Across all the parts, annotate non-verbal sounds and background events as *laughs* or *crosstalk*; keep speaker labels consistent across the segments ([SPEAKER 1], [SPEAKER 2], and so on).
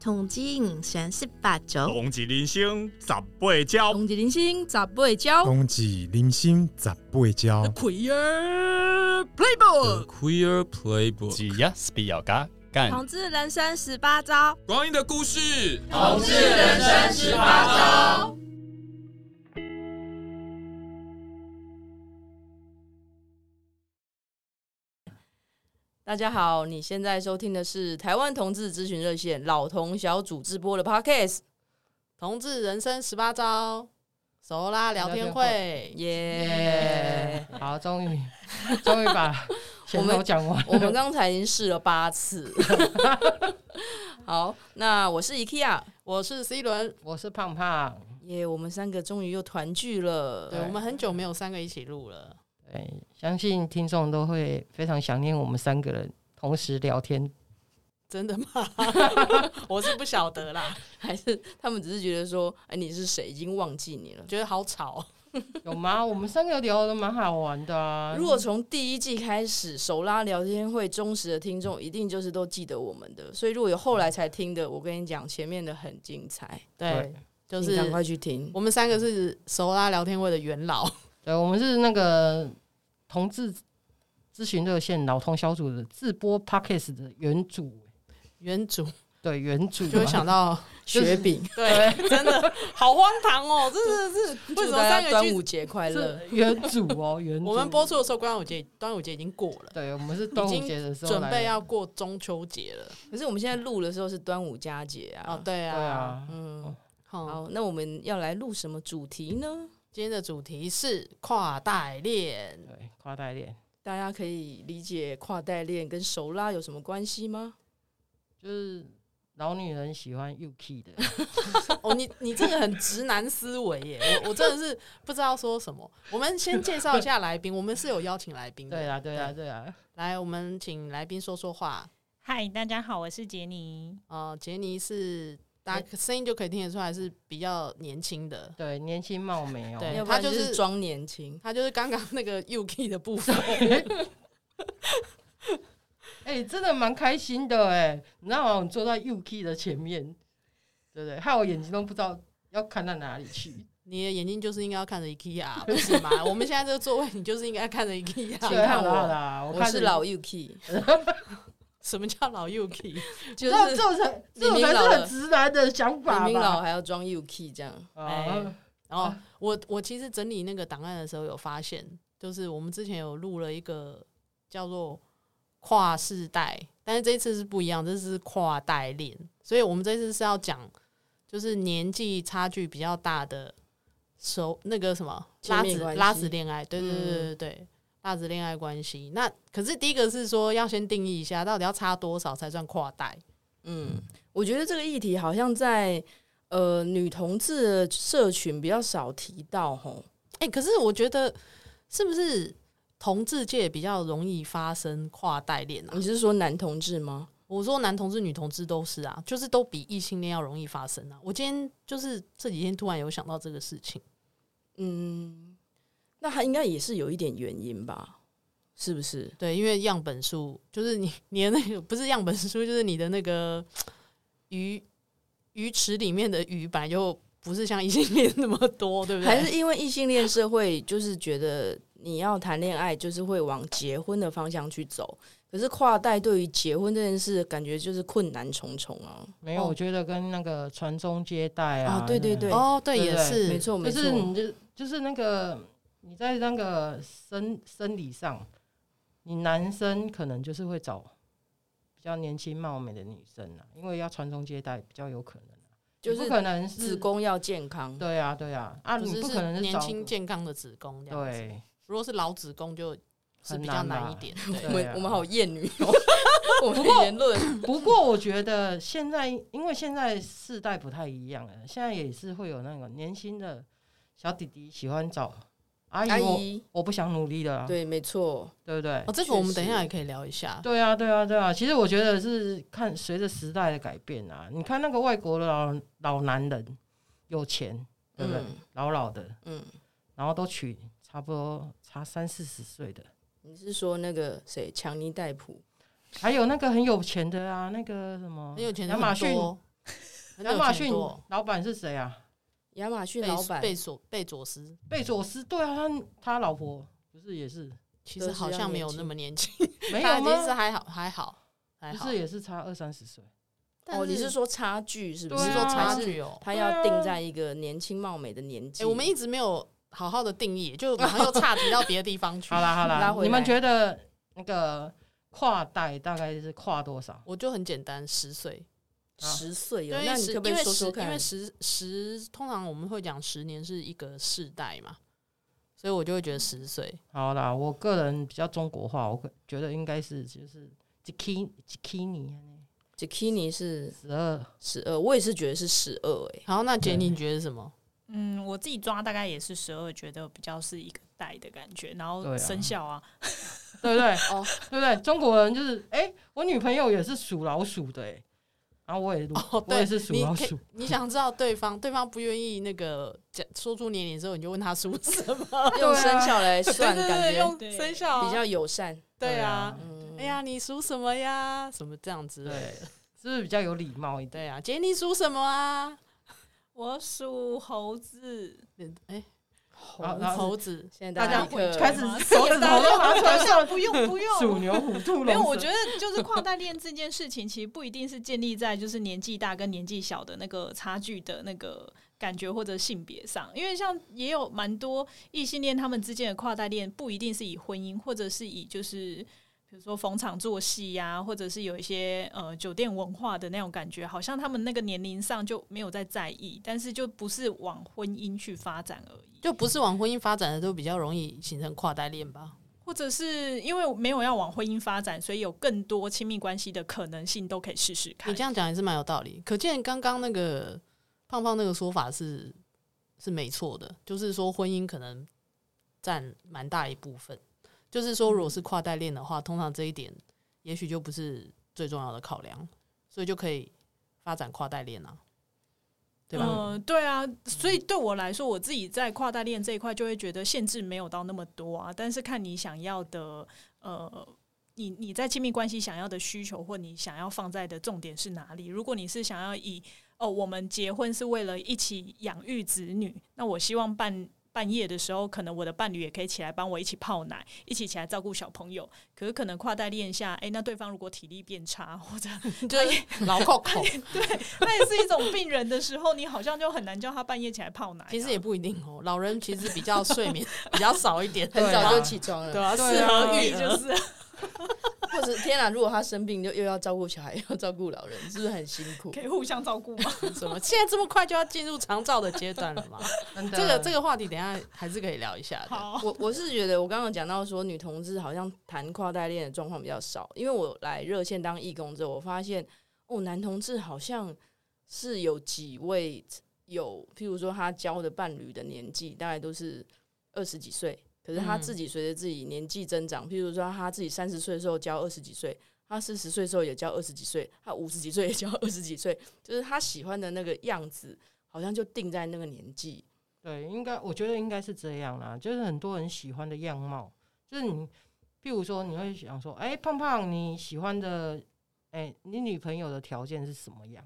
[SPEAKER 1] 统计人生十八招，
[SPEAKER 2] 同志人生十八招，
[SPEAKER 3] 同一人生十八招，
[SPEAKER 4] 冬季人生十八招，
[SPEAKER 3] Queer Playbook，
[SPEAKER 5] Queer Playbook，
[SPEAKER 6] 只要啊是比较嘎干，
[SPEAKER 1] 同志人生十八招。
[SPEAKER 5] 光阴的故事。
[SPEAKER 7] 同志人生十八招。
[SPEAKER 3] 大家好，你现在收听的是台湾同志咨询热线老同小组直播的 Podcast，
[SPEAKER 8] 同志人生十八招，熟啦聊天会，
[SPEAKER 3] 耶
[SPEAKER 8] 耶！好，终于 *laughs* 终于把前头讲 *laughs* 完了。
[SPEAKER 3] 我们刚才已经试了八次。 *laughs* 好，那我是 IKEA，
[SPEAKER 8] 我是 C 轮，我是胖胖，
[SPEAKER 3] 耶我们三个终于又团聚了。
[SPEAKER 8] 对我们
[SPEAKER 3] 很久没有。
[SPEAKER 8] 三个一起录了。对，相信听众都会非常想念我们三个人同时聊天。
[SPEAKER 3] 真
[SPEAKER 7] *laughs*
[SPEAKER 3] 的吗？我是不晓得啦，还是他们只是觉得说，哎，你是谁，已经忘记你了，觉得好
[SPEAKER 7] 哦
[SPEAKER 3] 吵。
[SPEAKER 8] 有
[SPEAKER 7] *laughs*
[SPEAKER 8] 吗？我们三个聊的蛮好玩的啊。
[SPEAKER 3] 如果从第一季开始，手拉聊天会忠实的听众，一定就是都记得我们的。所以如果有后来才听的，我跟你讲，前面的很精彩，
[SPEAKER 8] 对，
[SPEAKER 3] 就
[SPEAKER 7] 就是
[SPEAKER 3] 赶快去听。
[SPEAKER 7] 我们三个是熟拉聊天会的元老，
[SPEAKER 8] 对，我们是那个同志咨询热线老同小组的自播 Pockets 的原主，
[SPEAKER 7] 原主
[SPEAKER 8] 对原主啊
[SPEAKER 7] 就会想到，
[SPEAKER 3] 雪饼，
[SPEAKER 7] 对，真的好荒唐哦，真的是为
[SPEAKER 3] 祝
[SPEAKER 7] 什么
[SPEAKER 3] 大
[SPEAKER 7] 三
[SPEAKER 3] 家
[SPEAKER 7] 个
[SPEAKER 3] 端
[SPEAKER 7] 剧
[SPEAKER 3] 午节快乐
[SPEAKER 8] 是？原主哦，原主
[SPEAKER 7] 我们播出的时候端午节端午节已经过了，
[SPEAKER 8] 对，我们是端午节的时候
[SPEAKER 7] 准
[SPEAKER 8] 来
[SPEAKER 7] 备
[SPEAKER 8] 的
[SPEAKER 7] 要啊过中秋节了。
[SPEAKER 3] 可是我们现在录的时候是端午佳节啊。
[SPEAKER 7] 哦，对
[SPEAKER 8] 对
[SPEAKER 7] 啊，
[SPEAKER 8] 啊，
[SPEAKER 3] 嗯，
[SPEAKER 7] 好，
[SPEAKER 3] 好，那我们要来录什么主题呢？
[SPEAKER 7] 今天的主题是跨代恋，
[SPEAKER 8] 对，夸大一点，
[SPEAKER 3] 大家可以理解跨代恋跟熟拉有什么关系吗？
[SPEAKER 8] 就是老女人喜欢
[SPEAKER 3] *laughs*
[SPEAKER 8] UK 的，
[SPEAKER 7] 哦，你 *laughs* 你这个很直男思维耶，我我真的是不知道说什么。我们先介绍一下来宾，我们是有邀请来宾的。
[SPEAKER 8] 对啊，对啊，对啊，
[SPEAKER 7] 来，我们请来宾说说话。
[SPEAKER 9] 嗨，大家好，我是杰尼。
[SPEAKER 7] 呃，杰尼是大家声音就可以听得出来是比较年轻的，
[SPEAKER 8] 对，年轻貌美哦，
[SPEAKER 7] 对
[SPEAKER 3] 要不
[SPEAKER 7] 他
[SPEAKER 3] 然就
[SPEAKER 7] 就是
[SPEAKER 3] 是装年轻。
[SPEAKER 7] 他就是刚刚那个 UK 的部分。
[SPEAKER 8] *laughs* 哎、真的蛮开心的哎，你知道吗？你坐在 UK 的前面，对不对？害我眼睛都不知道要看到哪里去，
[SPEAKER 7] 你的眼睛就是应该要看着 IKEA，不是吗？我们现在这个座位，你就是应该看着 IKEA。啊
[SPEAKER 8] 对，好
[SPEAKER 3] 我
[SPEAKER 8] 啦好啦，我
[SPEAKER 3] 我
[SPEAKER 8] 看
[SPEAKER 3] 是
[SPEAKER 8] 着
[SPEAKER 3] 老
[SPEAKER 8] *laughs*
[SPEAKER 3] Yuki，
[SPEAKER 7] 什么叫老 UK？
[SPEAKER 3] 就是
[SPEAKER 8] 这这种才这种才
[SPEAKER 3] 明明老
[SPEAKER 8] 是
[SPEAKER 3] 了
[SPEAKER 8] 很直男的想法
[SPEAKER 3] 明明老哎
[SPEAKER 8] 吧？
[SPEAKER 3] 还要装 Yuki 这样。
[SPEAKER 8] 啊，
[SPEAKER 7] 然后我我其实整理那个档案的时候有发现，就是我们之前有录了一个叫做跨世代，但是这一次是不一样，这次是跨代恋，所以我们这次是要讲就是年纪差距比较大的熟那个什么
[SPEAKER 3] 亲
[SPEAKER 7] 拉
[SPEAKER 3] 密
[SPEAKER 7] 子
[SPEAKER 3] 关
[SPEAKER 7] 拉
[SPEAKER 3] 系
[SPEAKER 7] 子恋爱，对对对
[SPEAKER 3] 嗯
[SPEAKER 7] 对对。拉子恋爱关系，那可是第一个是说要先定义一下，到底要差多少才算跨代？
[SPEAKER 3] 嗯，我觉得这个议题好像在呃女同志的社群比较少提到吼。
[SPEAKER 7] 哎、可是我觉得是不是同志界比较容易发生跨代恋啊
[SPEAKER 3] 你？是说男同志吗？
[SPEAKER 7] 我说男同志、女同志都是啊，就是都比异性恋要容易发生啊。我今天就是这几天突然有想到这个事情，
[SPEAKER 3] 嗯，那他应该也是有一点原因吧？是不是？
[SPEAKER 7] 对，因为样本数就是你你的那个不是样本数，就是你的那个鱼鱼池里面的鱼本来就不是像异性恋那么多，对不对？
[SPEAKER 3] 还是因为异性恋社会就是觉得你要谈恋爱就是会往结婚的方向去走，可是跨代对于结婚这件事感觉就是困难重重啊。
[SPEAKER 8] 没有，我觉得跟那个传宗接代啊，
[SPEAKER 3] 啊，对对对，
[SPEAKER 7] 哦，对，
[SPEAKER 8] 对
[SPEAKER 7] 也
[SPEAKER 8] 对
[SPEAKER 7] 是
[SPEAKER 3] 没，错没错
[SPEAKER 8] 就是，你就就是那个你在那个生生理上，你男生可能就是会找比较年轻貌美的女生啊，因为要传宗接代比较有可能啊、
[SPEAKER 3] 就
[SPEAKER 8] 你不
[SPEAKER 3] 是
[SPEAKER 8] 可能
[SPEAKER 3] 子
[SPEAKER 8] 是
[SPEAKER 3] 宫要健康。
[SPEAKER 8] 对啊对啊啊，
[SPEAKER 7] 就
[SPEAKER 8] 你
[SPEAKER 7] 是
[SPEAKER 8] 不可能
[SPEAKER 7] 是
[SPEAKER 8] 是
[SPEAKER 7] 年
[SPEAKER 8] 找
[SPEAKER 7] 轻健康的子宫这样子。
[SPEAKER 8] 对
[SPEAKER 7] 如果是老子宫就是
[SPEAKER 8] 很
[SPEAKER 7] 比较
[SPEAKER 8] 难啊
[SPEAKER 7] 难一点。
[SPEAKER 3] 我
[SPEAKER 8] 对
[SPEAKER 3] 们
[SPEAKER 8] 啊
[SPEAKER 3] 我们好厌女
[SPEAKER 8] *laughs*
[SPEAKER 3] 哦，我们
[SPEAKER 8] 不过
[SPEAKER 3] 言论
[SPEAKER 8] 不过我觉得现在，因为现在世代不太一样了，现在也是会有那个年轻的小弟弟喜欢找阿姨
[SPEAKER 3] 阿
[SPEAKER 8] 我，
[SPEAKER 3] 姨，
[SPEAKER 8] 我不想努力了啦，
[SPEAKER 3] 哎
[SPEAKER 8] 啊
[SPEAKER 3] 对，没错，
[SPEAKER 8] 对不对
[SPEAKER 7] 哦，？这个我们等一下也可以聊一下。
[SPEAKER 8] 对啊，对啊，对啊。其实我觉得是看随着时代的改变啊。你看那个外国的老老男人，有钱，对不对？
[SPEAKER 3] 嗯
[SPEAKER 8] 老老的，
[SPEAKER 3] 嗯，
[SPEAKER 8] 然后都娶差不多差三四十岁的，
[SPEAKER 3] 你是说那个谁，强尼戴普？
[SPEAKER 8] 还有那个很有钱的啊，那个什么
[SPEAKER 7] 很有钱的
[SPEAKER 8] 亚马
[SPEAKER 7] 很
[SPEAKER 8] 逊
[SPEAKER 7] 多，很
[SPEAKER 8] 亚
[SPEAKER 7] 有
[SPEAKER 8] 马
[SPEAKER 7] 钱
[SPEAKER 8] 逊
[SPEAKER 7] 多
[SPEAKER 8] 老板是谁啊？
[SPEAKER 3] 亚马逊
[SPEAKER 7] 贝
[SPEAKER 3] 老板哦
[SPEAKER 7] 贝索贝佐斯，
[SPEAKER 8] 贝佐斯，对啊，他他老婆不是也是
[SPEAKER 7] 其
[SPEAKER 3] 都
[SPEAKER 7] 实
[SPEAKER 3] 是
[SPEAKER 7] 好
[SPEAKER 3] 要
[SPEAKER 7] 像
[SPEAKER 3] 年
[SPEAKER 7] 没有
[SPEAKER 3] 轻
[SPEAKER 7] 那么年轻，
[SPEAKER 8] 没
[SPEAKER 7] 他
[SPEAKER 8] 有
[SPEAKER 7] 已经是
[SPEAKER 8] 吗？
[SPEAKER 7] 还好还好还
[SPEAKER 8] 不
[SPEAKER 7] 好
[SPEAKER 8] 是。也是差二三十岁？
[SPEAKER 7] 但
[SPEAKER 3] 哦，你是说差距是不
[SPEAKER 7] 你
[SPEAKER 3] 是？
[SPEAKER 7] 是
[SPEAKER 8] 对啊
[SPEAKER 7] 说差
[SPEAKER 3] 还是
[SPEAKER 7] 距哦？
[SPEAKER 3] 他
[SPEAKER 8] 对啊
[SPEAKER 3] 要定在一个年轻貌美的年纪。
[SPEAKER 7] 哎，我们一直没有好好的定义，就马
[SPEAKER 3] *laughs*
[SPEAKER 7] 上又岔题到别的地方去
[SPEAKER 8] 好。啦好
[SPEAKER 7] *laughs*
[SPEAKER 8] 啦
[SPEAKER 3] 拉，回
[SPEAKER 8] 你们
[SPEAKER 3] 来
[SPEAKER 8] 觉得那个跨代大概是跨多少？
[SPEAKER 7] 我就很简单，十岁，
[SPEAKER 3] 十岁
[SPEAKER 7] 因
[SPEAKER 3] 哦，
[SPEAKER 7] 为
[SPEAKER 3] 那你
[SPEAKER 7] 十
[SPEAKER 3] 可
[SPEAKER 7] 因
[SPEAKER 3] 不可以
[SPEAKER 7] 为
[SPEAKER 3] 说
[SPEAKER 7] 十
[SPEAKER 3] 说
[SPEAKER 7] 因为
[SPEAKER 3] 看？
[SPEAKER 7] 十十，通常我们会讲十年是一个世代嘛，所以我就会觉得十岁。
[SPEAKER 8] 好啦，我个人比较中国化，我可觉得应该是就是 Jiki Jikini 啊
[SPEAKER 3] Jikini 是
[SPEAKER 8] 十二，
[SPEAKER 3] 十二，我也是觉得是十二哎。
[SPEAKER 7] 好，那杰你觉得是什么？
[SPEAKER 9] 嗯，我自己抓大概也是十二，觉得比较是一个带的感觉，然
[SPEAKER 8] 对啊
[SPEAKER 9] 后生肖啊，
[SPEAKER 8] 对
[SPEAKER 7] *laughs*
[SPEAKER 8] 不对？
[SPEAKER 3] 哦，
[SPEAKER 8] 对不对？中国人就是，哎、我女朋友也是属老鼠的、哎，然后我也、
[SPEAKER 7] 哦，
[SPEAKER 8] 我
[SPEAKER 7] 对，
[SPEAKER 8] 也是属
[SPEAKER 7] 你
[SPEAKER 8] 老
[SPEAKER 7] 可以
[SPEAKER 8] 鼠，
[SPEAKER 7] 你想知道对方，对方不愿意那个讲说出年龄之后，你就问他属什么，
[SPEAKER 3] 用
[SPEAKER 7] 啊
[SPEAKER 3] 生肖来算，感觉
[SPEAKER 7] 用生肖
[SPEAKER 3] 比较友善。
[SPEAKER 7] 对啊。
[SPEAKER 3] 嗯，
[SPEAKER 7] 哎呀，你属什么呀？什么这样之类
[SPEAKER 8] 对
[SPEAKER 7] 的？，
[SPEAKER 8] 是不是比较有礼貌一点？
[SPEAKER 7] 对啊，姐你属什么啊？
[SPEAKER 9] 我属猴子，
[SPEAKER 7] 哎，
[SPEAKER 8] 然后然后
[SPEAKER 7] 猴子，
[SPEAKER 3] 现在
[SPEAKER 8] 大家
[SPEAKER 3] 立刻
[SPEAKER 8] 开
[SPEAKER 7] 啊
[SPEAKER 8] 始手
[SPEAKER 9] *laughs*
[SPEAKER 8] 指头都拿出来算，
[SPEAKER 9] 不用不用
[SPEAKER 8] 鼠牛虎兔龙蛇。
[SPEAKER 9] 没有，我觉得就是跨代恋这件事情，其实不一定是建立在就是年纪大跟年纪小的那个差距的那个感觉或者性别上，因为像也有蛮多异性恋他们之间的跨代恋，不一定是以婚姻或者是以就是。比如说逢场作戏呀、或者是有一些呃酒店文化的那种感觉，好像他们那个年龄上就没有在在意，但是就不是往婚姻去发展而已。
[SPEAKER 7] 就不是往婚姻发展的，都比较容易形成跨代恋吧？
[SPEAKER 9] 或者是因为没有要往婚姻发展，所以有更多亲密关系的可能性都可以试试看
[SPEAKER 7] 你这。样讲也是蛮有道理。可见刚刚那个胖胖那个说法是是没错的，就是说婚姻可能占蛮大一部分。就是说，如果是跨代恋的话，通常这一点也许就不是最重要的考量，所以就可以发展跨代恋啊，对吧？
[SPEAKER 9] 嗯、 *laughs* 对啊，所以对我来说，我自己在跨代恋这一块就会觉得限制没有到那么多啊，但是看你想要的，呃，你你在亲密关系想要的需求或你想要放在的重点是哪里？如果你是想要以哦，我们结婚是为了一起养育子女，那我希望半半夜的时候，可能我的伴侣也可以起来帮我一起泡奶，一起起来照顾小朋友。可是可能跨代恋下，诶，那对方如果体力变差， *laughs* 或者
[SPEAKER 7] 就是老扣扣，
[SPEAKER 9] 那也是一种病人的时候，你好像就很难叫他半夜起来泡奶啊、
[SPEAKER 7] 其实也不一定哦。老人其实比较睡眠 *laughs* 比较少一点，
[SPEAKER 3] 很
[SPEAKER 8] 对
[SPEAKER 3] 早
[SPEAKER 8] 啊
[SPEAKER 3] 就起床
[SPEAKER 7] 对
[SPEAKER 3] 了。
[SPEAKER 7] 啊，
[SPEAKER 8] 对
[SPEAKER 7] 适
[SPEAKER 8] 啊
[SPEAKER 7] 合育
[SPEAKER 9] 育
[SPEAKER 7] 儿
[SPEAKER 9] 就。是
[SPEAKER 3] 或者天哪，如果他生病，就又要照顾小孩，又要照顾老人，是不是很辛苦
[SPEAKER 9] 可？以互相照顾嘛。
[SPEAKER 7] 什么？现在这么快就要进入长照的阶段了吗？
[SPEAKER 8] 真的
[SPEAKER 7] 这个这个话题，等一下还是可以聊一下的。 *laughs*
[SPEAKER 9] 好，
[SPEAKER 3] *laughs* 我我是觉得，我刚刚讲到说，女同志好像谈跨代恋的状况比较少，因为我来热线当义工之后，我发现哦，男同志好像是有几位有，譬如说他交的伴侣的年纪大概都是二十几岁，可是他
[SPEAKER 7] 嗯
[SPEAKER 3] 自己随着自己年纪增长，譬如说他自己三十岁的时候交二十几岁，他四十岁的时候也交二十几岁，他五十几岁也交二十几岁，就是他喜欢的那个样子，好像就定在那个年纪。
[SPEAKER 8] 对，应该我觉得应该是这样啦，就是很多人喜欢的样貌，就是你，譬如说你会想说，哎、胖胖，你喜欢的，哎、你女朋友的条件是什么样？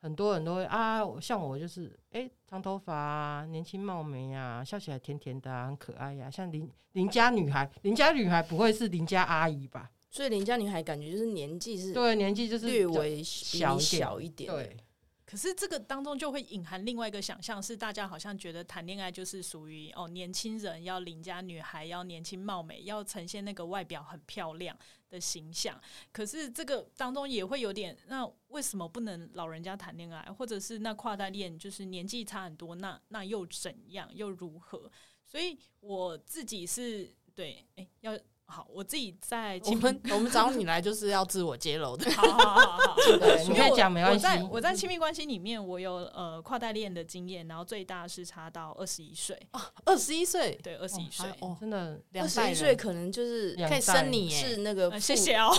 [SPEAKER 8] 很多人都会啊，我像我就是，哎、长头发啊，年轻貌美啊，笑起来甜甜的、啊，很可爱呀、像邻邻家女孩，邻家女孩不会是邻家阿姨吧？
[SPEAKER 3] 所以邻家女孩感觉就是年纪是
[SPEAKER 8] 对，年纪就是
[SPEAKER 3] 略
[SPEAKER 8] 比较
[SPEAKER 3] 微比
[SPEAKER 8] 小
[SPEAKER 3] 你
[SPEAKER 8] 一点
[SPEAKER 3] 小一点。
[SPEAKER 8] 对，
[SPEAKER 9] *laughs* 可是这个当中就会隐含另外一个想象，是大家好像觉得谈恋爱就是属于哦年轻人要邻家女孩要年轻貌美，要呈现那个外表很漂亮的形象。可是这个当中也会有点，那为什么不能老人家谈恋爱，或者是那跨代恋就是年纪差很多，那那又怎样又如何？所以我自己是对，哎、要好，我自己在
[SPEAKER 7] 我
[SPEAKER 9] 亲密，
[SPEAKER 7] 们我们找你来就是要自我揭露的
[SPEAKER 9] 好好好好 *laughs* 好。
[SPEAKER 8] 对，你
[SPEAKER 9] 因为
[SPEAKER 8] 可以
[SPEAKER 9] 我
[SPEAKER 8] 讲没关系
[SPEAKER 9] 我在。我在亲密关系里面，我有呃跨代恋的经验，然后最大是差到二十一岁，
[SPEAKER 7] 二十一岁，
[SPEAKER 9] 对，二十一岁
[SPEAKER 7] 还。哦，
[SPEAKER 8] 真的
[SPEAKER 7] 两
[SPEAKER 3] 二十一岁可能就是
[SPEAKER 8] 两
[SPEAKER 7] 可以
[SPEAKER 8] 代
[SPEAKER 7] 生你耶，
[SPEAKER 3] 是那个
[SPEAKER 9] 呃
[SPEAKER 3] 父
[SPEAKER 9] 谢谢
[SPEAKER 3] *laughs*
[SPEAKER 9] 哦。。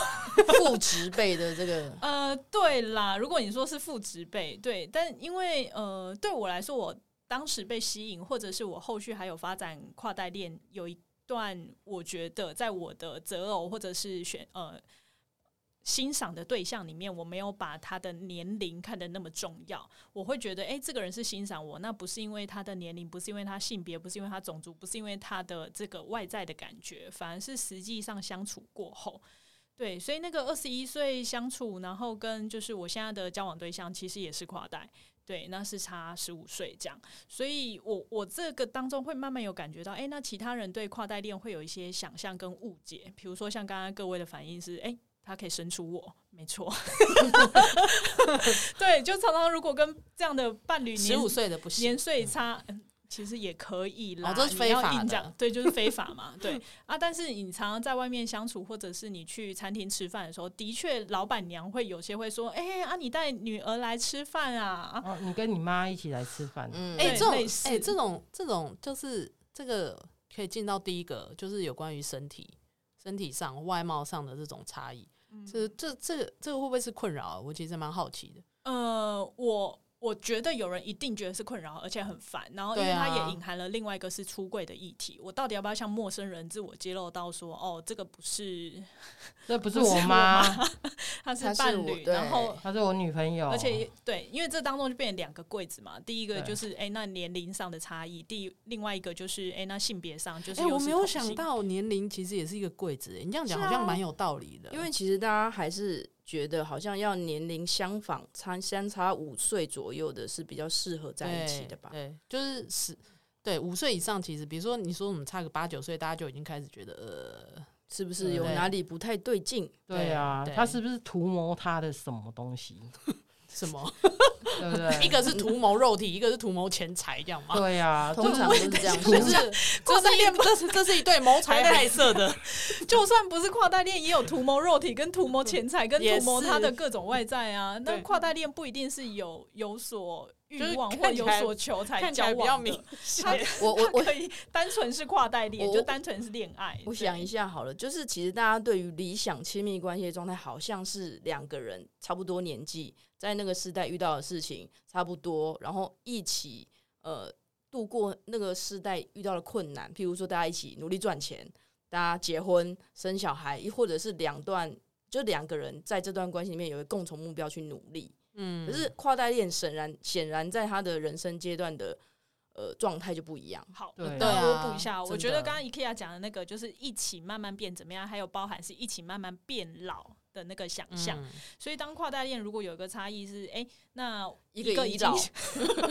[SPEAKER 3] 父职辈的这个
[SPEAKER 9] 呃，对啦，如果你说是父职辈，对，但因为呃，对我来说，我当时被吸引，或者是我后续还有发展跨代恋，有一段我觉得在我的择偶或者是选呃欣赏的对象里面，我没有把他的年龄看得那么重要。我会觉得，诶，这个人是欣赏我，那不是因为他的年龄，不是因为他性别，不是因为他种族，不是因为他的这个外在的感觉，反而是实际上相处过后。对，所以那个二十一岁相处，然后跟就是我现在的交往对象，其实也是跨代，对，那是差十五岁这样。所以我我这个当中会慢慢有感觉到，哎、那其他人对跨代恋会有一些想象跟误解，比如说像刚刚各位的反应是，哎、他可以生出我，没错， *laughs* 对，就常常如果跟这样的伴侣
[SPEAKER 7] 十
[SPEAKER 9] 年
[SPEAKER 7] 五岁的不行
[SPEAKER 9] 年，岁差。嗯其实也可以啦，
[SPEAKER 7] 哦这是
[SPEAKER 9] 你
[SPEAKER 7] 非
[SPEAKER 9] 要
[SPEAKER 7] 法
[SPEAKER 9] 硬
[SPEAKER 7] 的
[SPEAKER 9] 讲，对，就是非法嘛， *laughs* 对啊。但是你常常在外面相处，或者是你去餐厅吃饭的时候，的确老板娘会有些会说：“哎、啊，你带女儿来吃饭啊
[SPEAKER 8] 哦，你跟你妈一起来吃饭，
[SPEAKER 7] 嗯，
[SPEAKER 9] 对
[SPEAKER 7] 哎、这种
[SPEAKER 9] 类似
[SPEAKER 7] 哎、这种这种就是这个可以进到第一个，就是有关于身体、身体上、外貌上的这种差异。
[SPEAKER 9] 嗯
[SPEAKER 7] 这这这个这个会不会是困扰啊？我其实蛮好奇的。！”
[SPEAKER 9] 呃，我我觉得有人一定觉得是困扰，而且很烦。然后因为
[SPEAKER 7] 对
[SPEAKER 9] 它
[SPEAKER 7] 啊
[SPEAKER 9] 也隐含了另外一个是出柜的议题，我到底要不要向陌生人自我揭露到说：“哦，这个不是，
[SPEAKER 8] 这不是
[SPEAKER 9] 不是
[SPEAKER 8] 我
[SPEAKER 9] 我
[SPEAKER 8] 妈，
[SPEAKER 9] 她是
[SPEAKER 3] 她是
[SPEAKER 9] 伴
[SPEAKER 3] 我
[SPEAKER 9] 侣。”
[SPEAKER 3] 对
[SPEAKER 9] 然后
[SPEAKER 8] 她是我女朋友，
[SPEAKER 7] 哦
[SPEAKER 9] 而且对，因为这当中就变成两个柜子嘛。第一个
[SPEAKER 8] 对
[SPEAKER 9] 就是哎、那年龄上的差异；第另外一个就是哎、那性别上就是
[SPEAKER 7] 哎、
[SPEAKER 9] 又
[SPEAKER 7] 我
[SPEAKER 9] 是
[SPEAKER 7] 没有
[SPEAKER 9] 同性
[SPEAKER 7] 想，到 *laughs* 年龄其实也是一个柜子、哎你这样讲
[SPEAKER 3] 是啊
[SPEAKER 7] 好像蛮有道理的。
[SPEAKER 3] 因为其实大家还是觉得好像要年龄相仿，差相差五岁左右的是比较适合在一起的吧？
[SPEAKER 7] 对，就是十对五岁以上，其实比如说你说我们差个八九岁，大家就已经开始觉得呃，
[SPEAKER 3] 是不是有
[SPEAKER 7] 对
[SPEAKER 3] 哪里不太对劲？
[SPEAKER 8] 对啊，
[SPEAKER 7] 对
[SPEAKER 8] 她是不是图谋她的什么东西？
[SPEAKER 7] 什么？
[SPEAKER 8] 对不对？
[SPEAKER 7] *laughs* 一个是图谋肉体，一个是图谋钱财，这样吗？
[SPEAKER 8] *laughs* 对啊，
[SPEAKER 3] 通常都是这样
[SPEAKER 7] 就
[SPEAKER 3] 想
[SPEAKER 7] 是。这是一这是 *laughs* 这是一对谋财害色的，
[SPEAKER 9] 就算不是跨代恋，也有图谋肉体、跟图谋钱财、跟
[SPEAKER 7] 也
[SPEAKER 9] 图谋他
[SPEAKER 7] 是
[SPEAKER 9] 的各种外在啊。那
[SPEAKER 7] *laughs* 对
[SPEAKER 9] 跨代恋不一定是有有所欲
[SPEAKER 7] 就是
[SPEAKER 9] 望
[SPEAKER 7] 看
[SPEAKER 9] 或
[SPEAKER 7] 起
[SPEAKER 9] 有
[SPEAKER 7] 来
[SPEAKER 9] 所求才
[SPEAKER 7] 看起
[SPEAKER 9] 交
[SPEAKER 7] 来比较
[SPEAKER 9] 往
[SPEAKER 7] 明
[SPEAKER 9] 的，
[SPEAKER 3] *laughs*
[SPEAKER 9] 他
[SPEAKER 7] 显。
[SPEAKER 3] 我我
[SPEAKER 9] 他
[SPEAKER 3] 我
[SPEAKER 9] 可以单纯是跨代恋，
[SPEAKER 3] 我
[SPEAKER 9] 就单纯是恋爱。
[SPEAKER 3] 我
[SPEAKER 9] 对
[SPEAKER 3] 想一，下好了，就是其实大家对于理想亲密关系的状态，好像是两个人差不多年纪，在那个时代遇到的事情差不多，然后一起呃度过那个时代遇到的困难，譬如说大家一起努力赚钱，大家结婚生小孩，或者是两段就两个人在这段关系里面有一个共同目标去努力。
[SPEAKER 7] 嗯
[SPEAKER 3] 可是跨代恋显然显然在他的人生阶段的呃状态就不一样。
[SPEAKER 9] 好，
[SPEAKER 8] 对
[SPEAKER 9] 那
[SPEAKER 7] 啊
[SPEAKER 9] 我补一下，
[SPEAKER 7] 真
[SPEAKER 9] 我觉得
[SPEAKER 7] 的
[SPEAKER 9] 刚刚 IKEA 讲的那个就是一起慢慢变怎么样，还有包含是一起慢慢变老的那个想象。
[SPEAKER 7] 嗯
[SPEAKER 9] 所以当跨代恋如果有一个差异是，哎、那
[SPEAKER 3] 一个
[SPEAKER 9] 已
[SPEAKER 3] 遗老
[SPEAKER 9] 经 *laughs*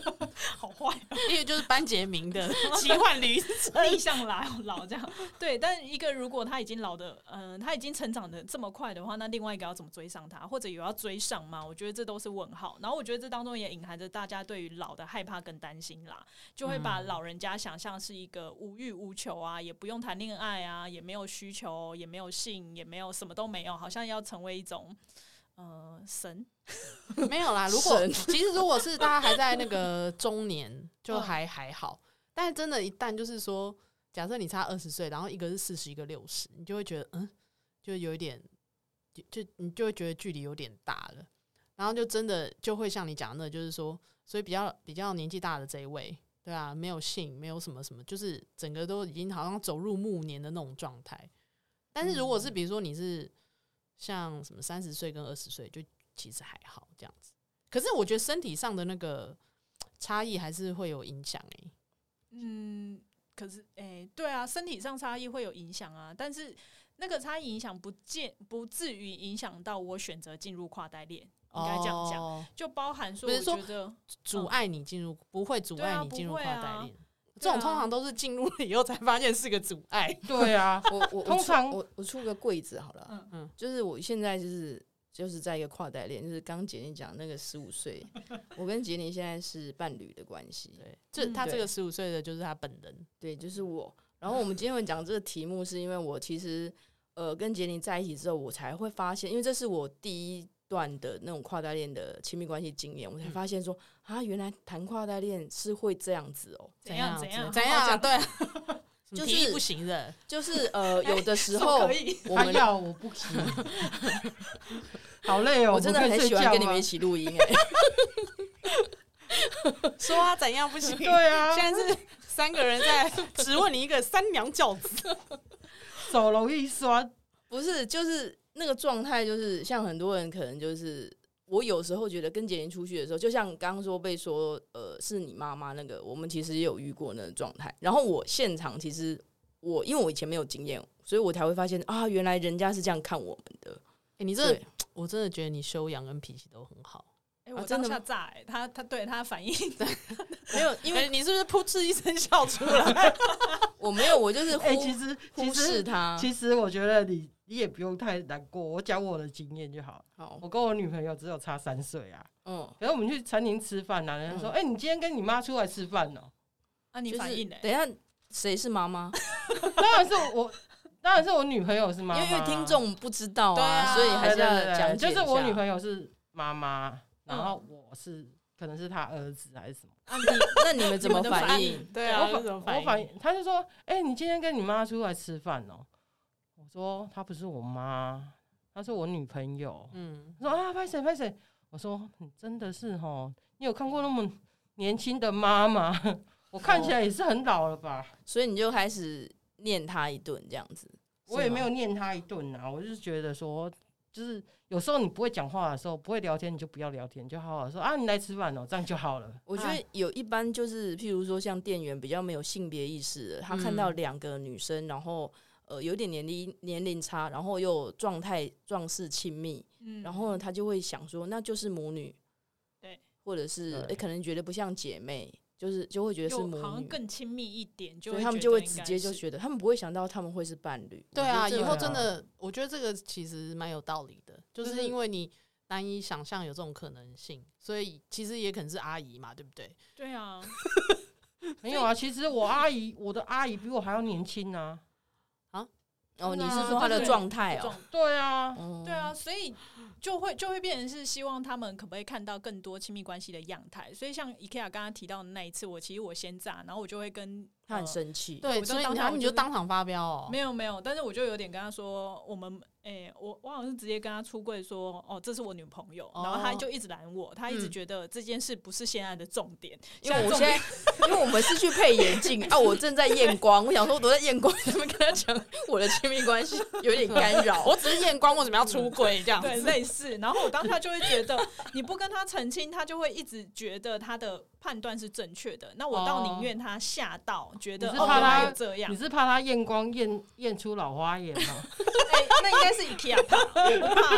[SPEAKER 9] 好坏啊、
[SPEAKER 7] 一个就是班杰明的奇幻旅程，
[SPEAKER 9] 逆向老老这样，对。但一个如果他已经老的，嗯、他已经成长的这么快的话，那另外一个要怎么追上他，或者有要追上吗？我觉得这都是问号。然后我觉得这当中也隐含着大家对于老的害怕跟担心啦，就会把老人家想象是一个无欲无求啊，也不用谈恋爱啊，也没有需求，也没有性，也没有什么都没有，好像要成为一种。呃，神
[SPEAKER 7] *laughs* 没有啦。如果
[SPEAKER 3] 神
[SPEAKER 7] 其实如果是大家还在那个中年，就还还好。但是真的，一旦就是说，假设你差二十岁，然后一个是四十，一个六十，你就会觉得嗯，就有一点，就就你就会觉得距离有点大了。然后就真的就会像你讲的，就是说，所以比较比较年纪大的这一位，对啊，没有性，没有什么什么，就是整个都已经好像走入暮年的那种状态。但是如果是比如说你是像什么三十岁跟二十岁，就其实还好这样子。可是我觉得身体上的那个差异还是会有影响欸诶、
[SPEAKER 9] 嗯，可是诶、对啊，身体上差异会有影响啊，但是那个差异影响不见不至于影响到我选择进入跨代恋，应该这样讲，
[SPEAKER 7] 哦
[SPEAKER 9] 就包含说，
[SPEAKER 7] 不
[SPEAKER 9] 我
[SPEAKER 7] 是说
[SPEAKER 9] 觉得
[SPEAKER 7] 阻碍你进入，不会阻
[SPEAKER 9] 对
[SPEAKER 7] 碍
[SPEAKER 9] 啊
[SPEAKER 7] 你进入
[SPEAKER 9] 不
[SPEAKER 7] 跨
[SPEAKER 9] 会啊
[SPEAKER 7] 代恋。这
[SPEAKER 9] 对啊
[SPEAKER 7] 种通常都是进入了以后才发现是个阻碍。
[SPEAKER 8] *laughs* 对啊，
[SPEAKER 3] 我我我
[SPEAKER 8] 通
[SPEAKER 3] 出
[SPEAKER 8] 常
[SPEAKER 3] 我我出个柜子好了啊，
[SPEAKER 9] 嗯
[SPEAKER 7] 嗯
[SPEAKER 3] 就是我现在就是就是在一个跨代恋，就是刚杰尼讲那个十五
[SPEAKER 9] *laughs*
[SPEAKER 3] 岁，我跟杰尼现在是伴侣的关系，
[SPEAKER 7] 对，这
[SPEAKER 9] 嗯
[SPEAKER 7] 他这
[SPEAKER 3] 对
[SPEAKER 7] 个十五岁的就是他本人。
[SPEAKER 3] 对，就是我。然后我们今天会讲这个题目，是因为我其实呃跟杰尼在一起之后，我才会发现，因为这是我第一段的那种跨代恋的亲密关系经验，我
[SPEAKER 8] 嗯
[SPEAKER 3] 才发现说、啊，原来谈跨代恋是会这样子哦，
[SPEAKER 9] 怎样
[SPEAKER 7] 怎
[SPEAKER 9] 样
[SPEAKER 7] 怎
[SPEAKER 9] 好好
[SPEAKER 7] 样？
[SPEAKER 9] 讲
[SPEAKER 7] 对啊，
[SPEAKER 3] 就
[SPEAKER 7] 就体力
[SPEAKER 3] 是
[SPEAKER 7] 不行的，
[SPEAKER 3] 就是
[SPEAKER 9] *laughs*
[SPEAKER 3] 呃有的时
[SPEAKER 9] 是不
[SPEAKER 3] 候
[SPEAKER 9] 可以，
[SPEAKER 3] *laughs* 我
[SPEAKER 8] 她
[SPEAKER 3] 们
[SPEAKER 8] 要我不行， *laughs* 好累哦，
[SPEAKER 3] 我真的
[SPEAKER 8] 不可以
[SPEAKER 3] 很喜
[SPEAKER 8] 睡
[SPEAKER 3] 欢
[SPEAKER 8] 觉
[SPEAKER 3] 跟你们
[SPEAKER 8] 吗
[SPEAKER 3] 一起录音哎、
[SPEAKER 7] 说啊怎样不行？
[SPEAKER 8] 对啊，
[SPEAKER 7] 现在是三个人在
[SPEAKER 9] *laughs*
[SPEAKER 7] 质问你一个三娘教子，
[SPEAKER 8] 手容易酸，
[SPEAKER 3] 不是，就是那个状态就是像很多人可能就是。我有时候觉得跟杰林出去的时候，就像刚刚说被说呃是你妈妈那个，我们其实也有遇过那个状态。然后我现场其实我因为我以前没有经验，所以我才会发现啊，原来人家是这样看我们的。
[SPEAKER 7] 欸你这
[SPEAKER 3] 对，
[SPEAKER 7] 我真的觉得你修养跟脾气都很好。
[SPEAKER 9] 哎、
[SPEAKER 3] 啊
[SPEAKER 9] 我
[SPEAKER 3] 真
[SPEAKER 9] 当
[SPEAKER 3] 的
[SPEAKER 9] 下
[SPEAKER 3] 吗
[SPEAKER 9] 炸、哎，他他对他反应，
[SPEAKER 3] 没有，因
[SPEAKER 7] 因
[SPEAKER 3] 为
[SPEAKER 7] 为你是不是噗嗤一声笑出来？
[SPEAKER 3] 我没有，我就是忽、
[SPEAKER 8] 哎、其实其
[SPEAKER 3] 忽视
[SPEAKER 8] 实
[SPEAKER 3] 他。
[SPEAKER 8] 其实我觉得你你也不用太难过，我讲我的经验就好。
[SPEAKER 3] 好，
[SPEAKER 8] 我跟我女朋友只有差三岁啊，
[SPEAKER 3] 嗯，
[SPEAKER 8] 可是我们去餐厅吃饭、啊，男人说：“哎、你今天跟你妈出来吃饭哦、
[SPEAKER 9] 啊，你
[SPEAKER 3] 就是
[SPEAKER 9] 反
[SPEAKER 8] 欸
[SPEAKER 9] 应呢、
[SPEAKER 3] 等一下谁是妈妈？
[SPEAKER 8] 当然是我， *laughs* 当然是我女朋友是妈啊妈，
[SPEAKER 3] 因为因为听众不知道
[SPEAKER 7] 对
[SPEAKER 3] 啊，
[SPEAKER 7] 啊
[SPEAKER 3] 所以还
[SPEAKER 8] 对
[SPEAKER 3] 是
[SPEAKER 8] 对
[SPEAKER 3] 要
[SPEAKER 8] 对
[SPEAKER 3] 讲
[SPEAKER 8] 对，
[SPEAKER 3] 解
[SPEAKER 8] 就
[SPEAKER 3] 一
[SPEAKER 8] 是
[SPEAKER 3] 下。
[SPEAKER 8] 我女朋友是妈妈，然后我是可能是她儿子还是什么。
[SPEAKER 3] 啊，你那你们怎么
[SPEAKER 9] 欸你们的
[SPEAKER 3] 反
[SPEAKER 9] 反
[SPEAKER 3] 应？
[SPEAKER 7] 对
[SPEAKER 8] 我
[SPEAKER 7] 啊，
[SPEAKER 8] 反
[SPEAKER 7] 这种
[SPEAKER 8] 我
[SPEAKER 7] 反
[SPEAKER 8] 反
[SPEAKER 7] 应
[SPEAKER 8] 应，他就说：“哎、你今天跟你妈出来吃饭哦、我说：“她不是我妈，她是我女朋友。
[SPEAKER 7] 嗯，
[SPEAKER 8] 她说：“啊，拍谁拍谁？”我说：“你真的是哦，你有看过那么年轻的妈妈？ *laughs* 我看起来也是很老了吧？
[SPEAKER 3] 所以你就开始念他一顿这样子。
[SPEAKER 8] 我也没有念她一顿啊，我就是觉得说。”就是有时候你不会讲话的时候，不会聊天，你就不要聊天，你就好好说啊，你来吃饭哦、 *laughs* 这样就好了。啊
[SPEAKER 3] 我觉得有一般就是，譬如说像店员比较没有性别意识的，他看到两个女生，然后呃有点年龄年龄差，然后又状态状势亲密，
[SPEAKER 9] 嗯
[SPEAKER 3] 然后呢他就会想说那就是母女，
[SPEAKER 9] 对，
[SPEAKER 3] 或者是
[SPEAKER 8] 对
[SPEAKER 3] 诶可能觉得不像姐妹，就是就会觉得是
[SPEAKER 9] 就
[SPEAKER 3] 母
[SPEAKER 9] 好像
[SPEAKER 3] 女，
[SPEAKER 9] 更亲密一点，就
[SPEAKER 3] 所
[SPEAKER 9] 会
[SPEAKER 3] 以他们
[SPEAKER 9] 觉
[SPEAKER 3] 就
[SPEAKER 9] 得
[SPEAKER 3] 会
[SPEAKER 9] 应
[SPEAKER 3] 直
[SPEAKER 9] 该
[SPEAKER 3] 接就是觉得他们不会想到他们会是伴侣。
[SPEAKER 7] 对
[SPEAKER 3] 我觉
[SPEAKER 7] 啊，
[SPEAKER 3] 得这
[SPEAKER 7] 以
[SPEAKER 3] 个
[SPEAKER 7] 后
[SPEAKER 8] 很
[SPEAKER 7] 真
[SPEAKER 8] 好
[SPEAKER 7] 的，我觉得这个其实蛮有道理的，就
[SPEAKER 3] 就是是
[SPEAKER 7] 因为你难以想象有这种可能性，所以其实也可能是阿姨嘛，对不对？
[SPEAKER 9] 对啊，
[SPEAKER 8] 没有啊，其实我阿姨，我的阿姨比我还要年轻啊。
[SPEAKER 3] 哦，你
[SPEAKER 8] 真的啊
[SPEAKER 3] 是说他的
[SPEAKER 9] 对
[SPEAKER 3] 状态
[SPEAKER 9] 状
[SPEAKER 3] 哦？
[SPEAKER 8] 对啊，
[SPEAKER 3] 哦
[SPEAKER 9] 对啊，，所以就会就会变成是希望他们可不可以看到更多亲密关系的样态。所以像 IKEA 刚刚提到的那一次，我其实我先炸，然后我就会跟
[SPEAKER 3] 他很
[SPEAKER 9] 呃
[SPEAKER 3] 生气。
[SPEAKER 7] 对，
[SPEAKER 9] 我就
[SPEAKER 7] 所以
[SPEAKER 9] 当
[SPEAKER 7] 然
[SPEAKER 9] 场
[SPEAKER 7] 后
[SPEAKER 9] 我
[SPEAKER 7] 你
[SPEAKER 9] 就
[SPEAKER 7] 就是当场发飙哦，
[SPEAKER 9] 没有没有，但是我就有点跟他说，我们诶、我我好像是直接跟他出柜说，哦，这是我女朋友，然后他
[SPEAKER 7] 哦
[SPEAKER 9] 就一直拦我，他一直
[SPEAKER 7] 嗯
[SPEAKER 9] 觉得这件事不是现在的重点，
[SPEAKER 3] 因为我
[SPEAKER 9] 重
[SPEAKER 3] 现在，
[SPEAKER 7] *laughs*
[SPEAKER 3] 因为我们是去配眼镜啊，我正在验光，我想说我都在验光，怎么跟他讲我的亲密关系有点干扰？
[SPEAKER 7] 我只是验光，为什么要出柜
[SPEAKER 8] 哦
[SPEAKER 7] 这样
[SPEAKER 9] *laughs* 对，
[SPEAKER 7] 子？
[SPEAKER 9] 类似。然后我当下就会觉得，你不跟他澄清，他就会一直觉得他的判断是正确的。那我倒宁愿他吓到，觉得
[SPEAKER 8] 你是
[SPEAKER 9] 哦，
[SPEAKER 8] 怕
[SPEAKER 9] 原来
[SPEAKER 8] 他
[SPEAKER 9] 有这样
[SPEAKER 8] 你。是怕她验光验验出老花眼吗？
[SPEAKER 9] 哎，那应该是 IKEA 吧？我不怕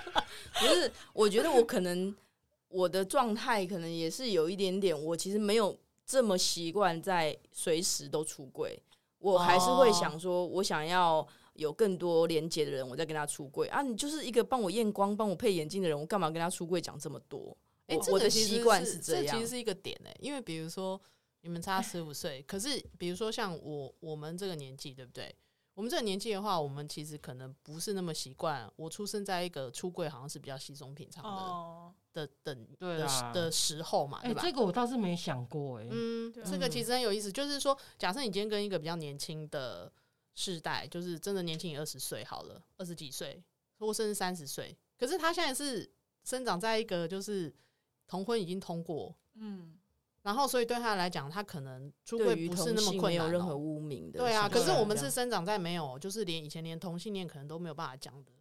[SPEAKER 9] 啊
[SPEAKER 3] 不是，我觉得我可能我的状态可能也是有一点点，我其实没有这么习惯在随时都出柜，我还是会想说，我想要有更多连接的人，我再跟他出柜啊。你就是一个帮我验光、帮我配眼镜的人，我干嘛跟他出柜讲这么多？
[SPEAKER 7] 哎、
[SPEAKER 3] 我
[SPEAKER 7] 这
[SPEAKER 3] 我
[SPEAKER 7] 个
[SPEAKER 3] 的
[SPEAKER 7] 其实
[SPEAKER 3] 习惯
[SPEAKER 7] 是
[SPEAKER 3] 是这样
[SPEAKER 7] 其实是一个点哎、因为比如说你们差十五岁，可是比如说像我我们这个年纪，对不对？我们这个年纪的话，我们其实可能不是那么习惯。我出生在一个出柜好像是比较稀松平常的、
[SPEAKER 9] 哦，
[SPEAKER 7] 的等
[SPEAKER 8] 对
[SPEAKER 7] 的时
[SPEAKER 8] 啊
[SPEAKER 7] 的时候嘛，
[SPEAKER 8] 哎、
[SPEAKER 7] 对吧？
[SPEAKER 8] 这个我倒是没想过哎、
[SPEAKER 7] 嗯
[SPEAKER 9] 对，
[SPEAKER 7] 这个其实很有意思，就是说，假设你今天跟一个比较年轻的世代，就是真的年轻二十岁好了，二十几岁，或甚至三十岁，可是他现在是生长在一个就是同婚已经通过，
[SPEAKER 9] 嗯，
[SPEAKER 7] 然后所以对他来讲，他可能出
[SPEAKER 3] 对
[SPEAKER 7] 柜
[SPEAKER 3] 于
[SPEAKER 7] 不
[SPEAKER 3] 同
[SPEAKER 7] 是那么
[SPEAKER 3] 性
[SPEAKER 7] 困
[SPEAKER 3] 没有
[SPEAKER 7] 难、
[SPEAKER 3] 任何
[SPEAKER 7] 喔。
[SPEAKER 3] 污名的事情。
[SPEAKER 7] 对啊，可是
[SPEAKER 8] 对啊
[SPEAKER 7] 我们
[SPEAKER 8] 这
[SPEAKER 7] 是
[SPEAKER 8] 样
[SPEAKER 7] 生长在没有，就是连以前连同性恋可能都没有办法讲的。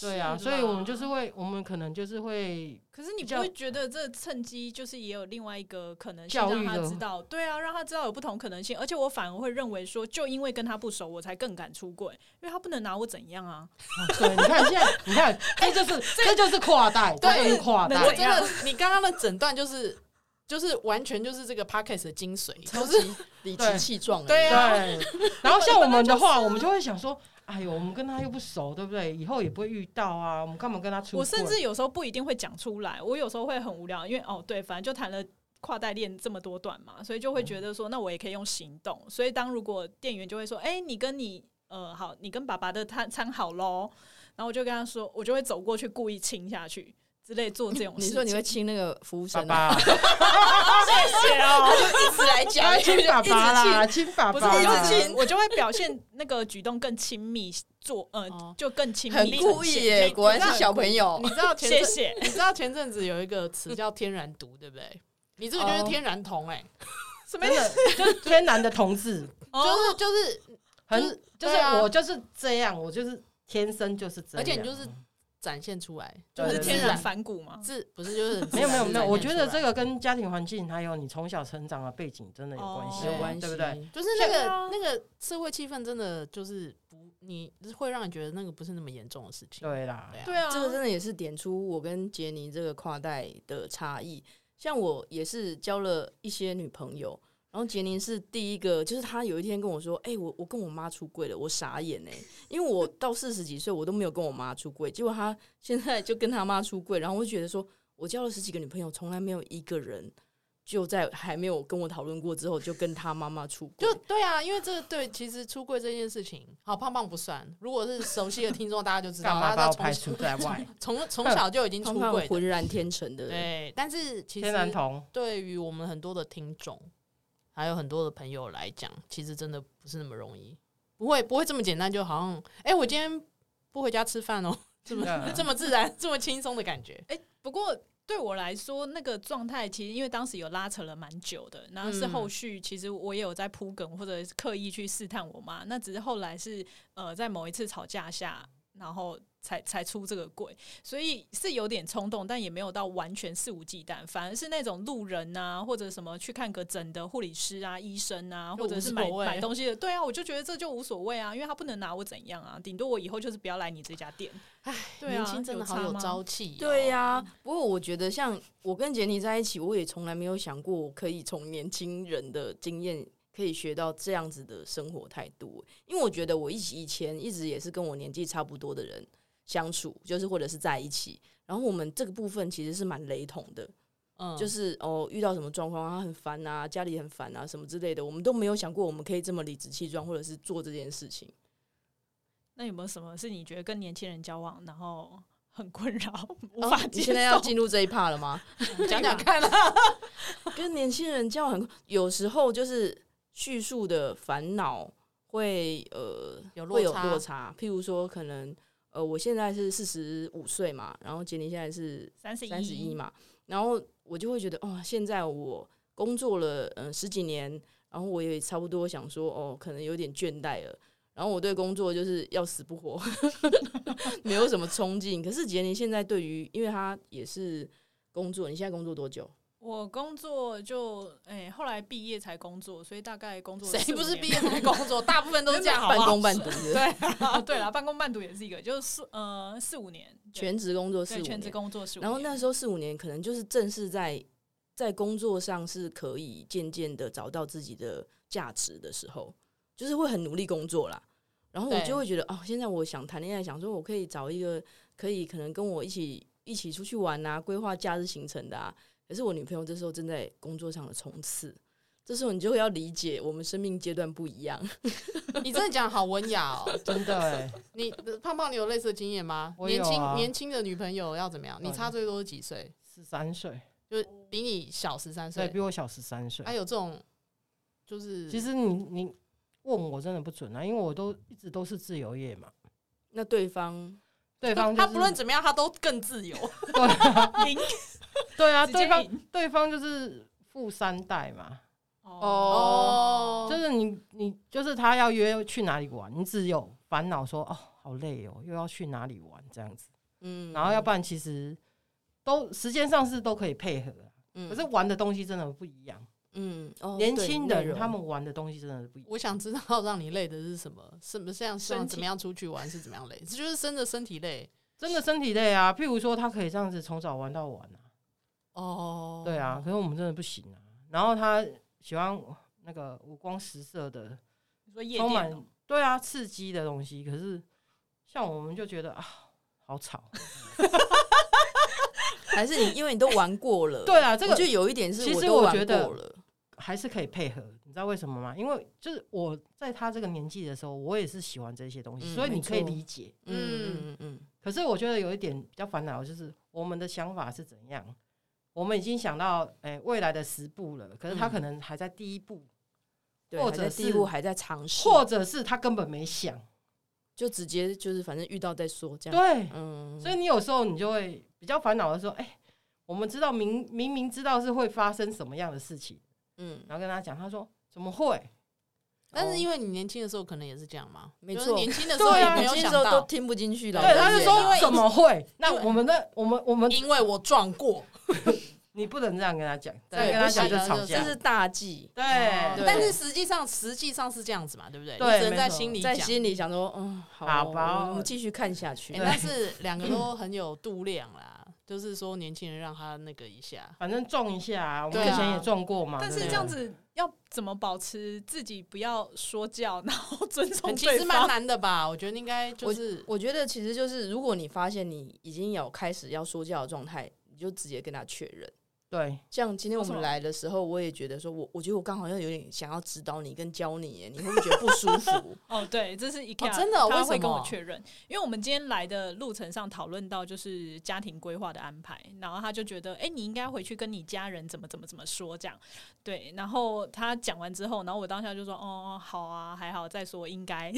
[SPEAKER 8] 对啊，
[SPEAKER 9] 是
[SPEAKER 8] 所以我们就
[SPEAKER 9] 啦
[SPEAKER 8] 是会，我们可能就是会，
[SPEAKER 9] 可是你
[SPEAKER 8] 比
[SPEAKER 9] 不
[SPEAKER 8] 较
[SPEAKER 9] 会觉得这趁机就是也有另外一个可能性，
[SPEAKER 8] 教
[SPEAKER 9] 让
[SPEAKER 8] 育
[SPEAKER 9] 他
[SPEAKER 8] 的
[SPEAKER 9] 知道，对啊，让他知道有不同可能性。而且我反而会认为说，就因为跟他不熟，我才更敢出柜，因为他不能拿我怎样啊。
[SPEAKER 8] 啊对，你看现在，你看，这就是这就是跨代，
[SPEAKER 7] 对
[SPEAKER 8] 这就是跨
[SPEAKER 9] 那
[SPEAKER 8] 代
[SPEAKER 7] 我
[SPEAKER 9] 怎
[SPEAKER 7] 真
[SPEAKER 9] 样
[SPEAKER 3] 啊
[SPEAKER 7] 的，你刚刚的诊断就是就是完全就是这个 p o c k e t 的精髓，
[SPEAKER 3] 超
[SPEAKER 7] 就
[SPEAKER 3] 级
[SPEAKER 7] 是 *laughs*
[SPEAKER 3] 理直
[SPEAKER 8] 对
[SPEAKER 3] 气壮的。
[SPEAKER 7] 对啊，
[SPEAKER 8] 对。然
[SPEAKER 7] *laughs*
[SPEAKER 8] 后像我们的话，我们就会想说，哎呦，我们跟他又不熟，对不对？以后也不会遇到啊，我们干嘛跟他出柜？
[SPEAKER 9] 我甚至有时候不一定会讲出来，我有时候会很无聊，因为哦，对，反正就谈了。跨代恋这么多段嘛，所以就会觉得说，那我也可以用行动。所以当如果店员就会说，哎、你跟你呃好，你跟爸爸的餐餐好喽，然后我就跟他说，我就会走过去故意亲下去之类做这种
[SPEAKER 8] *laughs*
[SPEAKER 9] 事
[SPEAKER 3] 你
[SPEAKER 9] 情。
[SPEAKER 3] 说你会亲那个服务
[SPEAKER 8] 爸
[SPEAKER 3] 生
[SPEAKER 8] *laughs*
[SPEAKER 3] 啊，
[SPEAKER 8] 爸，
[SPEAKER 9] 谢谢哦，
[SPEAKER 3] 一直来讲，就
[SPEAKER 8] *laughs* 亲
[SPEAKER 3] 是
[SPEAKER 8] 爸爸
[SPEAKER 3] 一
[SPEAKER 8] 啦，亲爸
[SPEAKER 9] 不
[SPEAKER 8] 爸
[SPEAKER 9] 是，我
[SPEAKER 8] 啦，
[SPEAKER 9] 就亲，我就会表现那个举动更亲密，做呃、
[SPEAKER 7] 哦
[SPEAKER 9] 就更亲
[SPEAKER 3] 直
[SPEAKER 9] 密，
[SPEAKER 3] 很故意耶，果然是小朋友
[SPEAKER 7] 你。
[SPEAKER 3] *laughs*
[SPEAKER 7] 知道前
[SPEAKER 9] 谢
[SPEAKER 7] 阵
[SPEAKER 9] 谢。
[SPEAKER 7] *laughs* 你知道前阵子有一个词叫天然毒，对不对？你这个就是
[SPEAKER 3] 哦
[SPEAKER 7] 天然童哎、
[SPEAKER 9] 什么
[SPEAKER 8] 真
[SPEAKER 9] 意
[SPEAKER 8] 的
[SPEAKER 9] 思？
[SPEAKER 8] 就是天然的同志，
[SPEAKER 9] 哦
[SPEAKER 7] 就是就是
[SPEAKER 8] 很就是
[SPEAKER 7] 对啊
[SPEAKER 8] 我就是这样，我就是天生就是这样，
[SPEAKER 7] 而且你就是展现出来，
[SPEAKER 9] 就
[SPEAKER 8] 对
[SPEAKER 9] 是
[SPEAKER 8] 对
[SPEAKER 9] 天
[SPEAKER 8] 对
[SPEAKER 9] 然反骨嘛。
[SPEAKER 7] 自不是就是很自
[SPEAKER 8] 没有没有
[SPEAKER 7] 然地
[SPEAKER 8] 没有，
[SPEAKER 7] 展
[SPEAKER 8] 我
[SPEAKER 7] 现
[SPEAKER 8] 觉
[SPEAKER 7] 出
[SPEAKER 8] 得
[SPEAKER 7] 来
[SPEAKER 8] 这个跟家庭环境还有你从小成长的背景真的有关系，
[SPEAKER 9] 哦
[SPEAKER 7] 有关系，
[SPEAKER 8] 对不对？？
[SPEAKER 7] 就是那
[SPEAKER 9] 对
[SPEAKER 7] 个、
[SPEAKER 9] 啊
[SPEAKER 7] 那个社会气氛真的就是不，你会让你觉得那个不是那么严重的事情。
[SPEAKER 8] 对啦，
[SPEAKER 7] 对啊
[SPEAKER 9] 对啊，
[SPEAKER 3] 这个真的也是点出我跟杰尼这个跨代的差异。像我也是交了一些女朋友，然后杰尼是第一个，就是他有一天跟我说：“哎、我我跟我妈出柜了。”我傻眼哎、因为我到四十几岁我都没有跟我妈出柜，结果他 *laughs* 现在就跟他妈出柜，然后我就觉得说，我交了十几个女朋友，从来没有一个人就在还没有跟我讨论过之后就跟他妈妈出柜
[SPEAKER 7] 就。对啊，因为这个对，其实出柜这件事情，好胖胖不算。如果是熟悉的听众，大家就知
[SPEAKER 8] 干
[SPEAKER 7] 道，
[SPEAKER 8] 嘛
[SPEAKER 7] 他
[SPEAKER 8] 把
[SPEAKER 7] 他
[SPEAKER 8] 我
[SPEAKER 7] 从
[SPEAKER 8] 排除在 *laughs* 外？
[SPEAKER 7] 从从小就已经出
[SPEAKER 3] 通常
[SPEAKER 7] 柜的。
[SPEAKER 3] 浑然天成的，
[SPEAKER 7] 对，但是其
[SPEAKER 8] 天然
[SPEAKER 7] 实
[SPEAKER 8] 童，
[SPEAKER 7] 对于我们很多的听众，还有很多的朋友来讲，其实真的不是那么容易，不会不会这么简单，就好像哎、我今天不回家吃饭哦，这么
[SPEAKER 8] 对
[SPEAKER 7] *laughs* 这么自然，这么轻松的感觉。
[SPEAKER 9] 不过对我来说，那个状态其实因为当时有拉扯了蛮久的，然后是
[SPEAKER 7] 嗯
[SPEAKER 9] 后续其实我也有在铺梗或者是刻意去试探我妈，那只是后来是呃在某一次吵架下，然后。才才出这个轨，所以是有点冲动，但也没有到完全肆无忌惮，反而是那种路人啊，或者什么去看个诊的护理师啊、医生啊，
[SPEAKER 7] 就
[SPEAKER 9] 或者是
[SPEAKER 7] 无
[SPEAKER 9] 买
[SPEAKER 7] 所谓
[SPEAKER 9] 买东西的，对啊，我就觉得这就无所谓啊，因为他不能拿我怎样啊，顶多我以后就是不要来你这家店。
[SPEAKER 7] 唉，
[SPEAKER 9] 对啊
[SPEAKER 7] 年轻真的好
[SPEAKER 9] 有
[SPEAKER 7] 有
[SPEAKER 9] 差吗
[SPEAKER 7] 朝气、哦
[SPEAKER 3] 对、呀、不过我觉得像我跟杰尼在一起，我也从来没有想过我可以从年轻人的经验可以学到这样子的生活态度，欸因为我觉得我一起以前一直也是跟我年纪差不多的人相处，就是或者是在一起，然后我们这个部分其实是蛮雷同的，
[SPEAKER 7] 嗯
[SPEAKER 3] 就是是哦遇到什么状况啊很烦啊，家里很烦啊什么之类的，我们都没有想过我们可以这么理直气壮，或者是做这件事情。
[SPEAKER 9] 那有没有什么是你觉得跟年轻人交往，然后很困扰， *laughs* 无
[SPEAKER 3] 哦
[SPEAKER 9] 法
[SPEAKER 3] 你
[SPEAKER 9] 接
[SPEAKER 3] 现
[SPEAKER 9] 受？
[SPEAKER 3] 在要进入这一趴了吗？
[SPEAKER 7] 讲讲看啦、
[SPEAKER 3] 跟年轻人交往很困，有时候就是叙述的烦恼会呃
[SPEAKER 7] 有落
[SPEAKER 3] 会有
[SPEAKER 7] 差
[SPEAKER 3] 落差，譬如说可能呃我现在是四十五岁嘛，然后杰尼现在是
[SPEAKER 9] *laughs* 三十一，
[SPEAKER 3] 三十一，嘛，然后我就会觉得哦，现在我工作了嗯、呃十几年，然后我也差不多想说哦，可能有点倦怠了。然后我对工作就是要死不活， *laughs* 没有什么冲劲。可是杰尼现在对于，因为他也是工作，你现在工作多久？
[SPEAKER 9] 我工作就哎、后来毕业才工作，所以大概工作
[SPEAKER 7] 谁不是毕业
[SPEAKER 9] 4-5
[SPEAKER 7] 才
[SPEAKER 9] 年？
[SPEAKER 7] 工作？大部分都是这样，好
[SPEAKER 3] 半
[SPEAKER 7] 不好
[SPEAKER 3] 工？半读是不是
[SPEAKER 7] *laughs*
[SPEAKER 9] 对啊， *laughs* 对啦，半工半读也是一个，就是四呃四五年对
[SPEAKER 3] 全职工作四
[SPEAKER 9] 对
[SPEAKER 3] 五
[SPEAKER 9] 全职
[SPEAKER 3] 年。
[SPEAKER 9] 工作四五
[SPEAKER 3] 然后
[SPEAKER 9] 年 *laughs*
[SPEAKER 3] 那时候四五年，可能就是正是在在工作上是可以渐渐的找到自己的价值的时候，就是会很努力工作啦。然后我
[SPEAKER 7] 对
[SPEAKER 3] 就会觉得，哦，现在我想谈恋爱，想说我可以找一个可以可能跟我一起一起出去玩啊，规划假日行程的啊。可是我女朋友这时候正在工作上的冲刺，这时候你就会要理解我们生命阶段不一样。
[SPEAKER 7] *laughs*
[SPEAKER 3] *laughs*
[SPEAKER 7] 你真的讲好文雅哦。
[SPEAKER 8] *laughs* 真的哎，
[SPEAKER 7] 你胖胖，你有类似的经验吗？
[SPEAKER 8] 我有
[SPEAKER 7] 年轻、
[SPEAKER 8] 啊
[SPEAKER 7] 年轻的女朋友要怎么样？你差最多是几岁？
[SPEAKER 8] 十三岁，
[SPEAKER 7] 就是比你小十三
[SPEAKER 8] 对
[SPEAKER 7] 岁
[SPEAKER 8] 比。我小十三岁
[SPEAKER 7] 还、。有这种，就是
[SPEAKER 8] 其实你你问我真的不准啊，因为我都一直都是自由业嘛，
[SPEAKER 3] 那对方
[SPEAKER 8] 对方
[SPEAKER 7] 他
[SPEAKER 8] 就是
[SPEAKER 7] 不论怎么样，他都更自由。
[SPEAKER 9] 零
[SPEAKER 8] 对啊，
[SPEAKER 9] 直接
[SPEAKER 8] 对方
[SPEAKER 9] 赢
[SPEAKER 8] 对方就是富三代嘛，
[SPEAKER 7] 哦
[SPEAKER 8] 就是你你就是他要约去哪里玩，你只有烦恼说哦好累哦，又要去哪里玩这样子，
[SPEAKER 3] 嗯
[SPEAKER 8] *laughs* 然后要不然其实都时间上是都可以配合啊，
[SPEAKER 3] 嗯
[SPEAKER 8] 可是玩的东西真的不一样，
[SPEAKER 3] 嗯，哦
[SPEAKER 8] 年
[SPEAKER 3] 对
[SPEAKER 8] 轻
[SPEAKER 3] 内
[SPEAKER 8] 人
[SPEAKER 3] 容
[SPEAKER 8] 他们玩的东西真的是不一样。
[SPEAKER 7] 我想知道让你累的是什么？什么像
[SPEAKER 9] 身
[SPEAKER 7] 像
[SPEAKER 9] 体
[SPEAKER 7] 怎么样出去玩是怎么样累？这就是真的身体累
[SPEAKER 8] 真的身体累啊。譬如说，他可以这样子从早玩到晚啊，
[SPEAKER 7] 哦。
[SPEAKER 8] 对啊，可是我们真的不行啊。然后他喜欢那个五光十色的，
[SPEAKER 9] 你说夜
[SPEAKER 8] 充
[SPEAKER 9] 店
[SPEAKER 8] 满
[SPEAKER 9] 哦
[SPEAKER 8] 对啊刺激的东西。可是像我们就觉得啊，
[SPEAKER 3] *laughs*
[SPEAKER 8] 好吵。
[SPEAKER 3] *laughs* 还是你因为你都玩过了？
[SPEAKER 8] *laughs* 对啊，这个
[SPEAKER 3] 我觉得有一点是，
[SPEAKER 8] 其实
[SPEAKER 3] 都
[SPEAKER 8] 我
[SPEAKER 3] 玩
[SPEAKER 8] 觉得
[SPEAKER 3] 过了，
[SPEAKER 8] 还是可以配合，你知道为什么吗？因为就是我在他这个年纪的时候，我也是喜欢这些东西，
[SPEAKER 3] 嗯
[SPEAKER 8] 所以你
[SPEAKER 3] 没
[SPEAKER 8] 可以
[SPEAKER 3] 错
[SPEAKER 8] 理解。
[SPEAKER 3] 嗯嗯嗯
[SPEAKER 8] 可是我觉得有一点比较烦恼，就是我们的想法是怎样？我们已经想到哎、未来的十步了，可是他
[SPEAKER 3] 嗯
[SPEAKER 8] 可能还在第一步。
[SPEAKER 3] 对，
[SPEAKER 8] 或者
[SPEAKER 3] 还在第一
[SPEAKER 8] 是
[SPEAKER 3] 步还在尝试，
[SPEAKER 8] 或者是他根本没想。
[SPEAKER 3] 就直接就是反正遇到再说这样。
[SPEAKER 8] 对，
[SPEAKER 3] 嗯，
[SPEAKER 8] 所以你有时候你就会比较烦恼的说，哎、我们知道明明明知道是会发生什么样的事情，
[SPEAKER 3] 嗯
[SPEAKER 8] 然后跟他讲，他说怎么会？
[SPEAKER 7] 但是因为你年轻的时候可能也是这样嘛，
[SPEAKER 3] 没
[SPEAKER 7] 就是
[SPEAKER 3] 错 *laughs*
[SPEAKER 7] 年轻的时候
[SPEAKER 3] 对
[SPEAKER 7] 也
[SPEAKER 3] 啊，
[SPEAKER 7] 没
[SPEAKER 3] 年
[SPEAKER 7] 有
[SPEAKER 3] 轻的
[SPEAKER 7] 想
[SPEAKER 3] 时候
[SPEAKER 7] 到，
[SPEAKER 3] 都听不进去
[SPEAKER 7] 哦
[SPEAKER 3] 了。
[SPEAKER 8] 对，他就
[SPEAKER 7] 因为
[SPEAKER 8] 说怎么会？那我们的我们我们
[SPEAKER 7] 因为我撞过，
[SPEAKER 8] 你不能这样跟他讲，这
[SPEAKER 3] 对
[SPEAKER 8] 样跟他讲
[SPEAKER 7] 不
[SPEAKER 8] 就
[SPEAKER 7] 行哦
[SPEAKER 8] 吵
[SPEAKER 3] 这
[SPEAKER 8] 架。
[SPEAKER 3] 是大忌，
[SPEAKER 8] 对
[SPEAKER 3] 对
[SPEAKER 7] 但是实际上实际上是这样子嘛，对不对？
[SPEAKER 8] 对
[SPEAKER 7] 你只能在
[SPEAKER 8] 没错
[SPEAKER 7] 心里
[SPEAKER 3] 在
[SPEAKER 7] 讲。
[SPEAKER 3] 心里想说，嗯，好
[SPEAKER 8] 好吧
[SPEAKER 3] 我们继续看下去
[SPEAKER 7] 哎。但是
[SPEAKER 3] *clears throat*
[SPEAKER 7] 两个都很有度量啦，就是说年轻人让他那个一下，
[SPEAKER 8] 反正撞一下啊，我
[SPEAKER 7] 对
[SPEAKER 8] 们
[SPEAKER 7] 啊
[SPEAKER 8] 以前也撞过嘛。
[SPEAKER 9] 但是
[SPEAKER 8] 对不
[SPEAKER 9] 这
[SPEAKER 8] 对
[SPEAKER 3] 啊
[SPEAKER 9] 样，子要怎么保持自己不要说教，然后尊重
[SPEAKER 7] 其实
[SPEAKER 9] 对
[SPEAKER 7] 蛮
[SPEAKER 9] 方？
[SPEAKER 7] 难的吧？我觉得应该就是
[SPEAKER 3] 我觉得其实就是，如果你发现你已经有开始要说教的状态，你就直接跟他确认。
[SPEAKER 8] 对，
[SPEAKER 3] 像今天我
[SPEAKER 9] 为
[SPEAKER 3] 们
[SPEAKER 9] 什么
[SPEAKER 3] 来的时候，我也觉得说，我我觉得我刚好像有点想要指导你跟教你耶，你会不会觉得不舒服？
[SPEAKER 9] 哦，对，这是一个、
[SPEAKER 7] 真的哦为
[SPEAKER 9] 他
[SPEAKER 7] 什么
[SPEAKER 9] 会跟我确认，因为我们今天来的路程上讨论到就是家庭规划的安排，然后他就觉得，哎、你应该回去跟你家人怎么怎么怎么说这样，对，然后他讲完之后，然后我当下就说，哦，好啊，还好，再说应该，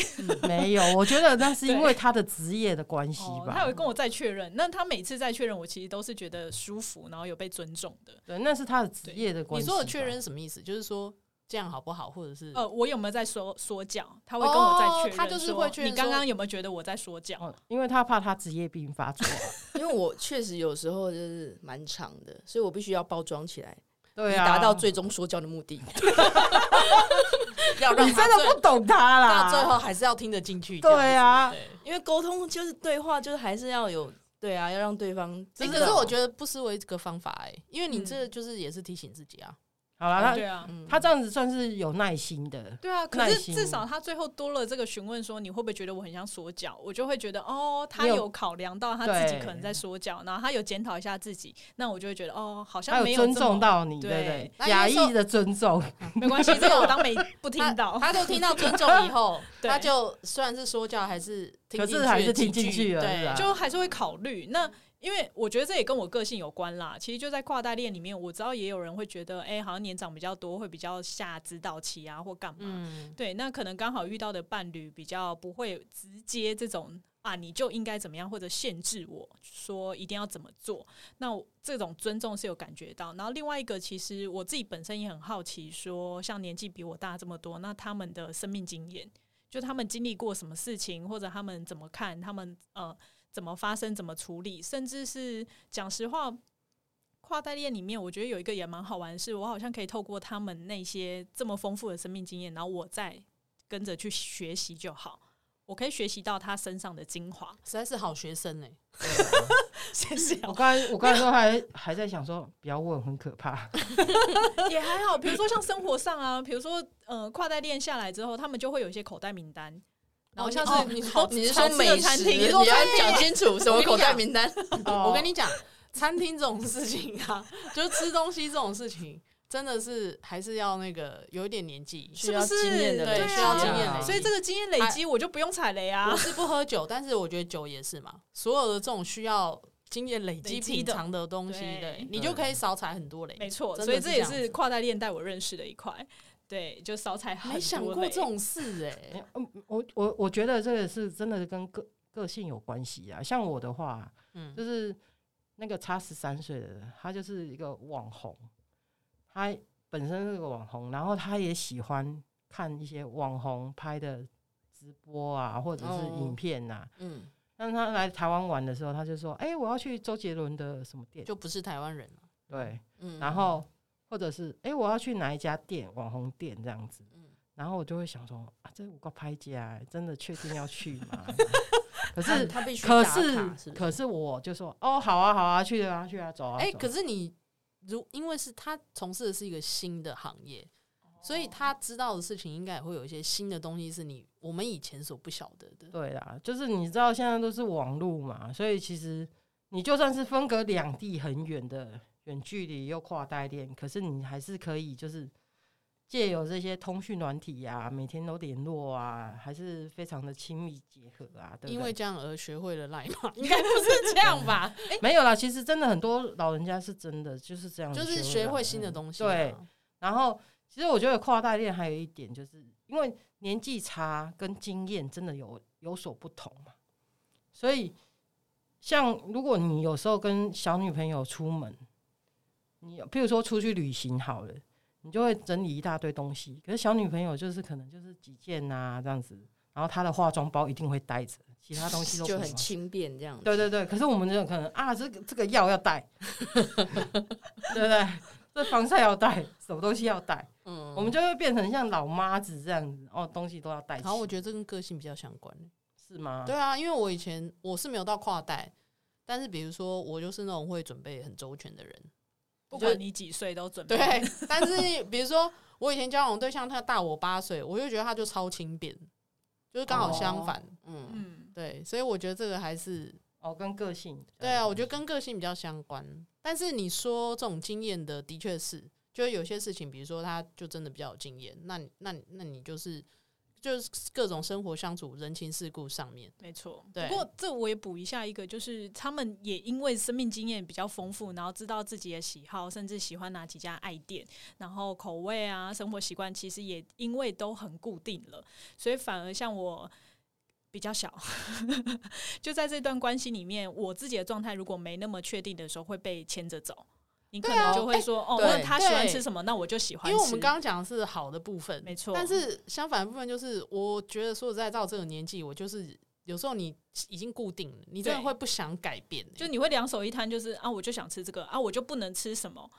[SPEAKER 8] 没有，我觉得那
[SPEAKER 7] *laughs*
[SPEAKER 8] 是因为他的职业的关系
[SPEAKER 9] 哦，他
[SPEAKER 8] 吧
[SPEAKER 9] 有。跟我再确认，那他每次再确认，我其实都是觉得舒服，然后有被尊重的。
[SPEAKER 8] 对，那是他的职业的关
[SPEAKER 7] 你
[SPEAKER 8] 系吧。
[SPEAKER 7] 说的确认是什么意思？就是说这样好不好，或者
[SPEAKER 3] 哦
[SPEAKER 7] 是
[SPEAKER 9] 呃，我有没有在说说教？他会跟我再确
[SPEAKER 7] 哦
[SPEAKER 9] 认说、
[SPEAKER 7] 他就是会确认
[SPEAKER 9] 你刚
[SPEAKER 7] 说
[SPEAKER 9] 刚有没有觉得我在说教？
[SPEAKER 8] 哦，因为他怕他职业病发
[SPEAKER 7] *laughs*
[SPEAKER 8] 作啊。
[SPEAKER 3] 因为我确实有时候就是蛮长的，所以我必须要包装起来，
[SPEAKER 8] 对
[SPEAKER 3] 以
[SPEAKER 8] 啊，
[SPEAKER 3] 达到最终说教的目的。
[SPEAKER 7] *laughs* 要让
[SPEAKER 8] 你真的不懂他
[SPEAKER 7] 到
[SPEAKER 8] 啦。
[SPEAKER 7] 最后还是要听得进去。
[SPEAKER 8] 对啊
[SPEAKER 7] 这样子
[SPEAKER 3] *laughs* 因为沟通就是对话，就是还是要有对啊，要让对方
[SPEAKER 7] 对。
[SPEAKER 3] 知道。
[SPEAKER 7] 哎可是我觉得不失为一个方法哎，因为你
[SPEAKER 9] 嗯
[SPEAKER 7] 这就是也是提醒自己啊。
[SPEAKER 8] 好了，
[SPEAKER 9] 对
[SPEAKER 8] 他
[SPEAKER 9] 啊，
[SPEAKER 7] 嗯
[SPEAKER 8] 他这样子算是有耐心的。
[SPEAKER 9] 对啊。可
[SPEAKER 8] 耐
[SPEAKER 9] 是
[SPEAKER 8] 心
[SPEAKER 9] 至少他最后多了这个询问说，你会不会觉得我很像说教？我就会觉得哦，他
[SPEAKER 8] 你有
[SPEAKER 9] 有考量到他自己
[SPEAKER 8] 对
[SPEAKER 9] 可能在说教，然后他有检讨一下自己，那我就会觉得哦，好
[SPEAKER 8] 他
[SPEAKER 9] 像没
[SPEAKER 8] 有尊
[SPEAKER 9] 这么
[SPEAKER 8] 重到你，
[SPEAKER 9] 对
[SPEAKER 8] 对不对？
[SPEAKER 7] 那
[SPEAKER 8] 假
[SPEAKER 7] 因为说
[SPEAKER 8] 意的尊重，
[SPEAKER 9] 没关系，这个我当没不听
[SPEAKER 8] *laughs*
[SPEAKER 7] 他
[SPEAKER 9] 到。
[SPEAKER 7] 他就听到尊重以 *laughs* 后，
[SPEAKER 9] 对
[SPEAKER 7] 他就虽然是说教，还是听进去
[SPEAKER 8] 可是还是听进去了是
[SPEAKER 7] 对嗯
[SPEAKER 8] 吧，
[SPEAKER 9] 就还是会考虑。那因为我觉得这也跟我个性有关啦。其实就在跨代恋里面，我知道也有人会觉得，哎、好像年长比较多，会比较下指导期啊，或干嘛。
[SPEAKER 7] 嗯，
[SPEAKER 9] 对，那可能刚好遇到的伴侣比较不会直接这种啊，你就应该怎么样，或者限制我说一定要怎么做。那我这种尊重是有感觉到。然后另外一个，其实我自己本身也很好奇说像年纪比我大这么多，那他们的生命经验，就他们经历过什么事情，或者他们怎么看，他们呃怎么发生，怎么处理，甚至是讲实话。跨代恋里面，我觉得有一个也蛮好玩的是，我好像可以透过他们那些这么丰富的生命经验，然后我再跟着去学习就好。我可以学习到他身上的精 *laughs* 华。
[SPEAKER 7] 实在是好学生哎。
[SPEAKER 9] 谢谢
[SPEAKER 8] *laughs* 我
[SPEAKER 9] 哦。
[SPEAKER 8] 刚才我刚才都还还在想说，不要问，很可怕。 *laughs*
[SPEAKER 9] 也还好，比如说像生活上啊，比如说呃，跨代恋下来之后，他们就会有一些口袋名单，然后像是、
[SPEAKER 7] 哦你说
[SPEAKER 3] 你是说
[SPEAKER 9] 吃
[SPEAKER 3] 美
[SPEAKER 9] 的餐
[SPEAKER 3] 食，
[SPEAKER 9] 厅
[SPEAKER 3] 你
[SPEAKER 7] 说
[SPEAKER 3] 要讲清楚什么口袋名单？
[SPEAKER 7] 我跟
[SPEAKER 9] 哦
[SPEAKER 8] 你
[SPEAKER 7] 你讲，餐厅这种事情啊，就是吃东西这种事情，真的是还是要那个有一点年纪，
[SPEAKER 3] 需要经验的
[SPEAKER 7] 对
[SPEAKER 3] 累积
[SPEAKER 7] 需要经验累
[SPEAKER 8] 啊
[SPEAKER 7] 积。
[SPEAKER 9] 所以这个经验累积，我就不用踩雷啊
[SPEAKER 7] 我。是不喝酒，但是我觉得酒也是嘛，所有的这种需要经验累积
[SPEAKER 9] 累积
[SPEAKER 7] 品
[SPEAKER 9] 的
[SPEAKER 7] 尝的东西，
[SPEAKER 9] 对
[SPEAKER 7] 对你就可以少踩很多雷。
[SPEAKER 9] 没错，
[SPEAKER 7] 真
[SPEAKER 9] 所
[SPEAKER 7] 的
[SPEAKER 9] 以
[SPEAKER 7] 是
[SPEAKER 9] 这也
[SPEAKER 7] 样
[SPEAKER 9] 是
[SPEAKER 7] 子
[SPEAKER 9] 跨代恋带我认识的一块。对，就少踩很多
[SPEAKER 7] 没想过
[SPEAKER 9] 雷
[SPEAKER 7] 这种事
[SPEAKER 9] *laughs*
[SPEAKER 7] 哎，
[SPEAKER 8] 嗯我我我觉得这个是真的跟个个性有关系啊。像我的话，
[SPEAKER 7] 嗯，
[SPEAKER 8] 就是那个差十三岁的人，他就是一个网红，他本身是个网红，然后他也喜欢看一些网红拍的直播啊，或者是
[SPEAKER 3] 哦
[SPEAKER 8] 影片呐、啊。
[SPEAKER 3] 嗯，
[SPEAKER 8] 但他来台湾玩的时候，他就说：“哎、我要去周杰伦的什么店？”
[SPEAKER 7] 就不是台湾人了。
[SPEAKER 8] 对，
[SPEAKER 3] 嗯
[SPEAKER 8] 然后或者是哎、诶我要去哪一家店，网红店这样子，
[SPEAKER 3] 嗯
[SPEAKER 8] 然后我就会想说啊，这五个拍家真的确定要去吗？
[SPEAKER 3] *laughs*
[SPEAKER 8] 可
[SPEAKER 3] 他
[SPEAKER 8] 是
[SPEAKER 3] 他必须
[SPEAKER 8] 可
[SPEAKER 3] 打卡
[SPEAKER 8] 是
[SPEAKER 3] 是不
[SPEAKER 8] 可是我就说哦，好啊好啊，去啊去啊，走啊。
[SPEAKER 7] 哎、
[SPEAKER 8] 走啊
[SPEAKER 7] 可是你如因为是他从事的是一个新的行业，所以他知道的事情应该也会有一些新的东西是你我们以前所不晓得的。
[SPEAKER 8] 对啦，就是你知道现在都是网络嘛，所以其实你就算是分隔两地很远的远距离又跨代恋，可是你还是可以就是借由这些通讯软体啊，每天都联络啊，还是非常的亲密结合啊，对不对？
[SPEAKER 7] 因为这样而学会了赖
[SPEAKER 8] *laughs*
[SPEAKER 7] 嘛，应该不是这样吧？
[SPEAKER 8] 没有啦，其实真的很多老人家是真的就是这样，
[SPEAKER 7] 就是学会新的
[SPEAKER 8] 西。
[SPEAKER 7] 东西、
[SPEAKER 8] 嗯
[SPEAKER 7] 啊。
[SPEAKER 8] 对，然后，其实我觉得跨代恋还有一点，就是因为年纪差跟经验真的有有所不同嘛，所以像如果你有时候跟小女朋友出门，你譬如说出去旅行好了，你就会整理一大堆东西。可是小女朋友就是可能就是几件啊这样子，然后她的化妆包一定会带着，其他东西都
[SPEAKER 3] 就
[SPEAKER 8] 不
[SPEAKER 3] 很
[SPEAKER 8] 放
[SPEAKER 3] 轻便这样子。
[SPEAKER 8] 对对对，可是我们就可能啊，这个这个药要
[SPEAKER 7] *laughs*
[SPEAKER 8] 带，对不对？这防晒要带，什么东西要带，
[SPEAKER 3] 嗯
[SPEAKER 8] 我们就会变成像老妈子这样子，哦，东西都要带齐。
[SPEAKER 7] 然后我觉得这跟个性比较相关。
[SPEAKER 8] 是吗？
[SPEAKER 7] 对啊，因为我以前我是没有到跨代，但是比如说我就是那种会准备很周全的人。
[SPEAKER 9] 不管你几岁都准备。
[SPEAKER 7] 对，但是比如说我以前交往对象他大我八岁，我就觉得他就超轻便，就是刚好相反。嗯，
[SPEAKER 9] 嗯，
[SPEAKER 7] 对，所以我觉得这个还是
[SPEAKER 8] 哦，跟个性。
[SPEAKER 7] 对啊，我觉得跟个性比较相关。但是你说这种经验的，的确是，就是有些事情，比如说他就真的比较有经验，那你那你那你就是就是各种生活相处、人情世故上面，
[SPEAKER 9] 没错。
[SPEAKER 7] 对
[SPEAKER 9] 不过这我也补一下一个，就是他们也因为生命经验比较丰富，然后知道自己的喜好，甚至喜欢哪几家爱店，然后口味啊、生活习惯，其实也因为都很固定了，所以反而像我。比
[SPEAKER 7] *laughs*
[SPEAKER 9] 较小，就在这段关系里面，我自己的状态如果没那么确定的时候，会被牵着走。你可能就会说：“哦，
[SPEAKER 7] 对啊哎
[SPEAKER 9] 那他喜欢
[SPEAKER 7] 对
[SPEAKER 9] 吃什么，那我就喜欢
[SPEAKER 7] 因
[SPEAKER 9] 吃。”
[SPEAKER 7] 为我们刚刚讲的是好的部分，
[SPEAKER 9] 没错
[SPEAKER 7] 但是相反的部分就是，我觉得说实在，到这个年纪，我就是有时候你已经固定了，你真的
[SPEAKER 9] 对
[SPEAKER 7] 会不想改变、欸
[SPEAKER 9] 就你会两手一摊，就是啊，我就想吃这个啊，我就不能吃什么，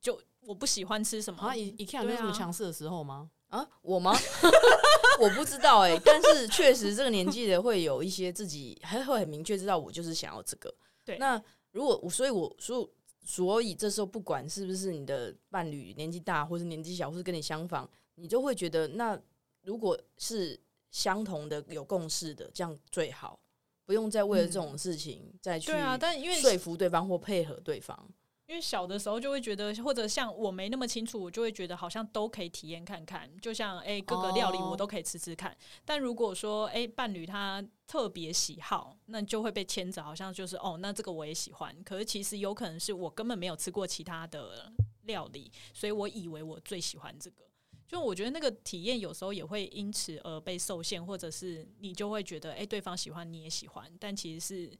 [SPEAKER 9] 就我不喜欢吃什么。
[SPEAKER 7] 好像一一看有
[SPEAKER 9] 对啊
[SPEAKER 7] 什么强势的时候
[SPEAKER 9] *laughs*
[SPEAKER 7] 吗？
[SPEAKER 3] 啊，我吗？ *laughs* 我不知道哎、但是确实这个年纪的会有一些自己还会很明确知道我就是想要这个。
[SPEAKER 9] 对
[SPEAKER 3] 那如果我，所以我所以所以这时候不管是不是你的伴侣年纪大，或是年纪小，或是跟你相仿，你就会觉得那如果是相同的、有共识的，这样最好，不用再为了这种事情再去
[SPEAKER 9] 嗯对啊，但因为
[SPEAKER 3] 说服对方或配合对方。
[SPEAKER 9] 因为小的时候就会觉得，或者像我没那么清楚，我就会觉得好像都可以体验看看，就像诶各个料理
[SPEAKER 3] 哦
[SPEAKER 9] 我都可以吃吃看。但如果说诶伴侣他特别喜好，那就会被牵着，好像就是哦，那这个我也喜欢。可是其实有可能是我根本没有吃过其他的料理，所以我以为我最喜欢这个。就我觉得那个体验有时候也会因此而被受限，或者是你就会觉得诶对方喜欢你也喜欢，但其实是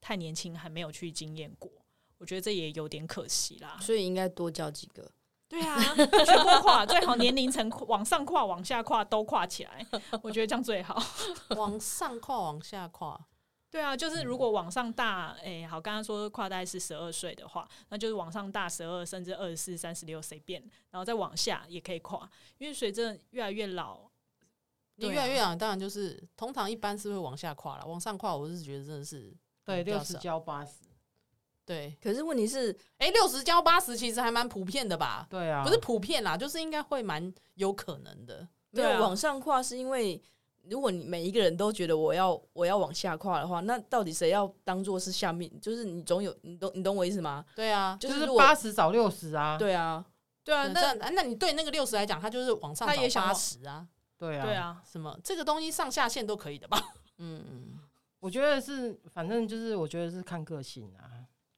[SPEAKER 9] 太年轻还没有去经验过。我觉得这也有点可惜
[SPEAKER 3] *laughs*
[SPEAKER 9] 啦。
[SPEAKER 3] 所以应该多交几个。
[SPEAKER 9] 对啊，全部跨，最好年龄层往上跨、往下跨都跨起来，我觉得这样最好。
[SPEAKER 7] 往上跨，往下跨，
[SPEAKER 9] 对啊，就是
[SPEAKER 7] 嗯
[SPEAKER 9] 如果往上大，诶，好，刚刚说跨代是十二岁的话，那就是往上大十二，甚至二十四、三十六随便，然后再往下也可以跨，因为随着越来越老，
[SPEAKER 7] 你
[SPEAKER 9] 对啊
[SPEAKER 7] 越来越老，当然就是通常一般是会往下跨了，往上跨，我是觉得真的是
[SPEAKER 8] 对
[SPEAKER 7] 比较
[SPEAKER 8] 六十
[SPEAKER 7] 少
[SPEAKER 8] 交八十，
[SPEAKER 7] 对。
[SPEAKER 3] 可是问题是，
[SPEAKER 7] 哎，六十交八十其实还蛮普遍的吧？
[SPEAKER 8] 对啊，
[SPEAKER 7] 不是普遍啦，就是应该会蛮有可能的。
[SPEAKER 3] 没
[SPEAKER 9] 对啊
[SPEAKER 3] 有往上跨，是因为如果你每一个人都觉得我要我要往下跨的话，那到底谁要当做是下面？就是你总有你懂你懂我意思吗？
[SPEAKER 7] 对啊，
[SPEAKER 3] 就
[SPEAKER 8] 就是是
[SPEAKER 3] 如果
[SPEAKER 8] 八十找六十啊，
[SPEAKER 3] 对啊，
[SPEAKER 9] 对啊，
[SPEAKER 7] 对
[SPEAKER 9] 那
[SPEAKER 7] 这样啊那你对那个六十来讲，他就是往上
[SPEAKER 9] 他也想
[SPEAKER 7] 八
[SPEAKER 9] 往
[SPEAKER 7] 十啊，
[SPEAKER 8] 对啊，
[SPEAKER 9] 对。啊，
[SPEAKER 7] 什么这个东西上下限都可以的吧？
[SPEAKER 3] 嗯，
[SPEAKER 8] 我觉得是，反正就是我觉得是看个性啊，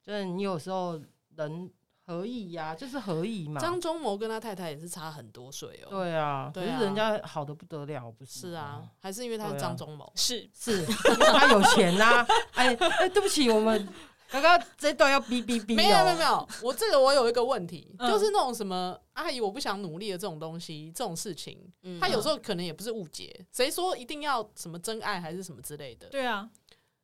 [SPEAKER 8] 就是你有时候人合意呀、就是合意嘛。
[SPEAKER 7] 张忠谋跟他太太也是差很多岁哦。
[SPEAKER 8] 对啊，
[SPEAKER 7] 对啊
[SPEAKER 8] 可是人家好的不得了，不是？
[SPEAKER 7] 是
[SPEAKER 9] 嗯
[SPEAKER 7] 啊，，还是因为他是
[SPEAKER 8] 对啊
[SPEAKER 7] 张忠谋。
[SPEAKER 9] 是
[SPEAKER 8] 是因为他有钱呐、哎哎，对不起，我们刚刚这段要哔哔哔、哦，
[SPEAKER 7] 没有没有没有，我这个我有一个问
[SPEAKER 9] *laughs*
[SPEAKER 7] 题，
[SPEAKER 9] 嗯
[SPEAKER 7] 就是那种什么阿姨我不想努力的这种东西，这种事情，
[SPEAKER 3] 嗯
[SPEAKER 7] 他有时候可能也不是误解，谁说一定要什么真爱还是什么之类的？
[SPEAKER 9] 对啊，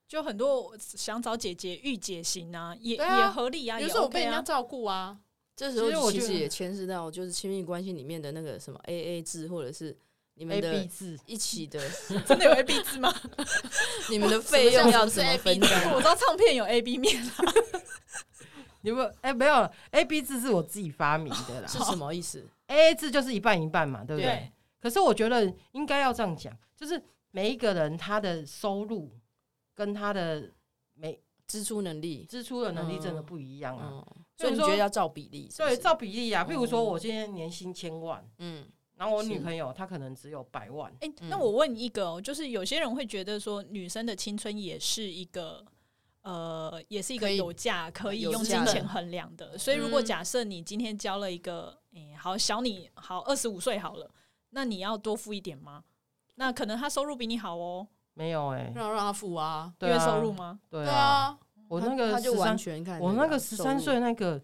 [SPEAKER 9] 就很多想找姐姐御姐型啊，也
[SPEAKER 7] 对啊
[SPEAKER 9] 也合理啊，
[SPEAKER 7] 有
[SPEAKER 9] 也
[SPEAKER 7] 时候我
[SPEAKER 9] OK
[SPEAKER 7] 被人家
[SPEAKER 9] 啊，
[SPEAKER 7] 照顾啊，
[SPEAKER 3] 这
[SPEAKER 8] 其
[SPEAKER 3] 时
[SPEAKER 8] 实
[SPEAKER 3] 候
[SPEAKER 8] 我
[SPEAKER 3] 其
[SPEAKER 8] 觉
[SPEAKER 3] 实
[SPEAKER 8] 得
[SPEAKER 3] 也牵涉到就是亲密关系里面的那个什么 A A 制，或者是你们
[SPEAKER 8] A B
[SPEAKER 3] 的
[SPEAKER 8] 制，
[SPEAKER 3] 一起
[SPEAKER 8] *laughs*
[SPEAKER 3] 的
[SPEAKER 9] 真的有 A B 制
[SPEAKER 7] *laughs*
[SPEAKER 9] 吗？
[SPEAKER 3] 你们的费用要怎
[SPEAKER 7] 哎
[SPEAKER 3] 么 *laughs* 分
[SPEAKER 9] 我
[SPEAKER 3] 担？啊
[SPEAKER 9] 知道唱片有 A B 面，
[SPEAKER 8] 有没有？哎、没有，A B 制是我自己发明的啦
[SPEAKER 3] 哦是什么意思？
[SPEAKER 8] ，A A 制就是一半一半嘛，对不对？
[SPEAKER 9] 对
[SPEAKER 8] 可是我觉得应该要这样讲，就是每一个人他的收入跟他的每
[SPEAKER 3] 支出能力，
[SPEAKER 8] 支出的能力真的不一样啊。
[SPEAKER 3] 嗯，所
[SPEAKER 8] 所以
[SPEAKER 3] 以
[SPEAKER 8] 你
[SPEAKER 3] 你
[SPEAKER 8] 说
[SPEAKER 3] 觉得要照比例是不
[SPEAKER 8] 对，
[SPEAKER 3] 是？
[SPEAKER 8] 照比例啊。譬如说，我今天年薪千万，
[SPEAKER 3] 嗯，
[SPEAKER 8] 然后我女
[SPEAKER 3] 是
[SPEAKER 8] 朋友她可能只有百万，
[SPEAKER 9] 哎、
[SPEAKER 3] 嗯
[SPEAKER 9] 那我问一个哦，就是有些人会觉得说，女生的青春也是一个。呃，也是一
[SPEAKER 3] 可
[SPEAKER 9] 个
[SPEAKER 3] 以
[SPEAKER 9] 有价可以
[SPEAKER 3] 有
[SPEAKER 9] 用金
[SPEAKER 3] 价的
[SPEAKER 9] 钱衡量的，所以如果
[SPEAKER 3] 嗯
[SPEAKER 9] 假设你今天交了一个，哎、好小你好二十五岁好了，那你要多付一点吗？那可能他收入比你好哦，
[SPEAKER 8] 没有哎、
[SPEAKER 7] 让让他付啊。
[SPEAKER 8] 对
[SPEAKER 9] 月
[SPEAKER 8] 啊
[SPEAKER 9] 收入？吗？
[SPEAKER 8] 对
[SPEAKER 7] 对
[SPEAKER 8] 啊，
[SPEAKER 7] 啊，
[SPEAKER 8] 我那个
[SPEAKER 3] 他
[SPEAKER 8] 十
[SPEAKER 3] 就完
[SPEAKER 8] 三，
[SPEAKER 3] 全看
[SPEAKER 8] 我那个十
[SPEAKER 3] 收
[SPEAKER 8] 三
[SPEAKER 3] 入
[SPEAKER 8] 岁那个，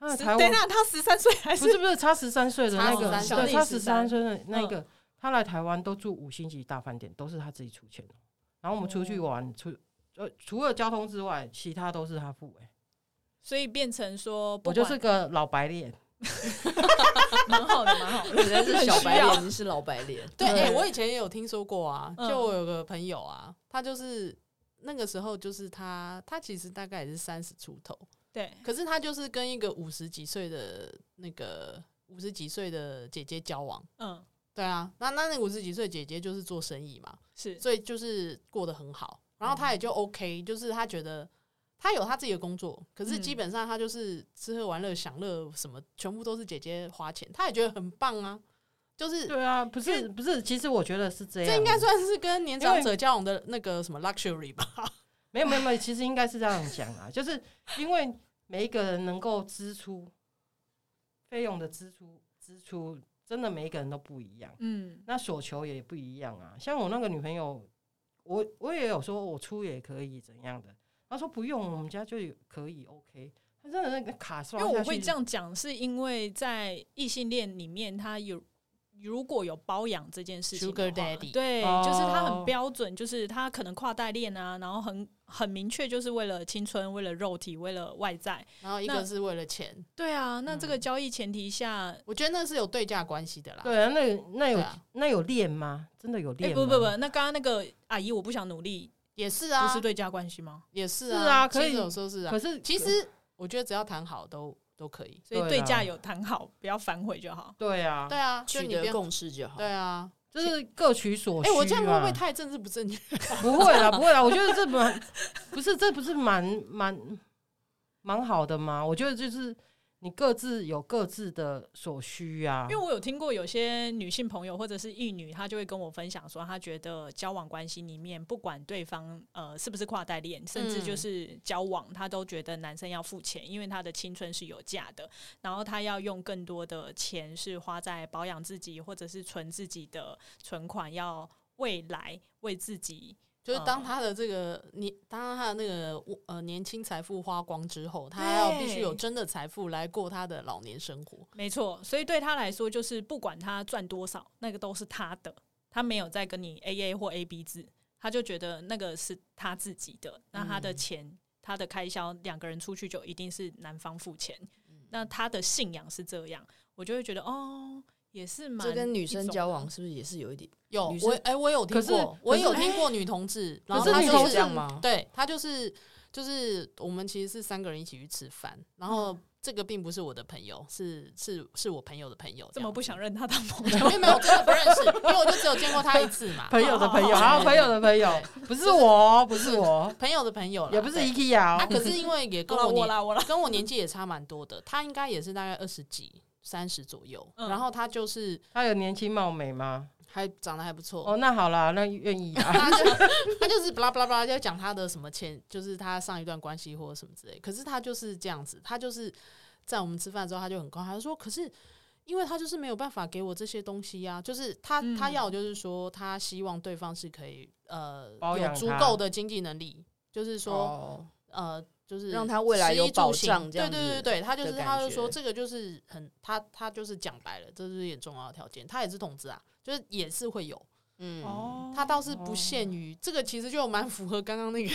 [SPEAKER 8] 那
[SPEAKER 9] 十
[SPEAKER 8] 台
[SPEAKER 9] 等
[SPEAKER 8] 湾
[SPEAKER 9] 一下，他十三岁
[SPEAKER 8] 不
[SPEAKER 9] 还是嗯
[SPEAKER 8] 是不是差十三岁的那个
[SPEAKER 7] 差，13
[SPEAKER 8] 对，差
[SPEAKER 9] 小弟
[SPEAKER 8] 十
[SPEAKER 9] 13
[SPEAKER 8] 三岁的那个，他来台湾都住五星级大饭店，都是他自己出钱的。然后我们出去玩，除呃除了交通之外，其他都是他付、欸。
[SPEAKER 9] 所以变成说，不
[SPEAKER 8] 我就
[SPEAKER 9] 管
[SPEAKER 8] 是
[SPEAKER 9] *laughs*
[SPEAKER 8] 个老白脸，
[SPEAKER 9] 蛮好的，蛮好的。
[SPEAKER 3] 你才是小白
[SPEAKER 9] 很需
[SPEAKER 3] 脸，你是老白脸。
[SPEAKER 7] 对，
[SPEAKER 8] 对
[SPEAKER 7] 哎、我以前也有听说过啊，
[SPEAKER 9] 嗯
[SPEAKER 7] 就我有个朋友啊，他就是那个时候，就是他，他其实大概也是三十出头，
[SPEAKER 9] 对，
[SPEAKER 7] 可是他就是跟一个五十几岁的那个五十几岁的姐姐交往。
[SPEAKER 9] 嗯，
[SPEAKER 7] 对啊，那那那五十几岁的姐姐就是做生意嘛，
[SPEAKER 9] 是
[SPEAKER 7] 所以就是过得很好，然后他也就 OK，就是他觉得他有他自己的工作，可是
[SPEAKER 9] 嗯
[SPEAKER 7] 基本上他就是吃喝玩乐、享乐什么，全部都是姐姐花钱，他也觉得很棒啊，就是
[SPEAKER 8] 对啊，不
[SPEAKER 7] 因
[SPEAKER 8] 是不是，其实我觉得是这样，啊
[SPEAKER 7] 这应该算是跟年
[SPEAKER 8] 因
[SPEAKER 7] 长
[SPEAKER 8] 为
[SPEAKER 7] 者交往的那个什么 luxury 吧？
[SPEAKER 8] 没有没有没有，其实应该是这样讲啊，就是因为每一个人能够支出费用的支出支出，真的每一个人都不一样。
[SPEAKER 9] 嗯
[SPEAKER 8] 那所求也不一样啊。像我那个女朋友，我我也有说我出也可以怎样的，她说不用，我们家就有可以 OK。她真的那个卡
[SPEAKER 9] 因
[SPEAKER 8] 刷
[SPEAKER 9] 为我
[SPEAKER 8] 啊下去
[SPEAKER 9] 会这，样讲，是因为在异性恋里面，他有如果有包养这件事情的话
[SPEAKER 7] Sugar daddy
[SPEAKER 9] 对，
[SPEAKER 8] 哦
[SPEAKER 9] 就是他很标准，就是他可能跨代恋啊，然后很很明确，就是为了青春，为了肉体，为了外在。
[SPEAKER 7] 然后一
[SPEAKER 9] 那
[SPEAKER 7] 个是为了钱，
[SPEAKER 9] 对啊，那这个
[SPEAKER 7] 嗯
[SPEAKER 9] 交易前提下，
[SPEAKER 7] 我觉得那是有对价关系的啦。
[SPEAKER 8] 对啊，那那有、
[SPEAKER 7] 对啊
[SPEAKER 8] 那有练吗？真的有
[SPEAKER 9] 哎、
[SPEAKER 8] 练、吗？
[SPEAKER 9] 不不不，那刚刚那个阿姨，我不想努力，
[SPEAKER 7] 也是
[SPEAKER 9] 不
[SPEAKER 7] 啊，
[SPEAKER 9] 是对价关系吗？
[SPEAKER 7] 也是
[SPEAKER 8] 是啊
[SPEAKER 7] 其
[SPEAKER 8] 可以
[SPEAKER 7] 实有时候是啊
[SPEAKER 8] 可。是
[SPEAKER 7] 其实我觉得只要谈好都都可以。
[SPEAKER 9] 所以
[SPEAKER 8] 对
[SPEAKER 9] 对
[SPEAKER 8] 啊
[SPEAKER 9] 价有谈好，不要反悔就好。
[SPEAKER 8] 对啊，
[SPEAKER 7] 对啊，就
[SPEAKER 3] 取
[SPEAKER 7] 你不
[SPEAKER 3] 得
[SPEAKER 7] 要
[SPEAKER 3] 共识就好。
[SPEAKER 7] 对啊。
[SPEAKER 8] 就是各取所需、
[SPEAKER 7] 哎、
[SPEAKER 8] 啊。
[SPEAKER 7] 我这样会不会太政治不正确？
[SPEAKER 8] 不会
[SPEAKER 7] *laughs*
[SPEAKER 8] 啦，不会啦，我觉得这蛮不是，这不是蛮蛮蛮好的吗？我觉得就是你各自有各自的所需啊。
[SPEAKER 9] 因为我有听过有些女性朋友或者是异女，她就会跟我分享说，她觉得交往关系里面，不管对方呃是不是跨代恋，甚至就是交往，她都觉得男生要付钱，因为她的青春是有价的，然后她要用更多的钱是花在保养自己，或者是存自己的存款，要未来为自己。
[SPEAKER 7] 就是当
[SPEAKER 9] 嗯
[SPEAKER 7] 他的这个年，当他的那个呃年轻财富花光之后，他要必须有真的财富来过他的老年生活。
[SPEAKER 9] 没错，所以对她来说，就是不管她赚多少，那个都是她的，她没有在跟你 A A 或 A B 制，她就觉得那个是她自己的，那她的钱、她的开销，两个人出去就一定是男方付钱。那她的信仰是这样，我就会觉得哦，也是蛮
[SPEAKER 3] 这跟女
[SPEAKER 9] 一
[SPEAKER 3] 生
[SPEAKER 9] 种的
[SPEAKER 3] 交往是不是也是有一点？
[SPEAKER 7] 有
[SPEAKER 3] 女生
[SPEAKER 7] 我哎、我有听
[SPEAKER 8] 可是
[SPEAKER 7] 过，我
[SPEAKER 8] 可是
[SPEAKER 7] 有听过女同志，然后
[SPEAKER 8] 可是
[SPEAKER 7] 她
[SPEAKER 8] 女
[SPEAKER 7] 就
[SPEAKER 8] 同
[SPEAKER 7] 是
[SPEAKER 8] 志
[SPEAKER 3] 吗？
[SPEAKER 7] 对他就是就是我们其实是三个人一起去吃饭，然后
[SPEAKER 8] 嗯
[SPEAKER 7] 这个并不是我的朋友，是是是我朋友的朋友，
[SPEAKER 9] 这么不想认她当朋
[SPEAKER 7] 这
[SPEAKER 9] 友
[SPEAKER 7] 样？ *laughs* 子？没有没有，真的不认识，因为我就只有见过他一次
[SPEAKER 8] *laughs*
[SPEAKER 7] 嘛，
[SPEAKER 8] 朋友的朋友，
[SPEAKER 7] *laughs* 好好
[SPEAKER 8] 好，朋友的朋友，不是我哦，不是我，
[SPEAKER 7] 朋友的朋友啦
[SPEAKER 8] 也不是
[SPEAKER 7] 对
[SPEAKER 8] IKEA，
[SPEAKER 7] 啊，
[SPEAKER 8] 哦
[SPEAKER 7] 可是因为也跟
[SPEAKER 9] 我啦
[SPEAKER 7] 我
[SPEAKER 9] 我
[SPEAKER 7] 年
[SPEAKER 9] 啦我啦，
[SPEAKER 7] 跟我年纪也差蛮多的，他应该也是大概二十几、三十左右，
[SPEAKER 9] 嗯
[SPEAKER 7] 然后他就是
[SPEAKER 8] 他有年轻貌美吗？
[SPEAKER 7] 还长得还不错，
[SPEAKER 8] 哦，那好啦，那愿意啊。
[SPEAKER 7] 他就他就是巴拉巴拉巴拉，就讲他的什么前，就是他上一段关系或者什么之类。可是他就是这样子，他就是在我们吃饭之后，他就很高，他就说：“可是因为他就是没有办法给我这些东西呀、就是他、
[SPEAKER 9] 嗯
[SPEAKER 7] 他要就是说，他希望对方是可以呃
[SPEAKER 8] 包
[SPEAKER 7] 有
[SPEAKER 8] 养
[SPEAKER 7] 足
[SPEAKER 8] 他
[SPEAKER 7] 够的经济能力，就是说、
[SPEAKER 3] 哦，
[SPEAKER 7] 呃就是
[SPEAKER 3] 让他未来有
[SPEAKER 7] 食衣住
[SPEAKER 3] 保
[SPEAKER 7] 行
[SPEAKER 3] 障这
[SPEAKER 7] 对
[SPEAKER 3] 样
[SPEAKER 7] 对
[SPEAKER 3] 子
[SPEAKER 7] 对对，他就是
[SPEAKER 3] 的感
[SPEAKER 7] 他就
[SPEAKER 3] 觉
[SPEAKER 7] 说这个就是很他他就是讲白了，这是一点重要的条件。他也是同志啊，就是也是会有。”
[SPEAKER 3] 嗯，
[SPEAKER 9] 哦，
[SPEAKER 7] 它倒是不限于、这个，其实就蛮符合刚刚那个，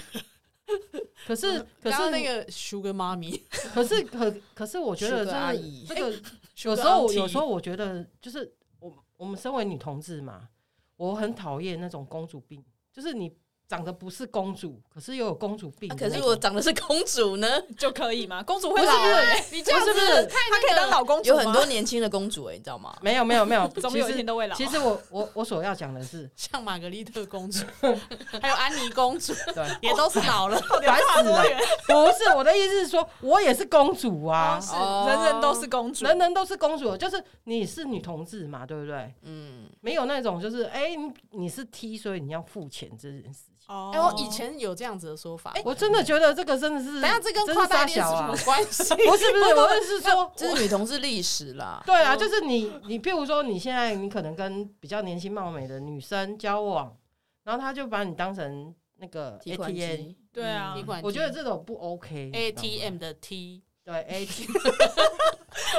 [SPEAKER 8] 可是，可
[SPEAKER 7] 刚刚
[SPEAKER 8] 是，
[SPEAKER 7] 那个 Sugar 妈咪，
[SPEAKER 8] 可是，可可是，我觉得
[SPEAKER 3] Sugar
[SPEAKER 8] 真
[SPEAKER 3] 阿
[SPEAKER 8] 的
[SPEAKER 3] 姨
[SPEAKER 8] 这个
[SPEAKER 7] Sugar
[SPEAKER 8] 有时候，
[SPEAKER 7] auntie
[SPEAKER 8] 有时候我觉得就是我我们身为女同志嘛，我很讨厌那种公主病，就是你长得不是公主，可是又有公主病
[SPEAKER 3] 啊
[SPEAKER 8] 的
[SPEAKER 3] 可
[SPEAKER 8] 那种。
[SPEAKER 3] 是我长得是公主
[SPEAKER 7] *laughs*
[SPEAKER 3] 呢，
[SPEAKER 9] 就可以吗？公主
[SPEAKER 8] 不
[SPEAKER 9] 会
[SPEAKER 8] 是
[SPEAKER 9] 老
[SPEAKER 7] 啊
[SPEAKER 8] 不
[SPEAKER 9] 欸，
[SPEAKER 8] 是
[SPEAKER 9] 你这样
[SPEAKER 8] 不
[SPEAKER 9] 子
[SPEAKER 8] 是不是
[SPEAKER 9] 她可以当老
[SPEAKER 7] 哦
[SPEAKER 9] 公主
[SPEAKER 3] 有
[SPEAKER 9] 吗
[SPEAKER 3] 很多年轻的公主哎，你知道吗？
[SPEAKER 8] 没有没有没有，
[SPEAKER 9] 总
[SPEAKER 8] 其
[SPEAKER 9] 有一天
[SPEAKER 8] 实
[SPEAKER 9] 都会老。啊
[SPEAKER 8] 其实我我我所要讲的是，
[SPEAKER 7] 像玛格丽特公主， *laughs* 还有安妮
[SPEAKER 3] *laughs*
[SPEAKER 7] 公主，
[SPEAKER 8] 对，
[SPEAKER 7] 也都是老了，
[SPEAKER 9] 到底要差 *laughs* 多远？
[SPEAKER 8] 不是我的意思是说，我也是公主啊
[SPEAKER 9] 哦，是
[SPEAKER 3] 哦
[SPEAKER 9] 人人都是公主，
[SPEAKER 8] 人人都是公主，就是你是女同志嘛，对不对？
[SPEAKER 3] 嗯，
[SPEAKER 8] 没有那种就是哎、你你是 T，所以你要付钱这件事情。
[SPEAKER 9] 哦
[SPEAKER 7] 哎、我以前有这样子的说
[SPEAKER 3] 哎
[SPEAKER 7] 法，
[SPEAKER 8] 我真的觉得这个真的是，
[SPEAKER 7] 哎等一下这
[SPEAKER 8] 真
[SPEAKER 7] 跟
[SPEAKER 8] 是
[SPEAKER 7] 跨代
[SPEAKER 8] 傻
[SPEAKER 7] 恋
[SPEAKER 8] 小
[SPEAKER 7] 是什
[SPEAKER 8] 啊
[SPEAKER 7] 么，关系？
[SPEAKER 8] *laughs* 不是不是，我是说，
[SPEAKER 3] 这是女同志历史
[SPEAKER 8] *laughs*
[SPEAKER 3] 啦。
[SPEAKER 8] 对啊，就是你你譬如说你现在你可能跟比较年轻貌美的女生交往，然后她就把你当成那个
[SPEAKER 3] 提款
[SPEAKER 8] ATM，
[SPEAKER 3] 机，
[SPEAKER 9] 对啊
[SPEAKER 7] 嗯提款机
[SPEAKER 8] 我觉得这种不 OK 你知道吗。
[SPEAKER 7] ATM 的 T
[SPEAKER 8] 对 A 组， *laughs*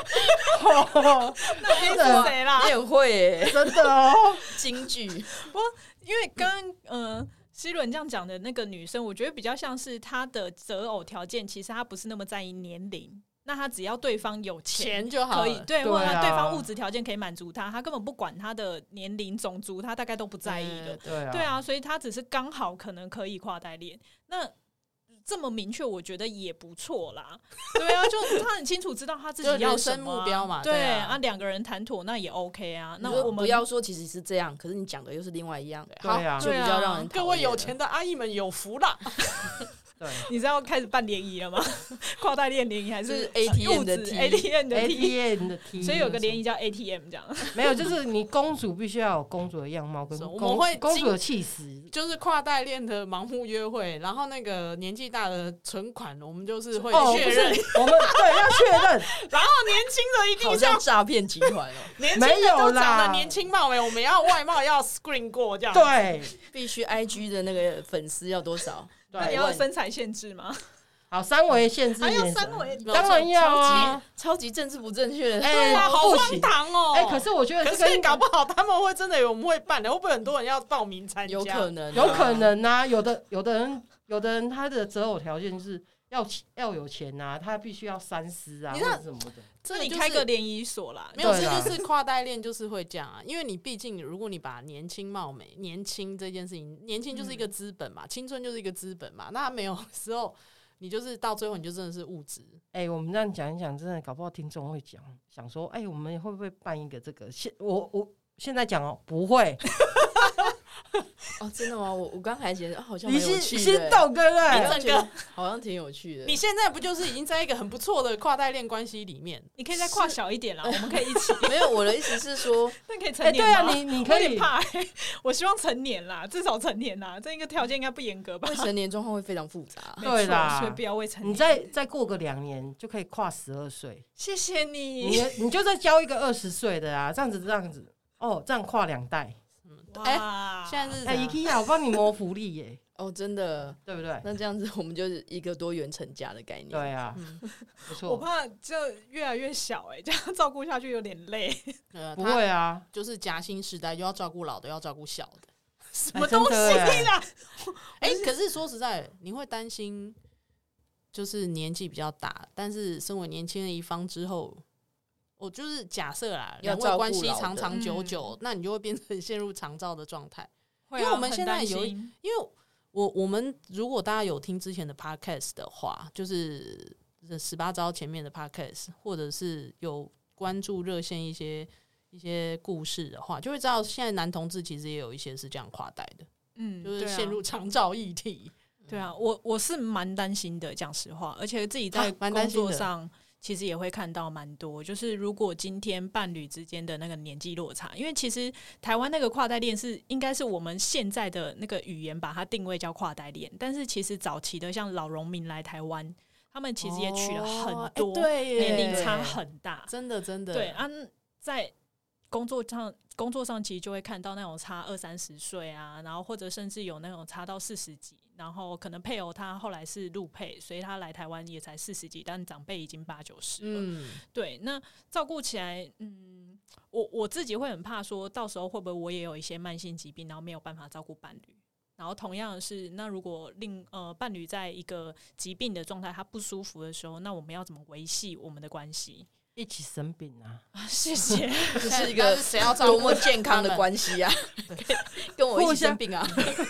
[SPEAKER 8] 哦
[SPEAKER 9] 那 A 是谁啦
[SPEAKER 3] 你？很会
[SPEAKER 8] *laughs*
[SPEAKER 3] 耶，
[SPEAKER 8] 真的哦，
[SPEAKER 3] 京剧
[SPEAKER 9] 因为刚呃希伦这样讲的那个女生，我觉得比较像是她的择偶条件，其实她不是那么在意年龄，那她只要对方有钱。
[SPEAKER 7] 钱就好
[SPEAKER 9] 可以
[SPEAKER 7] 了。
[SPEAKER 9] 对，
[SPEAKER 8] 对
[SPEAKER 9] 或者她
[SPEAKER 8] 啊
[SPEAKER 9] 对方物质条件可以满足她，她根本不管她的年龄、种族，她大概都不在意
[SPEAKER 7] 嗯
[SPEAKER 9] 的。
[SPEAKER 8] 对啊，
[SPEAKER 9] 对，啊，所以她只是刚好可能可以跨代恋。那这么明确，我觉得也不错啦。对啊，就她很清楚知道她自己
[SPEAKER 7] 就人
[SPEAKER 9] 要什
[SPEAKER 7] 生
[SPEAKER 9] 么啊
[SPEAKER 7] 目标嘛
[SPEAKER 9] 对
[SPEAKER 7] 对啊
[SPEAKER 9] 啊，两个人谈妥那也 OK 啊。那
[SPEAKER 3] 你说
[SPEAKER 9] 我们
[SPEAKER 3] 不要说其实是这样，可是你讲的又是另外一样的，
[SPEAKER 8] 对
[SPEAKER 3] 好
[SPEAKER 8] 啊
[SPEAKER 3] 就比较让人讨厌
[SPEAKER 7] 各位有钱的阿姨们有福了，
[SPEAKER 8] 对
[SPEAKER 9] *laughs* 你知道开始办联谊了吗？ *laughs* 跨代恋联谊还
[SPEAKER 3] 是
[SPEAKER 9] 是呃
[SPEAKER 3] ATM
[SPEAKER 9] 物
[SPEAKER 3] 的
[SPEAKER 9] 质
[SPEAKER 3] T
[SPEAKER 9] ATM
[SPEAKER 8] 哎
[SPEAKER 9] 的 T？
[SPEAKER 8] ，ATM 的 T，
[SPEAKER 9] 所以有个联谊叫 ATM 这样。
[SPEAKER 8] 没有，就是你公主必须要有公主的样貌跟
[SPEAKER 7] 是我
[SPEAKER 8] 公
[SPEAKER 7] 们会
[SPEAKER 8] 公
[SPEAKER 7] 精
[SPEAKER 8] 主的气势，
[SPEAKER 7] *laughs* 就是跨代恋的盲目约会，然后那个年纪大的存款，我们就是会
[SPEAKER 8] 哦，
[SPEAKER 7] 确
[SPEAKER 8] 不是
[SPEAKER 7] 认，，
[SPEAKER 8] 我们对要确
[SPEAKER 7] *laughs*
[SPEAKER 8] 认，
[SPEAKER 7] 然后年轻的一
[SPEAKER 3] 好
[SPEAKER 7] 定
[SPEAKER 3] 像
[SPEAKER 7] 像
[SPEAKER 3] 诈骗集团哦，
[SPEAKER 7] 年轻
[SPEAKER 8] 没
[SPEAKER 7] 的
[SPEAKER 8] 有
[SPEAKER 7] 都长
[SPEAKER 8] 啦
[SPEAKER 7] 得年轻貌美，我们要外貌要 screen 过这样。，
[SPEAKER 8] 对啊
[SPEAKER 3] 必须 IG 的那个粉丝要多少？
[SPEAKER 9] 那你
[SPEAKER 8] 对，
[SPEAKER 9] *laughs* 要有身材限制吗？
[SPEAKER 8] 好，三维限制
[SPEAKER 9] 还有
[SPEAKER 8] 原则
[SPEAKER 9] 三围，
[SPEAKER 8] 当然要啊，
[SPEAKER 3] 超级政治不正确的，
[SPEAKER 8] 哎
[SPEAKER 7] 对啊，好
[SPEAKER 8] 不
[SPEAKER 7] 荒
[SPEAKER 8] 行，
[SPEAKER 7] 唐哦。
[SPEAKER 8] 哎，可是我觉得
[SPEAKER 7] 可
[SPEAKER 8] 这个
[SPEAKER 7] 是搞不好他们会真的有我们会办的，会不会很多人要报名参加？
[SPEAKER 3] 有可能啊，
[SPEAKER 8] 有可能啊，有的有的人有的人他的择偶条件就是要要有钱啊，他必须要三思啊，
[SPEAKER 7] 你
[SPEAKER 8] 或
[SPEAKER 7] 知道
[SPEAKER 8] 者什么的。
[SPEAKER 7] 这
[SPEAKER 9] 那
[SPEAKER 7] 个
[SPEAKER 9] 你
[SPEAKER 7] 就是
[SPEAKER 9] 开个联谊所啦。
[SPEAKER 7] 没有，
[SPEAKER 8] 对啦
[SPEAKER 7] 这就是跨代恋，就是会这样啊。因为你毕竟，如果你把年轻貌美、年轻这件事情，年轻就是一个
[SPEAKER 8] 嗯
[SPEAKER 7] 资本嘛，青春就是一个资本嘛。那没有时候，你就是到最后，你就真的是物质。
[SPEAKER 8] 哎、我们这样讲一讲，真的搞不好听众会讲想说，哎、我们会不会办一个这个？现我我现在讲哦，不会，
[SPEAKER 3] 哦，真的吗？我我刚才觉得啊好像
[SPEAKER 8] 你
[SPEAKER 3] 蛮有
[SPEAKER 8] 心
[SPEAKER 3] 趣
[SPEAKER 8] 心
[SPEAKER 3] 的欸，
[SPEAKER 8] 动对不
[SPEAKER 3] 哎
[SPEAKER 8] 对？
[SPEAKER 3] 我觉得好像挺有趣的。
[SPEAKER 7] 你现在不就是已经在一个很不错的跨代恋关系里面？
[SPEAKER 9] 你可以再跨小一点啦，我们可以一 *laughs* 起。
[SPEAKER 3] 没有我的意思是说，
[SPEAKER 9] 那可以
[SPEAKER 8] 哎、
[SPEAKER 9] 成
[SPEAKER 8] 对
[SPEAKER 9] 年
[SPEAKER 8] 啊，
[SPEAKER 9] 吗
[SPEAKER 8] 你你
[SPEAKER 9] 我
[SPEAKER 8] 可
[SPEAKER 9] *laughs* 有点
[SPEAKER 8] 以，
[SPEAKER 9] 怕欸，我希望成年啦，至少成年啦，这一个条件应该不严格吧
[SPEAKER 3] 未？成年状况会非常复杂。
[SPEAKER 9] 没错
[SPEAKER 8] 对啦
[SPEAKER 9] 所以不要未成
[SPEAKER 8] 你
[SPEAKER 9] 年。
[SPEAKER 8] 再再过个两年就可以跨十二
[SPEAKER 7] *laughs*
[SPEAKER 8] 岁，
[SPEAKER 9] 谢谢
[SPEAKER 8] 你
[SPEAKER 9] 你，
[SPEAKER 8] 你就再交一个二十岁的啊，这样子这样子，哦，这样跨两代。
[SPEAKER 9] 哇！
[SPEAKER 7] 现在是啊
[SPEAKER 8] 哎、
[SPEAKER 7] 怎
[SPEAKER 8] i
[SPEAKER 7] 样
[SPEAKER 8] k e a 我帮你谋福利耶， *laughs*
[SPEAKER 3] 哦，真的，
[SPEAKER 8] 对不对？
[SPEAKER 3] 那这样子我们就是一个多元成家的概念。
[SPEAKER 8] 对啊，
[SPEAKER 7] 嗯
[SPEAKER 8] 不
[SPEAKER 9] 我
[SPEAKER 8] 错，
[SPEAKER 9] 怕这越来越小哎、 *laughs* 这样照顾下去有点累。
[SPEAKER 7] 呃，
[SPEAKER 8] 不
[SPEAKER 7] 他
[SPEAKER 8] 会啊，
[SPEAKER 7] 就是夹心时代，又要照顾老的，又要照顾小的。
[SPEAKER 8] 什
[SPEAKER 9] 什么东西啦？
[SPEAKER 7] 哎、可是说实在，你会担心，就是年纪比较大，但是身为年轻的一方之后，我就是假设啦，
[SPEAKER 3] 要
[SPEAKER 7] 两
[SPEAKER 3] 照
[SPEAKER 7] 位
[SPEAKER 3] 顾
[SPEAKER 7] 关系
[SPEAKER 3] 老的
[SPEAKER 7] 长长
[SPEAKER 9] 嗯
[SPEAKER 7] 久久，那你就会变成陷入长照的状态。
[SPEAKER 9] 会啊
[SPEAKER 7] 因为我们
[SPEAKER 9] 很
[SPEAKER 7] 现在
[SPEAKER 9] 担
[SPEAKER 7] 有一
[SPEAKER 9] 心
[SPEAKER 7] 因为我我们如果大家有听之前的 podcast 的话，就是十八招前面的 podcast，或者是有关注热线一些一些故事的话，就会知道现在男同志其实也有一些是这样跨代的，
[SPEAKER 9] 嗯，
[SPEAKER 7] 就是
[SPEAKER 9] 对啊
[SPEAKER 7] 陷入长照议题。
[SPEAKER 9] 对啊，我我是蛮担心的，讲实话，而且自己在
[SPEAKER 7] 啊蛮担
[SPEAKER 9] 工
[SPEAKER 7] 心的
[SPEAKER 9] 作上其实也会看到蛮多，就是如果今天伴侣之间的那个年纪落差，因为其实台湾那个跨代恋是应该是我们现在的那个语言把它定位叫跨代恋，但是其实早期的像老农民来台湾，他们其实也娶了很
[SPEAKER 7] 哦
[SPEAKER 9] 多，
[SPEAKER 7] 哎对耶
[SPEAKER 9] 年龄差很大，
[SPEAKER 7] 真的真的
[SPEAKER 9] 对啊，在工作上工作上其实就会看到那种差二三十岁啊，然后或者甚至有那种差到四十几，然后可能配偶他后来是陆配，所以他来台湾也才四十几，但长辈已经八九十了。
[SPEAKER 7] 嗯，
[SPEAKER 9] 对，那照顾起来，嗯，我我自己会很怕说，到时候会不会我也有一些慢性疾病，然后没有办法照顾伴侣。然后同样的是，那如果另呃伴侣在一个疾病的状态，他不舒服的时候，那我们要怎么维系我们的关系？ *laughs*
[SPEAKER 8] 一起生病啊，
[SPEAKER 9] 啊谢谢。
[SPEAKER 3] 这是一
[SPEAKER 7] 但
[SPEAKER 3] 个
[SPEAKER 7] 是谁要照
[SPEAKER 3] 多
[SPEAKER 7] 顾
[SPEAKER 3] 么健康 *laughs* 的关系啊！跟我一
[SPEAKER 8] 互
[SPEAKER 3] 起
[SPEAKER 8] 相
[SPEAKER 3] 生病啊！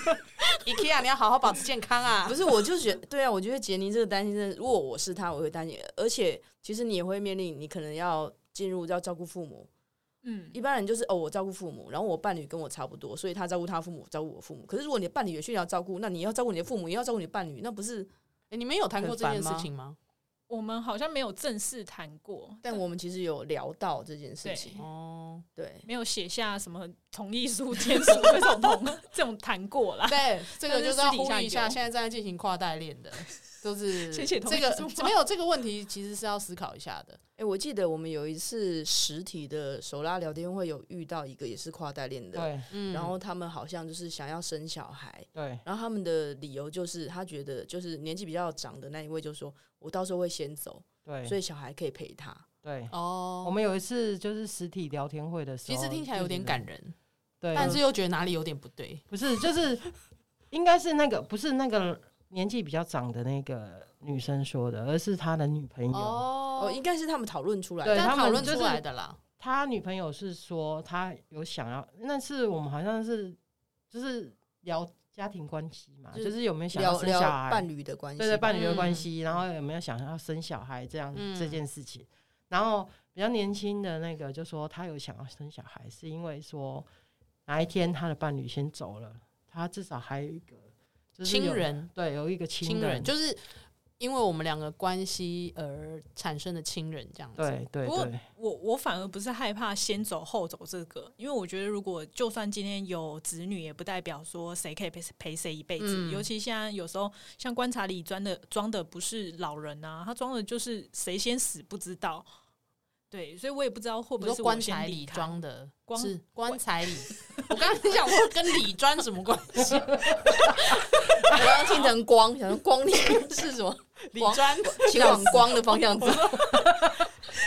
[SPEAKER 7] *laughs* IKEA，你要好好保持健康啊
[SPEAKER 3] 不！是，我就觉对啊，我觉得杰尼这个担心真的，如果我是他，我会担心。而且，其实你也会面临，你可能要进入要照顾父母。
[SPEAKER 9] 嗯
[SPEAKER 3] 一般人就是哦，我照顾父母，然后我伴侣跟我差不多，所以他照顾他父母，我照顾我父母。可是如果你的伴侣也需要照顾，那你要照顾你的父母，也要照顾你的伴侣，那不是？
[SPEAKER 7] 哎你们有谈过这件事情吗？
[SPEAKER 9] 我们好像没有正式谈过，
[SPEAKER 3] 但我们其实有聊到这件事
[SPEAKER 9] 对
[SPEAKER 3] 情，
[SPEAKER 7] 哦，
[SPEAKER 3] 对
[SPEAKER 9] 没有写下什么同意书、签署这
[SPEAKER 7] *laughs*
[SPEAKER 9] 种同这种谈过啦。
[SPEAKER 7] *laughs* 对，这个就是要呼吁一
[SPEAKER 9] 但是私底下
[SPEAKER 7] 下，
[SPEAKER 9] 有
[SPEAKER 7] 现在正在进行跨代恋的，就是
[SPEAKER 9] 谢谢同
[SPEAKER 7] 这
[SPEAKER 9] 意
[SPEAKER 7] 个
[SPEAKER 9] 书吗
[SPEAKER 7] 没有这个问题，其实是要思考一下的。
[SPEAKER 3] 哎、我记得我们有一次实体的手拉聊天会有遇到一个也是跨代恋的，
[SPEAKER 8] 对
[SPEAKER 7] *laughs* 嗯
[SPEAKER 3] 然后他们好像就是想要生小孩，
[SPEAKER 8] 对
[SPEAKER 3] 然后他们的理由就是他觉得就是年纪比较长的那一位就说，我到时候会先走，
[SPEAKER 8] 对，
[SPEAKER 3] 所
[SPEAKER 8] 以
[SPEAKER 3] 以小孩可以陪他。
[SPEAKER 8] 对，
[SPEAKER 7] 哦，
[SPEAKER 8] 我们有一次就是实体聊天会的时
[SPEAKER 7] 其
[SPEAKER 8] 候，
[SPEAKER 7] 实听起来有点感，人，
[SPEAKER 8] 对，
[SPEAKER 7] 但是又觉得哪里有点不对。
[SPEAKER 8] 不是就是应该是那个不是那个年纪比较长的那个女生说的，而是他的女朋友。
[SPEAKER 3] 哦，
[SPEAKER 7] 哦
[SPEAKER 3] 应该是他们讨论出来
[SPEAKER 8] 对
[SPEAKER 3] 的。
[SPEAKER 7] 但
[SPEAKER 8] 他们
[SPEAKER 7] 讨论
[SPEAKER 8] 就
[SPEAKER 7] 出
[SPEAKER 8] 是
[SPEAKER 7] 来的啦。
[SPEAKER 8] 他女朋友是说他有想要，那是我们好像是就是聊家庭关系嘛，
[SPEAKER 3] 就是
[SPEAKER 8] 就是有没有想要
[SPEAKER 3] 聊
[SPEAKER 8] 生
[SPEAKER 3] 聊
[SPEAKER 8] 小孩，
[SPEAKER 3] 伴侣的关系，
[SPEAKER 8] 对对伴侣的关
[SPEAKER 7] 嗯
[SPEAKER 8] 系，然后有没有想要生小孩这样、
[SPEAKER 7] 嗯
[SPEAKER 8] 这件事情。然后比较年轻的那个就说他有想要生小孩，是因为说哪一天他的伴侣先走了，他至少还有一个就是有
[SPEAKER 7] 亲人，
[SPEAKER 8] 对，有一个
[SPEAKER 7] 亲
[SPEAKER 8] 亲
[SPEAKER 7] 人就是因为我们两个关系而产生的亲人这样子。
[SPEAKER 8] 对对
[SPEAKER 9] 不过
[SPEAKER 8] 对，
[SPEAKER 9] 我我反而不是害怕先走后走这个，因为我觉得如果就算今天有子女，也不代表说谁可以陪陪谁一辈子。
[SPEAKER 7] 嗯
[SPEAKER 9] 尤其现在有时候像观察里装的装的不是老人啊，他装的就是谁先死不知道。对，所以我也不知道会
[SPEAKER 7] 你
[SPEAKER 9] 不会
[SPEAKER 7] 说
[SPEAKER 9] 是
[SPEAKER 7] 棺
[SPEAKER 9] 我先
[SPEAKER 7] 材
[SPEAKER 9] 离
[SPEAKER 7] 里
[SPEAKER 9] 开
[SPEAKER 7] 装的
[SPEAKER 9] 光
[SPEAKER 7] 是棺材里，我刚刚想说跟李专什么关系？
[SPEAKER 3] 我刚刚听成光，想说光里面是什么？
[SPEAKER 7] 李
[SPEAKER 3] 光
[SPEAKER 7] 专
[SPEAKER 3] 请往光的方
[SPEAKER 7] *laughs*
[SPEAKER 3] 向走。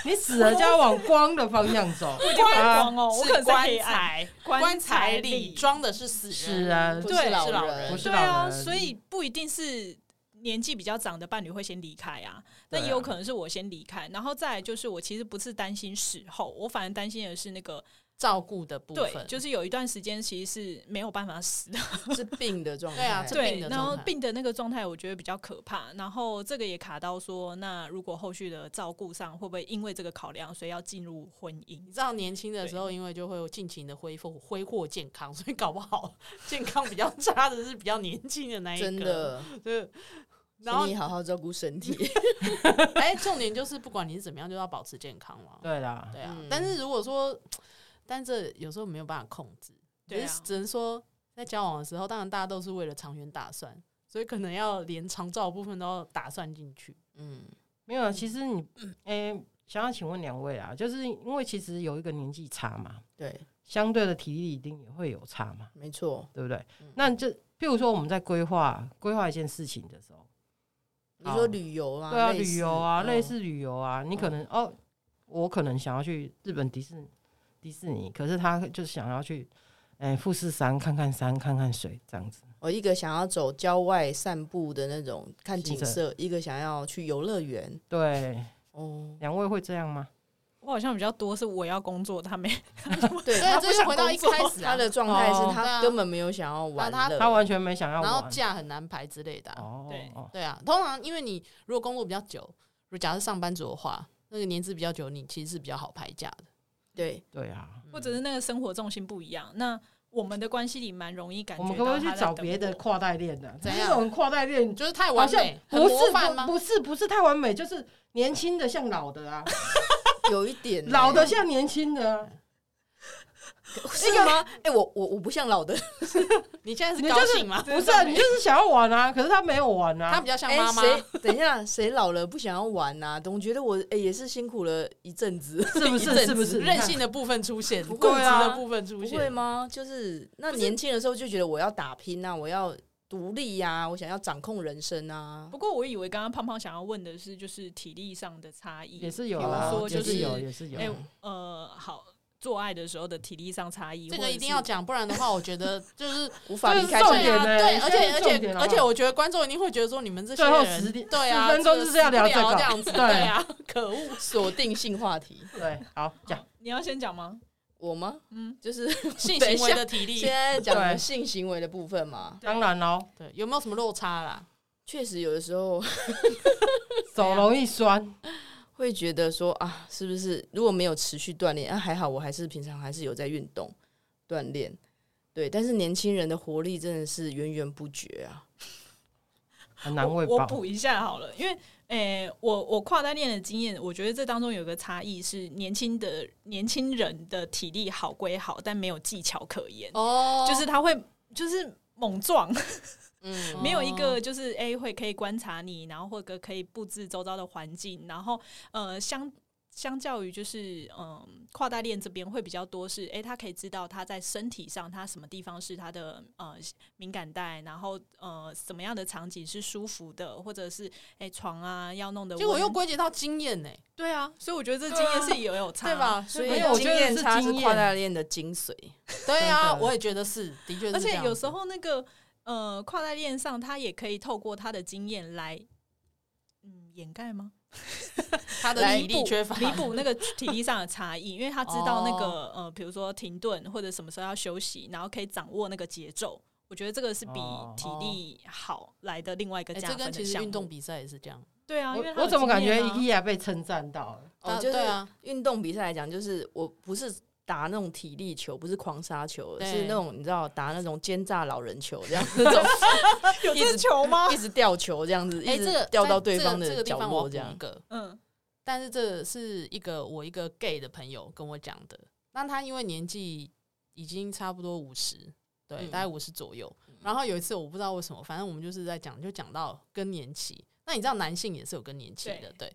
[SPEAKER 8] 你死了就要往光的方向
[SPEAKER 9] *laughs*
[SPEAKER 8] 走，啊
[SPEAKER 9] 光哦，我可
[SPEAKER 7] 是
[SPEAKER 9] 能是黑
[SPEAKER 7] 棺
[SPEAKER 9] 暗
[SPEAKER 7] 材，
[SPEAKER 9] 棺
[SPEAKER 7] 棺材
[SPEAKER 9] 里
[SPEAKER 7] 里装的是死人，
[SPEAKER 8] 是啊，
[SPEAKER 3] 不
[SPEAKER 9] 对
[SPEAKER 3] 是
[SPEAKER 9] 是
[SPEAKER 3] 老
[SPEAKER 7] 老
[SPEAKER 3] 人
[SPEAKER 7] 人
[SPEAKER 8] 不是
[SPEAKER 9] 对
[SPEAKER 8] 老
[SPEAKER 9] 啊，
[SPEAKER 8] 人
[SPEAKER 9] 所以不一定是年纪比较长的伴侣会先离开啊，那
[SPEAKER 8] 对啊
[SPEAKER 9] 也有可能是我先离开，然后再来就是我其实不是担心死后，我反而担心的是那个
[SPEAKER 7] 照顾的部
[SPEAKER 9] 对
[SPEAKER 7] 分，，
[SPEAKER 9] 就是有一段时间其实是没有办法死的，
[SPEAKER 3] 是病的状态。
[SPEAKER 7] 对啊这
[SPEAKER 9] 对
[SPEAKER 7] 病的，
[SPEAKER 9] 然后
[SPEAKER 7] 状态
[SPEAKER 9] 病的那个状态我觉得比较可怕，然后这个也卡到说，那如果后续的照顾上会不会因为这个考量，所以要进入婚姻
[SPEAKER 7] 你？知道年轻的时候，因为就会有尽情的恢复挥霍健康，所以搞不好健康比较差的是比较年轻的那一个。
[SPEAKER 3] 真，的，
[SPEAKER 7] 对。然后
[SPEAKER 3] 请你好好照顾身
[SPEAKER 7] *laughs*
[SPEAKER 3] 体。
[SPEAKER 7] 哎，重点就是不管你是怎么样，就要保持健康嘛。
[SPEAKER 8] 对啦，
[SPEAKER 7] 对啊
[SPEAKER 3] 嗯，
[SPEAKER 7] 但是如果说，但这有时候没有办法控制，
[SPEAKER 9] 对
[SPEAKER 7] 只
[SPEAKER 9] 啊
[SPEAKER 7] 是只能说在交往的时候，当然大家都是为了长远打算，所以可能要连长照的部分都要打算进去。
[SPEAKER 3] 嗯，
[SPEAKER 8] 没有，啊其实你，诶、想要请问两位啊，就是因为其实有一个年纪差嘛，
[SPEAKER 3] 对，
[SPEAKER 8] 相对的体力一定也会有差嘛，
[SPEAKER 3] 没错。
[SPEAKER 8] 对不对？
[SPEAKER 3] 嗯
[SPEAKER 8] 那就譬如说我们在规划规划一件事情的时候，
[SPEAKER 3] 你说旅游啊，
[SPEAKER 8] 对啊，
[SPEAKER 3] 类似
[SPEAKER 8] 旅游啊，
[SPEAKER 3] 嗯
[SPEAKER 8] 类似旅游啊，你可能、哦，我可能想要去日本迪士尼迪士尼，可是他就想要去。哎，富士山看看山，看看水，这样子。
[SPEAKER 3] 哦我一个想要走郊外散步的那种看景
[SPEAKER 8] 行
[SPEAKER 3] 色，一个想要去游乐园。
[SPEAKER 8] 对，
[SPEAKER 3] 哦，
[SPEAKER 8] *laughs* 两位会这样吗？
[SPEAKER 9] 我好像比较多是我要工作，他没
[SPEAKER 3] 对，
[SPEAKER 7] 对
[SPEAKER 3] 他
[SPEAKER 7] 啊
[SPEAKER 3] 不
[SPEAKER 7] 这就
[SPEAKER 3] 想
[SPEAKER 7] 回到一
[SPEAKER 3] 工作
[SPEAKER 7] 开始啊
[SPEAKER 3] 他的状态是
[SPEAKER 8] 哦
[SPEAKER 7] 对
[SPEAKER 3] 他
[SPEAKER 7] 啊
[SPEAKER 3] 根本没有想要玩
[SPEAKER 7] 他
[SPEAKER 3] 乐，
[SPEAKER 8] 他完全没想要
[SPEAKER 7] 然后
[SPEAKER 8] 玩。
[SPEAKER 7] 假很难排之类的啊、
[SPEAKER 8] 哦
[SPEAKER 9] 对
[SPEAKER 8] 哦，
[SPEAKER 7] 对啊，通常因为你如果工作比较久，如果假设上班族的话，那个年资比较久，你其实是比较好排假的。
[SPEAKER 3] 对，
[SPEAKER 8] 对啊。
[SPEAKER 9] 或者是那个生活重心不一样，那我们的关系里蛮容易感觉
[SPEAKER 8] 我们
[SPEAKER 9] 到
[SPEAKER 8] 可不可以
[SPEAKER 9] 他
[SPEAKER 8] 去
[SPEAKER 9] 在
[SPEAKER 8] 找
[SPEAKER 9] 等
[SPEAKER 8] 别的
[SPEAKER 9] 我
[SPEAKER 8] 跨代恋的、啊
[SPEAKER 7] 怎
[SPEAKER 8] 就是
[SPEAKER 7] 样
[SPEAKER 8] 那种跨代恋，
[SPEAKER 7] 就是太
[SPEAKER 8] 好
[SPEAKER 7] 完
[SPEAKER 8] 像
[SPEAKER 7] 美，很
[SPEAKER 8] 不
[SPEAKER 7] 模范
[SPEAKER 8] 是
[SPEAKER 7] 吗？
[SPEAKER 8] 不不是不是太完美，就是年轻的像老的啊，
[SPEAKER 3] 有一点欸
[SPEAKER 8] *laughs* 老的像年轻的啊，
[SPEAKER 3] 是吗？哎，我我我不像老的，
[SPEAKER 7] 你现在
[SPEAKER 8] 你
[SPEAKER 7] 是
[SPEAKER 8] 就
[SPEAKER 7] 高
[SPEAKER 8] 是
[SPEAKER 7] 兴吗？
[SPEAKER 8] 不是啊，你就是想要玩啊，可是他没有玩
[SPEAKER 7] 他
[SPEAKER 8] 啊
[SPEAKER 7] 比，较像
[SPEAKER 3] 哎
[SPEAKER 7] 妈妈，
[SPEAKER 3] 谁等一下，谁老了不想要玩呐？总觉得我哎也是辛苦了一阵子，
[SPEAKER 8] 是不
[SPEAKER 7] 一
[SPEAKER 8] 是
[SPEAKER 7] 阵
[SPEAKER 8] 是不是
[SPEAKER 7] 子任性？的部分出现，
[SPEAKER 3] 不会
[SPEAKER 7] 固执
[SPEAKER 3] 啊
[SPEAKER 7] 的部分出
[SPEAKER 3] 不会
[SPEAKER 7] 现？
[SPEAKER 3] 吗？就是那年轻的时候就觉得我要打拼啊，我要独立呀、我想要掌控人生啊。
[SPEAKER 9] 不过我以为刚刚胖胖想要问的是，就是体力上的差异，
[SPEAKER 8] 也是有
[SPEAKER 9] 比
[SPEAKER 8] 啦，
[SPEAKER 9] 如说
[SPEAKER 8] 也
[SPEAKER 9] 就是是
[SPEAKER 8] 有也是有
[SPEAKER 9] 哎、，呃，好，做爱的时候的体力上差异，
[SPEAKER 7] 这
[SPEAKER 9] 或
[SPEAKER 7] 个
[SPEAKER 9] 者
[SPEAKER 7] 一定
[SPEAKER 9] 是
[SPEAKER 7] 要讲，不然的话，我觉得就是啊
[SPEAKER 3] 无法
[SPEAKER 8] 这
[SPEAKER 3] 离
[SPEAKER 8] 是
[SPEAKER 3] 开
[SPEAKER 8] 重
[SPEAKER 3] 这
[SPEAKER 8] 点
[SPEAKER 3] 个
[SPEAKER 8] 呢
[SPEAKER 7] 对，而且
[SPEAKER 8] 这
[SPEAKER 7] 而
[SPEAKER 8] 是重点
[SPEAKER 7] 且
[SPEAKER 8] 好不好
[SPEAKER 7] 而且，我觉得观众一定会觉得说你们这些
[SPEAKER 8] 最后
[SPEAKER 7] 人
[SPEAKER 8] 十点
[SPEAKER 7] 对啊，
[SPEAKER 8] 10分钟
[SPEAKER 7] 这
[SPEAKER 8] 就是要聊
[SPEAKER 7] 死不
[SPEAKER 8] 这
[SPEAKER 7] 了
[SPEAKER 8] 个
[SPEAKER 7] 这样子，
[SPEAKER 8] 对
[SPEAKER 7] 对啊， *laughs* 可恶，
[SPEAKER 3] 锁定性话题，
[SPEAKER 8] 对，好讲，
[SPEAKER 9] 你要先讲吗？
[SPEAKER 3] 我吗？
[SPEAKER 9] 嗯，
[SPEAKER 3] 就是
[SPEAKER 7] 性
[SPEAKER 3] 等一
[SPEAKER 7] 行
[SPEAKER 3] 下
[SPEAKER 7] 为的体力
[SPEAKER 8] *laughs*
[SPEAKER 3] 现，在讲的
[SPEAKER 8] 对
[SPEAKER 3] 性行为的部分嘛，
[SPEAKER 8] 当然喽，
[SPEAKER 7] 对，有没有什么落差啦？
[SPEAKER 3] 确实有的时候
[SPEAKER 8] 手容易酸，
[SPEAKER 3] 会觉得说啊，是不是如果没有持续锻炼啊，还好我还是平常还是有在运动锻炼，对。但是年轻人的活力真的是源源不绝啊，
[SPEAKER 8] 很难喂
[SPEAKER 9] 我我
[SPEAKER 8] 饱。
[SPEAKER 9] 补一下好了，因为诶、我我跨代恋的经验，我觉得这当中有个差异是，年轻的年轻人的体力好归好，但没有技巧可言，
[SPEAKER 7] 哦
[SPEAKER 9] 就是他会就是猛撞，
[SPEAKER 3] 嗯，
[SPEAKER 9] 没有一个就是哎诶、会可以观察你，然后或者可以布置周遭的环境，然后呃相。相较于就是嗯跨代恋这边会比较多是，诶，他可以知道他在身体上他什么地方是他的呃敏感带，然后呃什么样的场景是舒服的，或者是诶床啊要弄的，
[SPEAKER 7] 结果又归结到经验呢、
[SPEAKER 9] 对啊，所以我觉得这经验是也有差，
[SPEAKER 7] 对？吧？
[SPEAKER 3] 所以
[SPEAKER 8] 没有我觉
[SPEAKER 3] 经
[SPEAKER 8] 得
[SPEAKER 3] 验
[SPEAKER 8] 是
[SPEAKER 3] 差是
[SPEAKER 8] 经验
[SPEAKER 3] 跨代恋的精髓。
[SPEAKER 7] 对啊，
[SPEAKER 8] 真的
[SPEAKER 7] 我也觉得是，的确是这样
[SPEAKER 9] 而
[SPEAKER 7] 子。
[SPEAKER 9] 且有时候那个呃跨代恋上，他也可以透过他的经验来嗯掩盖吗？
[SPEAKER 7] 他的体力缺乏，
[SPEAKER 9] 弥补 *laughs* 那个体力上的差异，因为他知道那个、呃，比如说停顿或者什么时候要休息，然后可以掌握那个节奏。我觉得这个是比
[SPEAKER 8] 哦
[SPEAKER 9] 体力好来的另外一个
[SPEAKER 7] 哎
[SPEAKER 9] 加
[SPEAKER 7] 这
[SPEAKER 9] 分
[SPEAKER 7] 跟
[SPEAKER 9] 的
[SPEAKER 7] 其实
[SPEAKER 9] 项目。
[SPEAKER 7] 运动比赛也是这样。
[SPEAKER 9] 对啊，因为他
[SPEAKER 8] 我我
[SPEAKER 9] 有
[SPEAKER 8] 怎么感
[SPEAKER 9] 经
[SPEAKER 8] 觉
[SPEAKER 9] 验啊
[SPEAKER 8] IKEA 被称赞到了？
[SPEAKER 3] 哦，
[SPEAKER 7] 啊
[SPEAKER 3] 就是
[SPEAKER 7] 对啊，
[SPEAKER 3] 运动比赛来讲，就是我不是打那种体力球，不是狂杀球，
[SPEAKER 7] 对
[SPEAKER 3] 是那种你知道打那种奸诈老人球
[SPEAKER 7] *laughs*
[SPEAKER 3] 这样那种，
[SPEAKER 9] 有
[SPEAKER 3] 一
[SPEAKER 9] 这
[SPEAKER 3] 直
[SPEAKER 9] 球吗？
[SPEAKER 3] 一直吊球这样子，
[SPEAKER 7] 哎，
[SPEAKER 3] 一
[SPEAKER 7] 这
[SPEAKER 3] 直
[SPEAKER 7] 个
[SPEAKER 3] 吊
[SPEAKER 7] 在
[SPEAKER 3] 到对
[SPEAKER 7] 这个
[SPEAKER 3] 方
[SPEAKER 7] 这
[SPEAKER 3] 的
[SPEAKER 7] 个地
[SPEAKER 3] 角
[SPEAKER 7] 方我要
[SPEAKER 3] 落
[SPEAKER 7] 补
[SPEAKER 3] 这样
[SPEAKER 7] 一。个，
[SPEAKER 9] 嗯，
[SPEAKER 7] 但是这是一个我一个 gay 的朋友跟我讲的。那他因为年纪已经差不多五十，对，
[SPEAKER 3] 嗯
[SPEAKER 7] 大概五十左右。然后有一次我不知道为什么，反正我们就是在讲，就讲到更年期。那你知道男性也是有更年期的，对。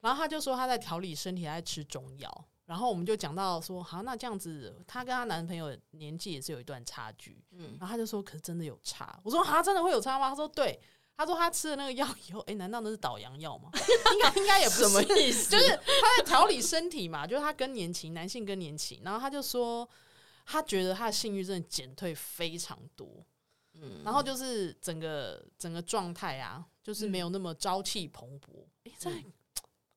[SPEAKER 7] 然后他就说他在调理身体，他在吃中药。然后我们就讲到说，好，那这样子，她跟她男朋友年纪也是有一段差距。
[SPEAKER 3] 嗯，
[SPEAKER 7] 然后他就说，可是真的有差。我说，哈，真的会有差吗？他说，对。他说他吃了那个药以后，哎、难道那是导阳药吗？应该应该 *laughs* 也不是
[SPEAKER 3] 什么意思？
[SPEAKER 7] 就是他在调理身体嘛，就是他更年期，男性更年期，然后他就说，他觉得他的性欲真的减退非常多，
[SPEAKER 3] 嗯
[SPEAKER 7] 然后就是整个整个状态啊，就是
[SPEAKER 3] 嗯
[SPEAKER 7] 没有那么朝气蓬勃。诶，在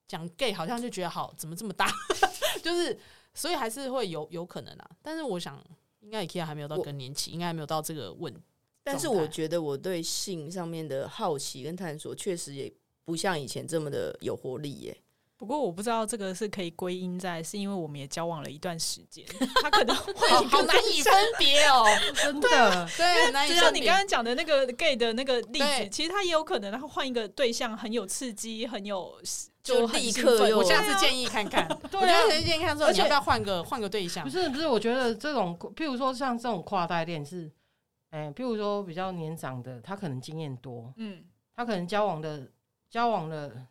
[SPEAKER 7] 讲 gay 好像就觉得好，怎么这么大？ *laughs* 就是所以还是会有有可能啊，但是我想应该 IKEA 还没有到
[SPEAKER 3] 我
[SPEAKER 7] 更年期，应该还没有到这个问题。
[SPEAKER 3] 但是
[SPEAKER 7] 状态
[SPEAKER 3] 我觉得我对性上面的好奇跟探索，确实也不像以前这么的有活力耶。
[SPEAKER 9] 不过我不知道这个是可以归因在，是因为我们也交往了一段时间，他可能 *laughs* 会
[SPEAKER 7] 好好难以分
[SPEAKER 3] *laughs*
[SPEAKER 7] 别哦，
[SPEAKER 8] 真的，
[SPEAKER 7] 对，很难以
[SPEAKER 9] 就
[SPEAKER 7] 分
[SPEAKER 9] 像你
[SPEAKER 7] 别。
[SPEAKER 9] 刚刚讲的那个 gay 的那个例
[SPEAKER 7] 对
[SPEAKER 9] 子，其实他也有可能，他换一个对象很有刺激，很有
[SPEAKER 3] 就
[SPEAKER 9] 很
[SPEAKER 3] 立
[SPEAKER 9] 兴
[SPEAKER 3] 刻
[SPEAKER 9] 奋
[SPEAKER 3] 又
[SPEAKER 7] 我下
[SPEAKER 9] 对
[SPEAKER 7] 次
[SPEAKER 9] 啊
[SPEAKER 7] 建议
[SPEAKER 3] *laughs*
[SPEAKER 7] 看看，
[SPEAKER 8] 对啊
[SPEAKER 7] 我下次建议看说
[SPEAKER 8] 而
[SPEAKER 7] 你
[SPEAKER 8] 且
[SPEAKER 7] 要不要换个换个对象
[SPEAKER 8] 不？是不是，我觉得这种，譬如说像这种跨代恋是，哎、譬如说比较年长的，他可能经验多，
[SPEAKER 9] 嗯
[SPEAKER 8] 他可能交往的交往的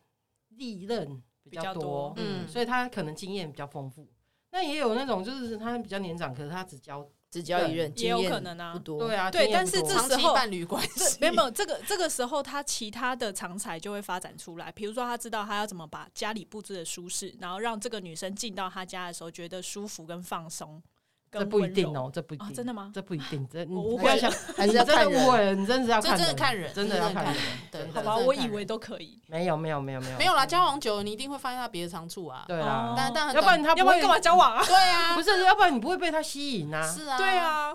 [SPEAKER 8] 历任比
[SPEAKER 9] 比较
[SPEAKER 8] 较
[SPEAKER 9] 多
[SPEAKER 8] 多，
[SPEAKER 7] 嗯
[SPEAKER 8] 所以他可能经验比较丰富。那也有那种就是他比较年长，可是他只交
[SPEAKER 3] 只交一任，
[SPEAKER 9] 也
[SPEAKER 3] 经
[SPEAKER 9] 有
[SPEAKER 3] 验
[SPEAKER 9] 可能啊
[SPEAKER 3] 不多。
[SPEAKER 8] 对啊，
[SPEAKER 9] 对
[SPEAKER 8] 经验不
[SPEAKER 9] 但是
[SPEAKER 8] 多
[SPEAKER 9] 这
[SPEAKER 7] 长
[SPEAKER 9] 时
[SPEAKER 7] 期
[SPEAKER 9] 候
[SPEAKER 7] 伴侣关
[SPEAKER 9] 这
[SPEAKER 7] 系
[SPEAKER 9] 没有没有，这个这个时候他其他的常才就会发展出来。比如说，他知道他要怎么把家里布置的舒适，然后让这个女生进到他家的时候觉得舒服跟放松，
[SPEAKER 8] 这
[SPEAKER 9] 跟
[SPEAKER 8] 不一
[SPEAKER 9] 温柔
[SPEAKER 8] 定。哦，这不一
[SPEAKER 9] 啊
[SPEAKER 8] 定，
[SPEAKER 9] 真的吗
[SPEAKER 8] 这不一定，这你
[SPEAKER 9] 我误
[SPEAKER 8] 不
[SPEAKER 9] 会
[SPEAKER 8] 要 *laughs*
[SPEAKER 9] 了
[SPEAKER 8] 想，
[SPEAKER 3] 还
[SPEAKER 8] 你
[SPEAKER 3] 是要
[SPEAKER 8] 真的
[SPEAKER 3] 看人
[SPEAKER 8] 误会了，你真的是
[SPEAKER 7] *laughs*
[SPEAKER 8] 要
[SPEAKER 7] 这
[SPEAKER 8] 看
[SPEAKER 7] 真的
[SPEAKER 8] 人
[SPEAKER 7] 看人
[SPEAKER 8] 真的
[SPEAKER 7] 真的
[SPEAKER 8] 要看
[SPEAKER 7] 看
[SPEAKER 8] 人，
[SPEAKER 7] 对
[SPEAKER 8] 真的
[SPEAKER 9] 好吧，
[SPEAKER 7] 这是
[SPEAKER 9] 我
[SPEAKER 7] 看
[SPEAKER 9] 以
[SPEAKER 7] 人
[SPEAKER 9] 为都可以。
[SPEAKER 8] 没有没有没有没有
[SPEAKER 7] 没有啦，交往久了你一定会发现他别的长处啊。
[SPEAKER 8] 嗯对啦
[SPEAKER 9] 哦，
[SPEAKER 7] 但但很
[SPEAKER 8] 要不然他
[SPEAKER 9] 要
[SPEAKER 8] 不
[SPEAKER 9] 不
[SPEAKER 8] 会
[SPEAKER 9] 然干嘛交往啊？
[SPEAKER 7] 对啊，
[SPEAKER 8] 不是，要不然你不会被他吸引啊。
[SPEAKER 7] 是啊，
[SPEAKER 9] *laughs* 对。啊，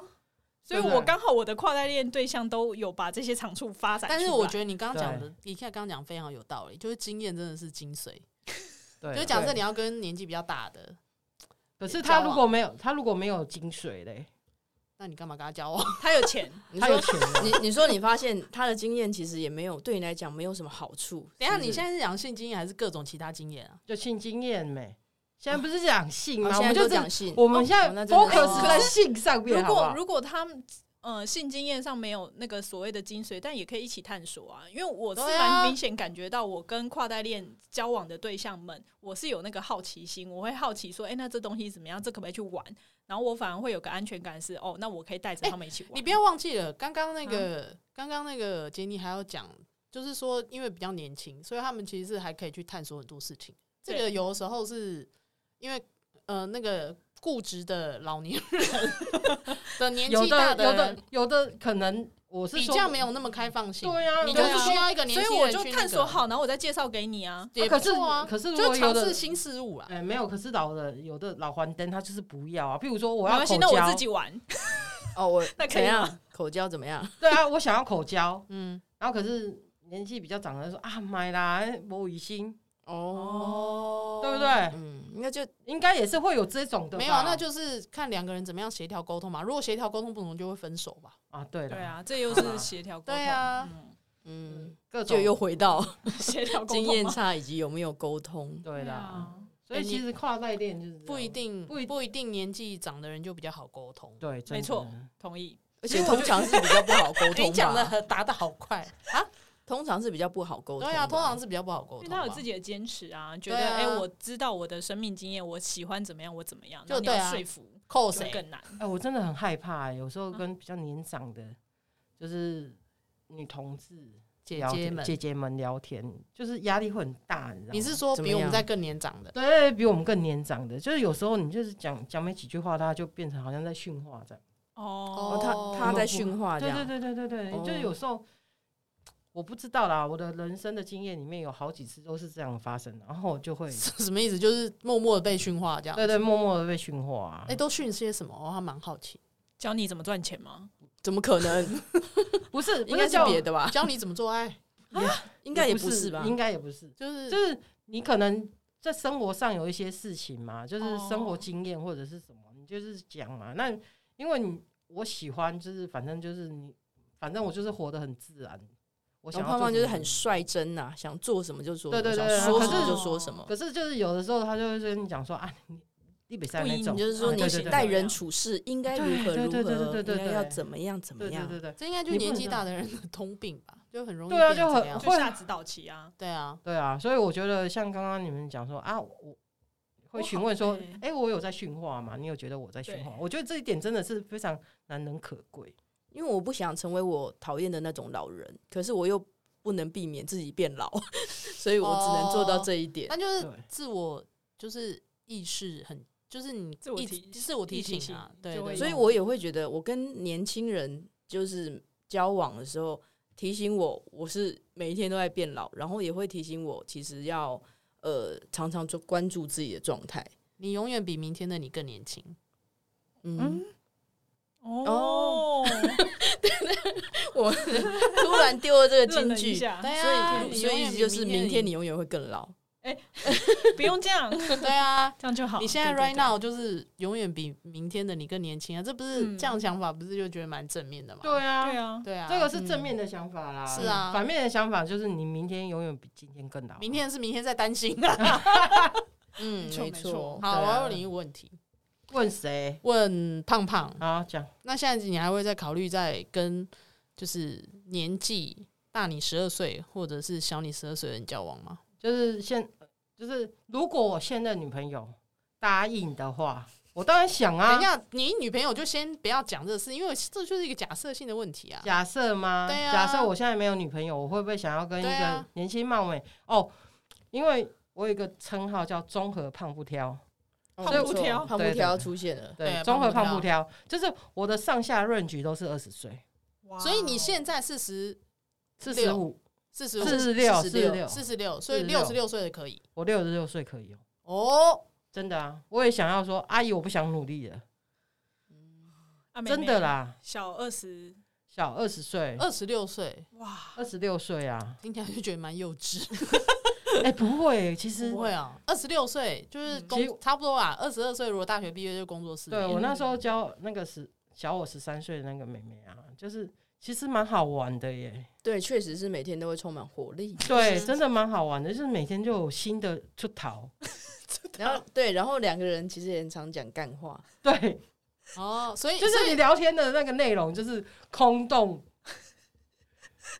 [SPEAKER 9] 所
[SPEAKER 8] 对
[SPEAKER 9] 以
[SPEAKER 8] 不对
[SPEAKER 9] 我刚好我的跨代恋对象都有把这些长处发展出来。
[SPEAKER 7] 但是我觉得你刚刚讲的，你看刚刚讲非常有道理，就是经验真的是精髓。
[SPEAKER 8] 对，
[SPEAKER 7] 就假设
[SPEAKER 8] 对
[SPEAKER 7] 你要跟年纪比较大的，
[SPEAKER 8] 可是
[SPEAKER 7] 交
[SPEAKER 8] 他
[SPEAKER 7] 往
[SPEAKER 8] 如果没有，他如果没有精髓嘞，
[SPEAKER 7] 那你干嘛跟他交往？ *laughs*
[SPEAKER 9] 他有钱，
[SPEAKER 3] 你
[SPEAKER 8] 他有
[SPEAKER 3] 说
[SPEAKER 8] 钱啊
[SPEAKER 3] 你你说你发现他的经验其实也没有对你来讲没有什么好处。
[SPEAKER 7] 等一下，
[SPEAKER 3] 是不是
[SPEAKER 7] 你现在是讲性经验还是各种其他经验啊？
[SPEAKER 8] 就性经验没。现在不是讲性
[SPEAKER 3] 哦现
[SPEAKER 8] 吗？我
[SPEAKER 3] 在
[SPEAKER 8] 们
[SPEAKER 3] 都
[SPEAKER 8] 就
[SPEAKER 3] 讲
[SPEAKER 8] 讲，
[SPEAKER 3] 性，
[SPEAKER 8] 我们现
[SPEAKER 3] 哦
[SPEAKER 8] 在
[SPEAKER 3] 那真的
[SPEAKER 8] focus 在性上
[SPEAKER 9] 如
[SPEAKER 8] 面，好不
[SPEAKER 9] 果
[SPEAKER 8] 好？
[SPEAKER 9] 如果他们呃性经验上没有那个所谓的精髓，但也可以一起探索啊。因为我是
[SPEAKER 7] 对啊
[SPEAKER 9] 蛮明显感觉到，我跟跨代恋交往的对象们，我是有那个好奇心，我会好奇说，哎、那这东西怎么样？这可不可以去玩？然后我反而会有个安全感是，哦，那我可以带着他们一起玩。
[SPEAKER 7] 你不要忘记了，刚刚那个，刚刚那个杰尼还要讲，就是说，因为比较年轻，所以他们其实是还可以去探索很多事情。这
[SPEAKER 9] 对
[SPEAKER 7] 个有的时候是因为呃，那个固执的老年人
[SPEAKER 8] *laughs*
[SPEAKER 7] 的年
[SPEAKER 8] 有
[SPEAKER 7] 纪大
[SPEAKER 8] 的有
[SPEAKER 7] 人
[SPEAKER 8] 的有的可能我是
[SPEAKER 7] 比
[SPEAKER 8] 说
[SPEAKER 7] 较没有那么开放性，
[SPEAKER 8] 对啊
[SPEAKER 7] 你就是
[SPEAKER 9] 对啊
[SPEAKER 7] 需要一个年
[SPEAKER 9] 所以
[SPEAKER 7] 轻
[SPEAKER 9] 我
[SPEAKER 7] 人
[SPEAKER 9] 就
[SPEAKER 7] 去那
[SPEAKER 9] 探索
[SPEAKER 7] 个，
[SPEAKER 9] 好，然后我再介绍给你啊。
[SPEAKER 7] 也不
[SPEAKER 8] 可是
[SPEAKER 7] 错啊，
[SPEAKER 8] 可是如
[SPEAKER 7] 就
[SPEAKER 8] 果
[SPEAKER 7] 尝
[SPEAKER 8] 有
[SPEAKER 7] 试
[SPEAKER 8] 的
[SPEAKER 7] 新事物啦。啊
[SPEAKER 8] 哎没有，可是老的有的老黄灯他就是不要啊。譬如说我
[SPEAKER 9] 没
[SPEAKER 8] 要
[SPEAKER 9] 关系
[SPEAKER 8] 口，
[SPEAKER 9] 那我自
[SPEAKER 8] 交，
[SPEAKER 9] 己玩。
[SPEAKER 3] 哦，我
[SPEAKER 9] 那可
[SPEAKER 3] 怎
[SPEAKER 9] 以吗
[SPEAKER 3] 样口交怎么样？
[SPEAKER 8] 对啊，我想要口交，
[SPEAKER 7] 嗯，
[SPEAKER 8] 然后可是年纪比较长的说啊买啦，我疑心，
[SPEAKER 3] 哦，
[SPEAKER 8] 对不对？
[SPEAKER 3] 嗯，应该就
[SPEAKER 8] 应该也是会有这种的吧，
[SPEAKER 7] 没有啊，那就是看两个人怎么样协调沟通嘛。如果协调沟通不同，就会分手吧。
[SPEAKER 8] 啊对
[SPEAKER 9] 对
[SPEAKER 8] 了，
[SPEAKER 9] 啊，这又是协调沟通。
[SPEAKER 7] 对啊
[SPEAKER 9] 嗯，
[SPEAKER 3] 嗯，
[SPEAKER 8] 各种
[SPEAKER 3] 就又回到
[SPEAKER 9] 协调沟通
[SPEAKER 3] 经
[SPEAKER 9] 嘛
[SPEAKER 3] 验差以及有没有沟通。
[SPEAKER 8] 对
[SPEAKER 9] 对
[SPEAKER 8] 啦，
[SPEAKER 9] 啊。
[SPEAKER 8] 所以其实跨代恋就是这样
[SPEAKER 7] 哎不一，定，
[SPEAKER 8] 不一
[SPEAKER 7] 不一定年纪长的人就比较好沟通。
[SPEAKER 8] 对，真的
[SPEAKER 9] 没错同意，
[SPEAKER 3] 而且通常是比较不好沟
[SPEAKER 8] *laughs*
[SPEAKER 7] 你
[SPEAKER 3] 通
[SPEAKER 7] 讲的
[SPEAKER 3] 吧。
[SPEAKER 7] 很答的好快啊！
[SPEAKER 3] 通常是比较不好沟通的。
[SPEAKER 7] 对啊，通常是比较不好沟通
[SPEAKER 9] 因为
[SPEAKER 7] 吧。
[SPEAKER 9] 他有自己的坚持啊，觉得
[SPEAKER 7] 对啊
[SPEAKER 9] 哎、我知道我的生命经验，我喜欢怎么样，我怎么样，
[SPEAKER 7] 就
[SPEAKER 9] 然后你
[SPEAKER 7] 对
[SPEAKER 9] 要
[SPEAKER 7] 啊
[SPEAKER 9] 说服
[SPEAKER 7] 扣
[SPEAKER 9] 就
[SPEAKER 7] 谁？
[SPEAKER 9] 更难。
[SPEAKER 8] 哎，我真的很害怕、欸有时候
[SPEAKER 7] 嗯
[SPEAKER 8] 跟比较年长的，就是女同志
[SPEAKER 7] 姐
[SPEAKER 8] 聊
[SPEAKER 7] 姐
[SPEAKER 8] 天
[SPEAKER 7] 们，
[SPEAKER 8] 姐姐们聊天，就是压力会很大，你知道吗？
[SPEAKER 7] 你是说比
[SPEAKER 3] 怎
[SPEAKER 7] 我
[SPEAKER 3] 么
[SPEAKER 7] 们
[SPEAKER 3] 样
[SPEAKER 7] 在更年长的？ *laughs*
[SPEAKER 8] 对比我们更年长的，就是有时候你就是讲讲没几句话，他就变成好像在训话这样。
[SPEAKER 9] 哦，
[SPEAKER 7] 哦
[SPEAKER 3] 他他在训话这
[SPEAKER 8] 对
[SPEAKER 3] 样，
[SPEAKER 8] 对对对对对，就是有时候我不知道啦，我的人生的经验里面有好几次都是这样发生的，然后我就会
[SPEAKER 7] 什么意思？就是默默的被驯化这样。
[SPEAKER 8] 对对默默的被训话、啊。
[SPEAKER 7] 哎、都训些什么？我还蛮好奇。
[SPEAKER 9] 教你怎么赚钱吗？
[SPEAKER 3] 怎么可能？
[SPEAKER 8] 不是
[SPEAKER 3] 应
[SPEAKER 8] 不
[SPEAKER 3] 该是
[SPEAKER 8] 叫
[SPEAKER 3] 别的吧？
[SPEAKER 7] 教你怎么做爱，
[SPEAKER 3] 应该也
[SPEAKER 8] 不
[SPEAKER 3] 不是吧？
[SPEAKER 8] 应该也不是，
[SPEAKER 7] 就是
[SPEAKER 8] 就是你可能在生活上有一些事情嘛，就是生活经验或者是什么，你就是讲嘛。那因为你我喜欢，就是反正就是你，反正我就是活得很自然。我想
[SPEAKER 3] 然
[SPEAKER 8] 要
[SPEAKER 3] 后胖胖
[SPEAKER 8] 做
[SPEAKER 3] 就
[SPEAKER 8] 什
[SPEAKER 3] 是
[SPEAKER 8] 么
[SPEAKER 3] 很率真呐、想做什么就做什么，
[SPEAKER 8] 对对对
[SPEAKER 3] 想说
[SPEAKER 8] 可
[SPEAKER 3] 什么
[SPEAKER 8] 是
[SPEAKER 3] 就说什么。
[SPEAKER 8] 可是就是有的时候他就会跟你讲说啊，你你比赛
[SPEAKER 9] 不
[SPEAKER 8] 那
[SPEAKER 9] 赢
[SPEAKER 8] 种，
[SPEAKER 3] 你就是说，
[SPEAKER 8] 啊
[SPEAKER 3] 你
[SPEAKER 8] 对对对
[SPEAKER 3] 待人处事应该如何
[SPEAKER 8] 对
[SPEAKER 3] 如
[SPEAKER 8] 对对
[SPEAKER 3] 何，
[SPEAKER 8] 对对对
[SPEAKER 3] 应
[SPEAKER 8] 对
[SPEAKER 3] 该要怎么样怎么
[SPEAKER 8] 对对
[SPEAKER 3] 样。
[SPEAKER 8] 对对
[SPEAKER 7] 这应该就
[SPEAKER 8] 你
[SPEAKER 7] 是
[SPEAKER 8] 不
[SPEAKER 7] 年
[SPEAKER 8] 能
[SPEAKER 7] 纪
[SPEAKER 8] 这
[SPEAKER 7] 大
[SPEAKER 8] 样
[SPEAKER 7] 的人的通病吧，就很容易
[SPEAKER 8] 对啊
[SPEAKER 7] 变
[SPEAKER 8] 就
[SPEAKER 7] 这
[SPEAKER 8] 很
[SPEAKER 7] 样
[SPEAKER 8] 会
[SPEAKER 9] 就下指导期啊，
[SPEAKER 7] 对啊，
[SPEAKER 8] 对啊，所以我觉得像刚刚你们讲说啊，我会询问说
[SPEAKER 9] 我好，
[SPEAKER 8] 哎、我有在训话吗？你有觉得我在训话吗？我觉得这一点真的是非常难能可贵。
[SPEAKER 3] 因为我不想成为我讨厌的那种老人，可是我又不能避免自己变老， *laughs* 所以我只能做
[SPEAKER 8] 哦
[SPEAKER 3] 到这一点。
[SPEAKER 7] 那就是
[SPEAKER 8] 对
[SPEAKER 7] 自我就是意识很，就是你
[SPEAKER 9] 自我
[SPEAKER 7] 意
[SPEAKER 9] 提
[SPEAKER 7] 自我提
[SPEAKER 9] 意识
[SPEAKER 7] 醒啊
[SPEAKER 9] 性，
[SPEAKER 7] 对
[SPEAKER 9] 就
[SPEAKER 7] 对
[SPEAKER 9] 会
[SPEAKER 7] 对
[SPEAKER 3] 所以我也会觉得，我跟年轻人就是交往的时候，提醒我我是每一天都在变老，然后也会提醒我，其实要呃常常就关注自己的状态。
[SPEAKER 7] 你永远比明天的你更
[SPEAKER 8] *laughs*
[SPEAKER 7] 年轻。
[SPEAKER 3] 嗯，
[SPEAKER 9] 哦，
[SPEAKER 3] 我突然丢了这个
[SPEAKER 9] *laughs* 愣
[SPEAKER 3] 金
[SPEAKER 9] 了一
[SPEAKER 3] 句，
[SPEAKER 9] 下，
[SPEAKER 7] 对啊，
[SPEAKER 3] 所以
[SPEAKER 7] 你
[SPEAKER 3] 所
[SPEAKER 7] 永
[SPEAKER 3] 以意
[SPEAKER 7] 远
[SPEAKER 3] 思
[SPEAKER 7] 比
[SPEAKER 3] 就是明天
[SPEAKER 7] 的
[SPEAKER 3] 你永远会更老。
[SPEAKER 9] 不用这样，
[SPEAKER 7] 对啊。
[SPEAKER 9] 这样就好。
[SPEAKER 7] 你现在
[SPEAKER 9] 对对
[SPEAKER 7] right now 就是永远比明天的你更年轻啊！这不是
[SPEAKER 9] 嗯
[SPEAKER 7] 这样想法，不是就觉得蛮正面的吗？
[SPEAKER 8] 对啊，
[SPEAKER 9] 对啊，
[SPEAKER 7] 对啊，
[SPEAKER 8] 这个是正面的想法啦。
[SPEAKER 7] 是啊
[SPEAKER 8] 反面的想法就是你明天永远比今天更啊老。
[SPEAKER 7] 明天是明天再
[SPEAKER 8] *laughs*
[SPEAKER 7] 担心啊。
[SPEAKER 3] 嗯，
[SPEAKER 9] 没错没
[SPEAKER 3] 错
[SPEAKER 9] 错。
[SPEAKER 7] 好，
[SPEAKER 8] 对
[SPEAKER 7] 我
[SPEAKER 8] 啊
[SPEAKER 7] 要问你一个问题，
[SPEAKER 8] 问谁？
[SPEAKER 7] 问胖胖，
[SPEAKER 8] 好讲，
[SPEAKER 7] 那现在你还会再考虑再跟就是年纪大你十二岁或者是小你十二岁的人交往吗？
[SPEAKER 8] 就是现，就是如果我现任女朋友答应的话，我当然想
[SPEAKER 7] 等
[SPEAKER 8] 啊
[SPEAKER 7] 一。下，你女朋友就先不要讲这事，因为这就是一个假设性的问题啊。
[SPEAKER 8] 假设吗？
[SPEAKER 7] 对啊
[SPEAKER 8] 假设我现在没有女朋友，我会不会想要跟一
[SPEAKER 7] 对
[SPEAKER 8] 个
[SPEAKER 7] 啊
[SPEAKER 8] 年轻貌美？哦，因为我有一个称号叫“综合胖不挑
[SPEAKER 3] 哦
[SPEAKER 9] 胖不挑
[SPEAKER 3] 没错胖
[SPEAKER 8] 对
[SPEAKER 3] 不
[SPEAKER 8] 对
[SPEAKER 3] 挑
[SPEAKER 8] 对
[SPEAKER 3] 出现”，了。
[SPEAKER 8] 对，
[SPEAKER 7] 对
[SPEAKER 8] 综合
[SPEAKER 7] 胖
[SPEAKER 8] 胖
[SPEAKER 7] 不
[SPEAKER 8] 不挑，就是我的上下论局都是二十岁、啊
[SPEAKER 9] 哇
[SPEAKER 7] 所以你
[SPEAKER 9] 哦
[SPEAKER 7] 现在四十、
[SPEAKER 8] 四十五、
[SPEAKER 7] 四十五、
[SPEAKER 8] 四十六、四十
[SPEAKER 7] 46
[SPEAKER 8] 六，
[SPEAKER 7] 四十六，所以
[SPEAKER 8] 46
[SPEAKER 7] 六十六岁的可以
[SPEAKER 8] 我六十六岁可以哦、
[SPEAKER 7] 哦。
[SPEAKER 8] 真的啊！我也想要说，阿姨，我不想努力了，
[SPEAKER 9] 啊妹妹
[SPEAKER 8] 真的啦，
[SPEAKER 9] 小二十
[SPEAKER 8] 小二十岁，
[SPEAKER 7] 二十六岁
[SPEAKER 9] 哇，
[SPEAKER 8] 二十六岁
[SPEAKER 7] *laughs*
[SPEAKER 8] 啊，
[SPEAKER 7] 听起来就觉得蛮幼稚，
[SPEAKER 8] 哎、不会，其实
[SPEAKER 7] 不会啊。二十六岁就是
[SPEAKER 9] 嗯
[SPEAKER 8] 其实
[SPEAKER 7] 工差不多啊，二十二岁如果大学毕业就工作四
[SPEAKER 8] 对
[SPEAKER 7] 年，
[SPEAKER 8] 我那时候教那个十小我十三岁的那个妹妹啊，就是其实蛮好玩的耶。
[SPEAKER 3] 对，确实是每天都会充满活力。
[SPEAKER 8] 对，真的蛮好玩的，就是每天就有新的出逃。
[SPEAKER 3] 然后对，然后两个人其实也很常讲干话，
[SPEAKER 8] 对，
[SPEAKER 7] 哦，所以
[SPEAKER 8] 就是你聊天的那个内容就是空洞、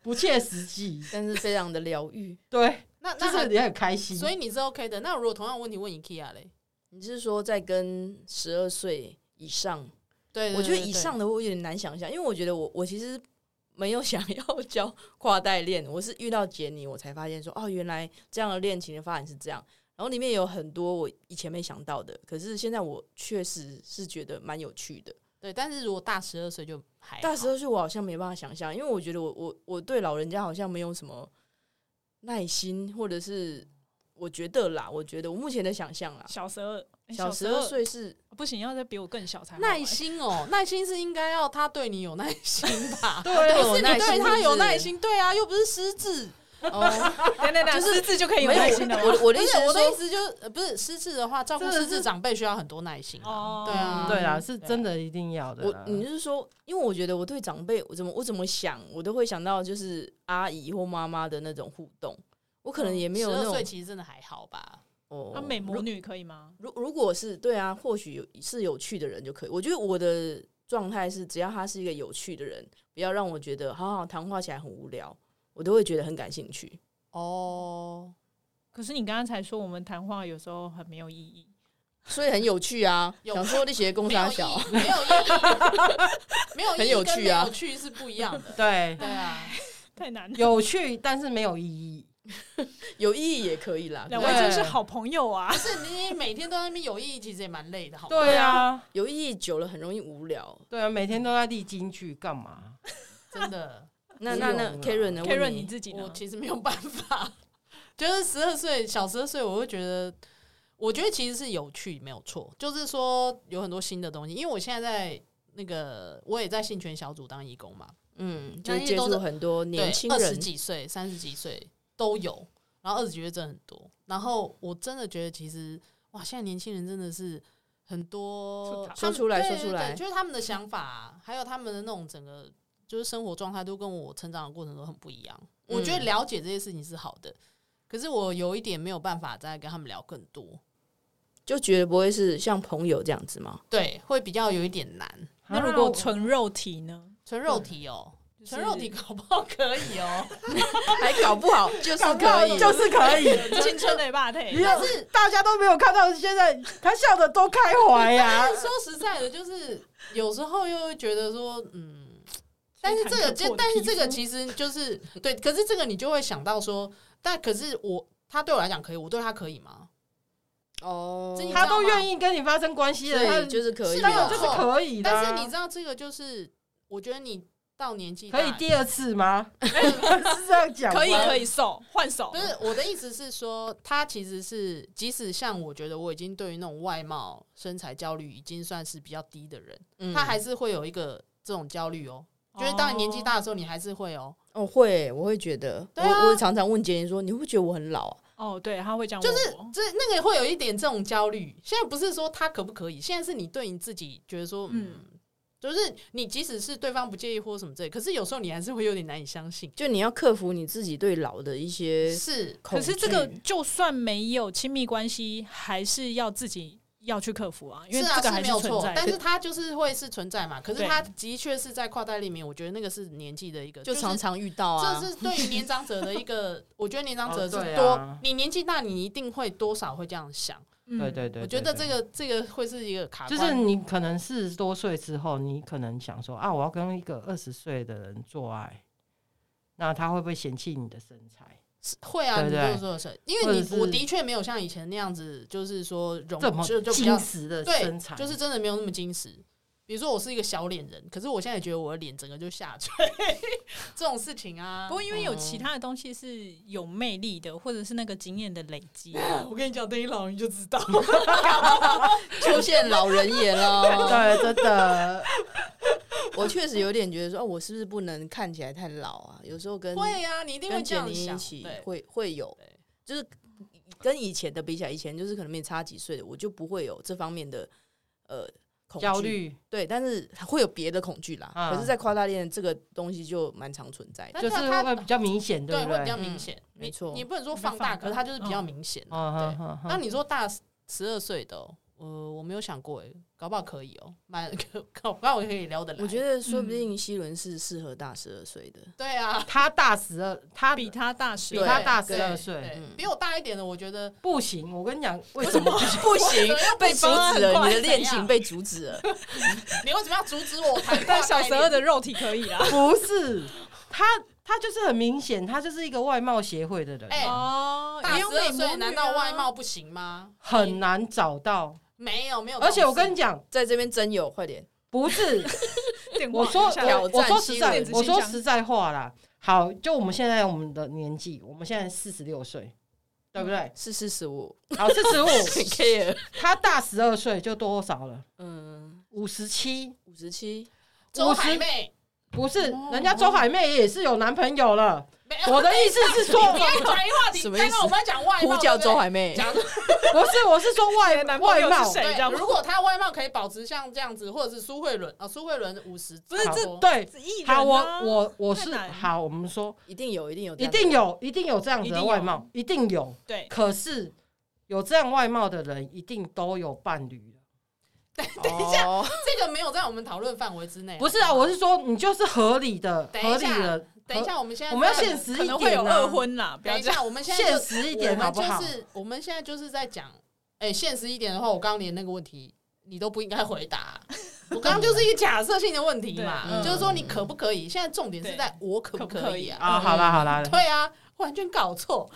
[SPEAKER 8] 不切实际。
[SPEAKER 3] 但是非常的疗愈。
[SPEAKER 8] 对，
[SPEAKER 7] 那那
[SPEAKER 8] 就
[SPEAKER 7] 还
[SPEAKER 8] 是也很开心。
[SPEAKER 7] 所以你是 OK 的。那如果同样问题问 IKEA 嘞？
[SPEAKER 3] 你是说在跟十二岁以上？
[SPEAKER 7] 对
[SPEAKER 3] 我觉得以上的我有点难想象，因为我觉得我我其实没有 *laughs* 想要教跨代恋，我是遇到杰尼我才发现说哦，原来这样的恋情的发展是这样。然后里面有很多我以前没想到的，可是现在我确实是觉得蛮有趣的。
[SPEAKER 7] 对，但是如果大十二岁就还好
[SPEAKER 3] 大十二岁我好像没办法想象，因为我觉得我我我对老人家好像没有什么耐心，或者是我觉得啦，我觉得我目前的想象啦，
[SPEAKER 9] 小十二，哎
[SPEAKER 3] 小十
[SPEAKER 9] 十
[SPEAKER 3] 二岁是
[SPEAKER 9] 不行，要再比我更小才好
[SPEAKER 7] 耐
[SPEAKER 9] 玩
[SPEAKER 7] 心哦，耐心是应该要他对你有耐心吧？
[SPEAKER 3] *laughs*
[SPEAKER 8] 对
[SPEAKER 7] 不
[SPEAKER 3] 对
[SPEAKER 7] 是
[SPEAKER 3] 我
[SPEAKER 7] 你
[SPEAKER 3] 耐心
[SPEAKER 7] 对他有耐
[SPEAKER 3] 是
[SPEAKER 7] 心，对啊，又不是失
[SPEAKER 3] *laughs*
[SPEAKER 7] 智。
[SPEAKER 3] 哦，
[SPEAKER 9] 哎等等等，
[SPEAKER 3] 就是
[SPEAKER 9] 识字就可以
[SPEAKER 3] 没
[SPEAKER 9] 有
[SPEAKER 3] 有
[SPEAKER 9] 耐心的吗？
[SPEAKER 3] 我我的
[SPEAKER 7] 不
[SPEAKER 3] 意
[SPEAKER 7] 是
[SPEAKER 3] 思是
[SPEAKER 7] 我的意
[SPEAKER 3] 说，
[SPEAKER 7] 思就是，呃不是失智的话，照顾
[SPEAKER 8] 真的
[SPEAKER 7] 失智
[SPEAKER 8] 是
[SPEAKER 7] 长辈需要很多耐心啊。
[SPEAKER 9] 哦
[SPEAKER 7] 对啊，
[SPEAKER 8] 对啦，是
[SPEAKER 7] 对啊啊
[SPEAKER 8] 真的一定要的啦
[SPEAKER 3] 我。你是说，因为我觉得我对长辈，我怎么我怎么想，我都会想到就是阿姨或妈妈的那种互动，我可能也没有
[SPEAKER 7] 嗯十
[SPEAKER 3] 那
[SPEAKER 7] 二岁，
[SPEAKER 3] 种
[SPEAKER 7] 其实真的还好吧？
[SPEAKER 3] 哦
[SPEAKER 9] 啊，美魔女可以吗？
[SPEAKER 3] 如如果是对啊，或许有是有趣的人就可以。我觉得我的状态是，只要他是一个有趣的人，不要让我觉得好好谈话起来很无聊，我都会觉得很感兴趣。
[SPEAKER 7] 哦，
[SPEAKER 9] 可是你刚刚才说我们谈话有时候很没有意义，
[SPEAKER 3] 所以很有趣啊，
[SPEAKER 7] *laughs* 有
[SPEAKER 3] 想说那些公
[SPEAKER 7] 没有
[SPEAKER 3] 差
[SPEAKER 7] 意
[SPEAKER 3] 小，
[SPEAKER 7] 义，没有意义，没有意义，
[SPEAKER 3] 很有趣啊
[SPEAKER 7] 有趣是不一样的。
[SPEAKER 8] *laughs* 对，
[SPEAKER 7] 对啊，
[SPEAKER 9] *laughs* 太难
[SPEAKER 8] *laughs*
[SPEAKER 9] 了。
[SPEAKER 8] 有趣但是没有意义。
[SPEAKER 3] 有意义也可以啦。
[SPEAKER 9] 两
[SPEAKER 3] 对
[SPEAKER 9] 位
[SPEAKER 8] 对
[SPEAKER 9] 真是好朋友啊
[SPEAKER 7] 不！是你每天都在那边有意义，其实也蛮累的，好吗？
[SPEAKER 8] 对啊，
[SPEAKER 3] 有意义久了很容易无聊。
[SPEAKER 8] 对啊，每天都在历经去干嘛？
[SPEAKER 7] 真的，
[SPEAKER 3] 那那那
[SPEAKER 8] 有啊
[SPEAKER 3] Karen 呢
[SPEAKER 9] Karen
[SPEAKER 3] 问
[SPEAKER 9] 你
[SPEAKER 3] 你
[SPEAKER 9] 自己
[SPEAKER 7] 我
[SPEAKER 9] 呢？
[SPEAKER 7] 其实没有办法， *laughs* 就是十二岁小十二岁，我会觉得，我觉得其实是有趣，没有错，就是说有很多新的东西，因为我现在在那个我也在性权小组当义工嘛，
[SPEAKER 3] 嗯，就
[SPEAKER 7] 那
[SPEAKER 3] 是
[SPEAKER 7] 些
[SPEAKER 3] 接
[SPEAKER 7] 都
[SPEAKER 3] 触
[SPEAKER 7] 是
[SPEAKER 3] 很多
[SPEAKER 7] 对
[SPEAKER 3] 年轻，
[SPEAKER 7] 二十
[SPEAKER 3] 人，
[SPEAKER 7] 几岁、三十几岁都有，然后二十几岁真的很多。然后我真的觉得，其实哇，现在年轻人真的是很多
[SPEAKER 9] 出逃
[SPEAKER 7] 他们
[SPEAKER 3] 说出来
[SPEAKER 7] 对
[SPEAKER 3] 说出来
[SPEAKER 7] 对对就是他们的想法啊、还有他们的那种整个就是生活状态，都跟我成长的过程都很不一样。我觉得
[SPEAKER 3] 嗯
[SPEAKER 7] 了解这些事情是好的，可是我有一点没有办法再跟他们聊更多，
[SPEAKER 3] 就觉得不会是像朋友这样子
[SPEAKER 7] *laughs*
[SPEAKER 3] 吗？
[SPEAKER 7] 对，会比较有一点难。
[SPEAKER 9] 那如果纯肉体呢？
[SPEAKER 7] 纯肉体哦、
[SPEAKER 3] 嗯
[SPEAKER 9] 就是
[SPEAKER 7] 纯肉体搞不好可以哦、
[SPEAKER 3] 还搞不好就是
[SPEAKER 8] 搞不好
[SPEAKER 3] 可以，
[SPEAKER 8] 就是可以。
[SPEAKER 9] 青春的霸体， *laughs*
[SPEAKER 8] 但是 *laughs* 大家都没有看到，现在他笑得都开怀啊呀、
[SPEAKER 7] 但是说实在的，就是有时候又会觉得说，嗯，但
[SPEAKER 9] 去
[SPEAKER 7] 是
[SPEAKER 9] 坦
[SPEAKER 7] 这个
[SPEAKER 9] 克破
[SPEAKER 7] 就
[SPEAKER 9] 的
[SPEAKER 7] 但是
[SPEAKER 9] 皮
[SPEAKER 7] 这个
[SPEAKER 9] 肤
[SPEAKER 7] 其实就是对，可是这个你就会想到说，但可是我他对我来讲可以，我对他可以吗？
[SPEAKER 3] 哦
[SPEAKER 8] *laughs*
[SPEAKER 7] 这，
[SPEAKER 8] 他都愿意跟你发生关系了，
[SPEAKER 3] 所
[SPEAKER 8] 他
[SPEAKER 3] 以就是可以
[SPEAKER 8] 当
[SPEAKER 3] 啊
[SPEAKER 8] 然，就是可以的啊、
[SPEAKER 7] 但是你知道这个就是，我觉得你到年纪大
[SPEAKER 8] 可以第二次
[SPEAKER 7] *laughs*
[SPEAKER 8] 吗？
[SPEAKER 7] 哎
[SPEAKER 8] 是这样讲吗？
[SPEAKER 9] 可以可以瘦换手
[SPEAKER 7] 不，是我的意思是说，他其实是即使像我觉得我已经对于那种外貌身材焦虑已经算是比较低的人，
[SPEAKER 3] 嗯
[SPEAKER 7] 他还是会有一个这种焦虑哦。就是当你年纪大的时候，你还是会哦。
[SPEAKER 3] 哦会，我会觉得，我
[SPEAKER 7] 对啊
[SPEAKER 3] 我也常常问杰尼说，你会不会觉得我很老啊？
[SPEAKER 9] 哦，对，他会这样
[SPEAKER 7] 就
[SPEAKER 9] 问
[SPEAKER 7] 是
[SPEAKER 9] 我，
[SPEAKER 7] 这那个会有一点这种焦虑。现在不是说他可不可以，现在是你对你自己觉得说，嗯，就是你即使是对方不介意或什么之类，可是有时候你还是会有点难以相信。
[SPEAKER 3] 就你要克服你自己对老的一些
[SPEAKER 7] 是，
[SPEAKER 3] 恐
[SPEAKER 9] 可
[SPEAKER 3] 惧。
[SPEAKER 9] 是这个就算没有亲密关系，还是要自己要去克服啊，因为
[SPEAKER 7] 是啊，
[SPEAKER 9] 这个
[SPEAKER 7] 是
[SPEAKER 9] 还
[SPEAKER 7] 没有
[SPEAKER 9] 存
[SPEAKER 7] 错
[SPEAKER 9] 在，的。
[SPEAKER 7] 但是他就是会是存在嘛。可是
[SPEAKER 9] 对
[SPEAKER 7] 他的确是在跨代里面，我觉得那个是年纪的一个，
[SPEAKER 3] 就是常常遇到啊，
[SPEAKER 7] 这是对于年长者的一 *laughs* 个，我觉得年长者
[SPEAKER 8] 哦
[SPEAKER 7] 是
[SPEAKER 8] 对
[SPEAKER 7] 多，
[SPEAKER 8] 啊
[SPEAKER 7] 你年纪大，你一定会多少会这样想。
[SPEAKER 9] 嗯
[SPEAKER 8] 对对对，
[SPEAKER 7] 我觉得
[SPEAKER 8] 对
[SPEAKER 7] 这。个这个会是一个卡
[SPEAKER 8] 就
[SPEAKER 7] 关，
[SPEAKER 8] 是你可能四十多岁之后，你可能想说啊，我要跟一个二十岁的人做爱，那他会不会嫌弃你的身材？
[SPEAKER 7] 是会啊，
[SPEAKER 8] 对不
[SPEAKER 7] 你就
[SPEAKER 8] 对
[SPEAKER 7] 是说是，因为
[SPEAKER 8] 或者
[SPEAKER 7] 你
[SPEAKER 8] 是
[SPEAKER 7] 我的确没有像以前那样子，就是说容
[SPEAKER 8] 这么
[SPEAKER 7] 哦就就比
[SPEAKER 8] 精
[SPEAKER 7] 较
[SPEAKER 8] 实的身材，
[SPEAKER 7] 对，就是真的没有那么矜持。比如说我是一个小脸人，可是我现在觉得我的脸整个就下垂，这种事情啊。
[SPEAKER 9] 不过因为有其
[SPEAKER 7] 嗯，
[SPEAKER 9] 他的东西是有魅力的，或者是那个经验的累积，
[SPEAKER 7] 我跟你讲，等你老你就知道。
[SPEAKER 3] 出现老人眼了。 *laughs*
[SPEAKER 8] 对，真的。
[SPEAKER 3] 我确实有点觉得说，哦，我是不是不能看起来太老啊？有时候跟
[SPEAKER 7] 会啊，你一定会
[SPEAKER 3] 跟
[SPEAKER 7] 这
[SPEAKER 3] 杰
[SPEAKER 7] 样
[SPEAKER 3] 尼一
[SPEAKER 7] 想。
[SPEAKER 3] 起
[SPEAKER 7] 对，
[SPEAKER 3] 会会有
[SPEAKER 7] 对，
[SPEAKER 3] 就是跟以前的比起来，以前就是可能没差几岁的，我就不会有这方面的呃恐惧
[SPEAKER 8] 焦。虑
[SPEAKER 3] 对，但是会有别的恐惧啦。
[SPEAKER 8] 啊
[SPEAKER 3] 可是，在跨大恋这个东西就蛮常存在的。
[SPEAKER 7] 但
[SPEAKER 8] 就是是
[SPEAKER 7] 他
[SPEAKER 8] 会比较明显，
[SPEAKER 7] 对，
[SPEAKER 8] 不
[SPEAKER 7] 会比
[SPEAKER 8] 对？
[SPEAKER 7] 较
[SPEAKER 8] 嗯
[SPEAKER 7] 明显。
[SPEAKER 3] 没错
[SPEAKER 7] 你你不能说
[SPEAKER 9] 比较
[SPEAKER 7] 放大，
[SPEAKER 9] 放大
[SPEAKER 7] 可是它就是比较
[SPEAKER 9] 嗯
[SPEAKER 7] 明显啊。对
[SPEAKER 8] 嗯，嗯
[SPEAKER 7] 那你说大十二岁的哦、呃，我没有想过哎，搞不好可以哦、蛮 *laughs* 搞不好我可以聊得来。
[SPEAKER 3] 我觉得说不
[SPEAKER 9] 嗯
[SPEAKER 3] 定希伦是适合大十二岁的，
[SPEAKER 7] 对啊，
[SPEAKER 8] 他大十二，他 *laughs*
[SPEAKER 9] 比 *laughs* 他大十
[SPEAKER 8] 比
[SPEAKER 3] 对
[SPEAKER 8] 他大
[SPEAKER 7] 对
[SPEAKER 8] 十二岁，
[SPEAKER 7] 对
[SPEAKER 3] 嗯
[SPEAKER 7] 比我大一点的，我觉得
[SPEAKER 8] 不行。我跟你讲，为什么？。
[SPEAKER 3] 不行，被阻止了，你的恋
[SPEAKER 7] 怎样
[SPEAKER 3] 情被阻止了。
[SPEAKER 7] 你为什么要阻止我谈跨
[SPEAKER 9] 但小
[SPEAKER 7] 代
[SPEAKER 9] 十二
[SPEAKER 7] 恋
[SPEAKER 9] 的肉体可以啦
[SPEAKER 8] 不是 *laughs* 他，他就是很明显，他就是一个外貌协会的人，
[SPEAKER 7] 哎
[SPEAKER 9] 哦
[SPEAKER 7] 大
[SPEAKER 9] 也
[SPEAKER 7] 十
[SPEAKER 9] 有美
[SPEAKER 7] 二
[SPEAKER 9] 魔女
[SPEAKER 7] 岁
[SPEAKER 9] 啊
[SPEAKER 7] 难道外貌不行吗？
[SPEAKER 8] 很难找到。
[SPEAKER 7] 没有没有这种
[SPEAKER 8] 而
[SPEAKER 7] 事，
[SPEAKER 8] 且我跟你讲，
[SPEAKER 3] 在这边真有，快点！
[SPEAKER 8] 不 *laughs* 是
[SPEAKER 9] 电话
[SPEAKER 8] 我说
[SPEAKER 9] 一下
[SPEAKER 3] 挑
[SPEAKER 8] 我我说
[SPEAKER 3] 战
[SPEAKER 8] 实
[SPEAKER 3] 希
[SPEAKER 8] 在
[SPEAKER 9] 望
[SPEAKER 8] 我说实在话啦。好，就我们现在我们的年纪，我们现在四十六岁，对不对？
[SPEAKER 3] 是四十五
[SPEAKER 8] 好，四 *laughs* 十五，
[SPEAKER 3] care，
[SPEAKER 8] 他大十二岁就多少了？
[SPEAKER 3] 嗯，
[SPEAKER 8] 五十七，
[SPEAKER 3] 五十七，
[SPEAKER 7] 周
[SPEAKER 8] 我是
[SPEAKER 7] 海妹，
[SPEAKER 8] 不是？人家周海媚也是有男朋友了。
[SPEAKER 7] 没哎
[SPEAKER 8] 我的意思
[SPEAKER 7] *laughs*
[SPEAKER 8] 是说，
[SPEAKER 7] 哦你不要转移话题，
[SPEAKER 3] 什么
[SPEAKER 7] 刚
[SPEAKER 3] 意思
[SPEAKER 7] 刚我们在讲外
[SPEAKER 3] 呼
[SPEAKER 7] 貌，
[SPEAKER 3] 叫
[SPEAKER 7] 对不对
[SPEAKER 3] 周海媚，
[SPEAKER 8] *laughs*
[SPEAKER 7] 讲
[SPEAKER 8] 不是，我是说外
[SPEAKER 9] 你的男朋
[SPEAKER 8] 外
[SPEAKER 9] 友是
[SPEAKER 8] 貌，
[SPEAKER 9] 谁这样
[SPEAKER 7] 对，如果他外貌可以保持像这样子，或者是苏慧伦啊，苏慧伦五十，不
[SPEAKER 9] 是这
[SPEAKER 8] 对。
[SPEAKER 9] 艺人啊
[SPEAKER 8] 好，我我我
[SPEAKER 9] 太
[SPEAKER 8] 是
[SPEAKER 9] 难
[SPEAKER 8] 好，我们说
[SPEAKER 3] 一定有，一定有，
[SPEAKER 8] 一定。有一定有这样子
[SPEAKER 9] 一
[SPEAKER 8] 的
[SPEAKER 9] 定有
[SPEAKER 8] 外貌，一定有。
[SPEAKER 9] 对
[SPEAKER 8] 可是有这样外貌的人，一定都有伴侣了。
[SPEAKER 3] 等一下，
[SPEAKER 7] 这个没有在我们讨论范围之内、
[SPEAKER 8] 啊不是啊，我是说你就是合理的
[SPEAKER 7] 等，一
[SPEAKER 8] 合理
[SPEAKER 7] 下
[SPEAKER 8] 的
[SPEAKER 7] 等一下，我们现在
[SPEAKER 8] 我们要
[SPEAKER 7] 在
[SPEAKER 8] 现实
[SPEAKER 9] 可
[SPEAKER 8] 一
[SPEAKER 9] 能会
[SPEAKER 8] 点
[SPEAKER 9] 有
[SPEAKER 8] 啊
[SPEAKER 9] 二婚啦，不要
[SPEAKER 7] 等一
[SPEAKER 9] 这样。
[SPEAKER 7] 下，我们现在
[SPEAKER 8] 现
[SPEAKER 7] 就
[SPEAKER 8] 实一
[SPEAKER 7] 我
[SPEAKER 8] 点好
[SPEAKER 7] 们
[SPEAKER 8] 不好
[SPEAKER 7] 就？是我们现在就是在讲，哎、现实一点的话，我刚刚连那个问题你都不应该回答。 *laughs* 我刚刚就是一个假设性的问题嘛，
[SPEAKER 3] 对嗯
[SPEAKER 7] 就是说你可不可以？现在重点是
[SPEAKER 9] 对
[SPEAKER 7] 在我可不
[SPEAKER 9] 可不可
[SPEAKER 7] 以
[SPEAKER 9] 以
[SPEAKER 7] 啊？
[SPEAKER 8] 啊，好啦好啦，
[SPEAKER 7] 对啊，完全搞错。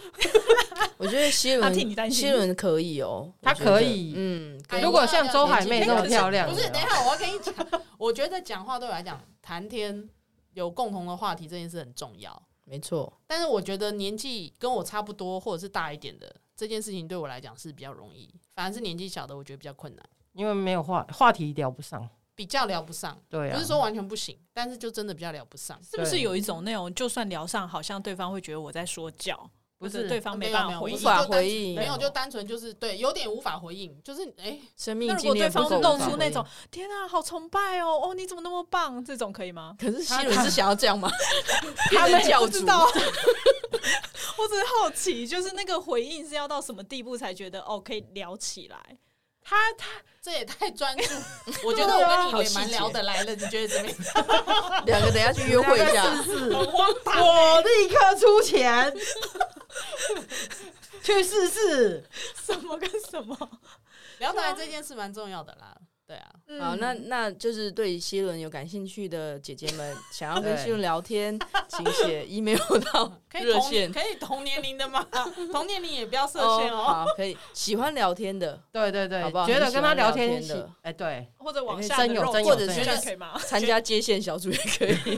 [SPEAKER 3] 我觉得希
[SPEAKER 9] 他替你
[SPEAKER 3] 伦，
[SPEAKER 9] 担心
[SPEAKER 3] 希伦可以哦，
[SPEAKER 8] 她
[SPEAKER 3] 我觉得
[SPEAKER 8] 可以
[SPEAKER 3] 嗯，可以
[SPEAKER 8] 如果像周海媚那么漂亮，
[SPEAKER 7] 不是，等一下我要跟你讲，我觉得讲话对我来讲，谈天有共同的话题这件事很重要。
[SPEAKER 3] 没错，
[SPEAKER 7] 但是我觉得年纪跟我差不多或者是大一点的这件事情，对我来讲是比较容易，反而是年纪小的我觉得比较困难，
[SPEAKER 8] 因为没有话话题聊不上，
[SPEAKER 7] 比较聊不上。
[SPEAKER 8] 对啊，
[SPEAKER 7] 不是说完全不行，但是就真的比较聊不上。
[SPEAKER 9] 是不是
[SPEAKER 8] 对
[SPEAKER 9] 有一种那种，就算聊上，好像对方会觉得我在说教，
[SPEAKER 8] 不
[SPEAKER 9] 或
[SPEAKER 8] 是
[SPEAKER 9] 者对方
[SPEAKER 7] 没
[SPEAKER 9] 没
[SPEAKER 7] 有
[SPEAKER 9] 办
[SPEAKER 7] 没
[SPEAKER 9] 法
[SPEAKER 7] 有
[SPEAKER 9] 回
[SPEAKER 7] 无
[SPEAKER 9] 应？
[SPEAKER 7] 法
[SPEAKER 3] 啊无法回应
[SPEAKER 7] 没有就单纯就是对，有点无法回应，就是哎，
[SPEAKER 3] 生
[SPEAKER 9] 那
[SPEAKER 3] 命
[SPEAKER 9] 如
[SPEAKER 3] 经
[SPEAKER 9] 果对
[SPEAKER 3] 验不够
[SPEAKER 9] 方露
[SPEAKER 3] 无法
[SPEAKER 9] 出
[SPEAKER 3] 回
[SPEAKER 9] 那
[SPEAKER 3] 应
[SPEAKER 9] 种，“天啊，好崇拜哦，哦，你怎么那么棒”这种可以吗？
[SPEAKER 3] 可是希
[SPEAKER 8] 他
[SPEAKER 3] 伦
[SPEAKER 8] 他
[SPEAKER 3] 是想要这样 *laughs* 吗？
[SPEAKER 9] 他
[SPEAKER 3] 变
[SPEAKER 9] 们
[SPEAKER 3] 成教
[SPEAKER 9] 不
[SPEAKER 3] 主
[SPEAKER 9] 知道，我只是好奇，就是那个回应是要到什么地步才觉得哦可以聊起来？他他
[SPEAKER 7] 这也太专
[SPEAKER 3] *laughs*
[SPEAKER 7] 注。我觉得我跟
[SPEAKER 3] 啊
[SPEAKER 7] 你也蛮聊得来了，你觉得怎么样？
[SPEAKER 3] 两个等一下去约会一
[SPEAKER 8] 大概
[SPEAKER 3] 下，
[SPEAKER 8] 试试，我立刻出钱 *laughs* 去试试。
[SPEAKER 9] 什么跟什么？
[SPEAKER 7] 聊得来这件事蛮重要的啦。对啊，
[SPEAKER 9] 嗯
[SPEAKER 3] 好，那那就是对希伦有感兴趣的姐姐们，想要跟希伦聊天，请写 email 到
[SPEAKER 7] 可以
[SPEAKER 3] 热
[SPEAKER 7] 同
[SPEAKER 3] 线
[SPEAKER 7] *laughs* 年可以同年龄
[SPEAKER 3] *laughs*
[SPEAKER 7] 的吗？同年龄也不要设限
[SPEAKER 3] 哦。
[SPEAKER 7] 哦。
[SPEAKER 3] 好，可以喜欢聊天的，
[SPEAKER 8] 对对对
[SPEAKER 3] 好不好，
[SPEAKER 8] 觉得跟他聊天
[SPEAKER 3] 很喜欢聊天的
[SPEAKER 8] 喜，哎，对，
[SPEAKER 9] 或者往
[SPEAKER 8] 哎
[SPEAKER 9] 下
[SPEAKER 8] 真
[SPEAKER 9] 的
[SPEAKER 8] 有
[SPEAKER 9] 肉
[SPEAKER 8] 真
[SPEAKER 9] 体
[SPEAKER 8] 有
[SPEAKER 3] 或者
[SPEAKER 8] 真
[SPEAKER 9] 这
[SPEAKER 8] 有
[SPEAKER 3] 是
[SPEAKER 9] 样可以吗？
[SPEAKER 3] 参加接线小组也可以。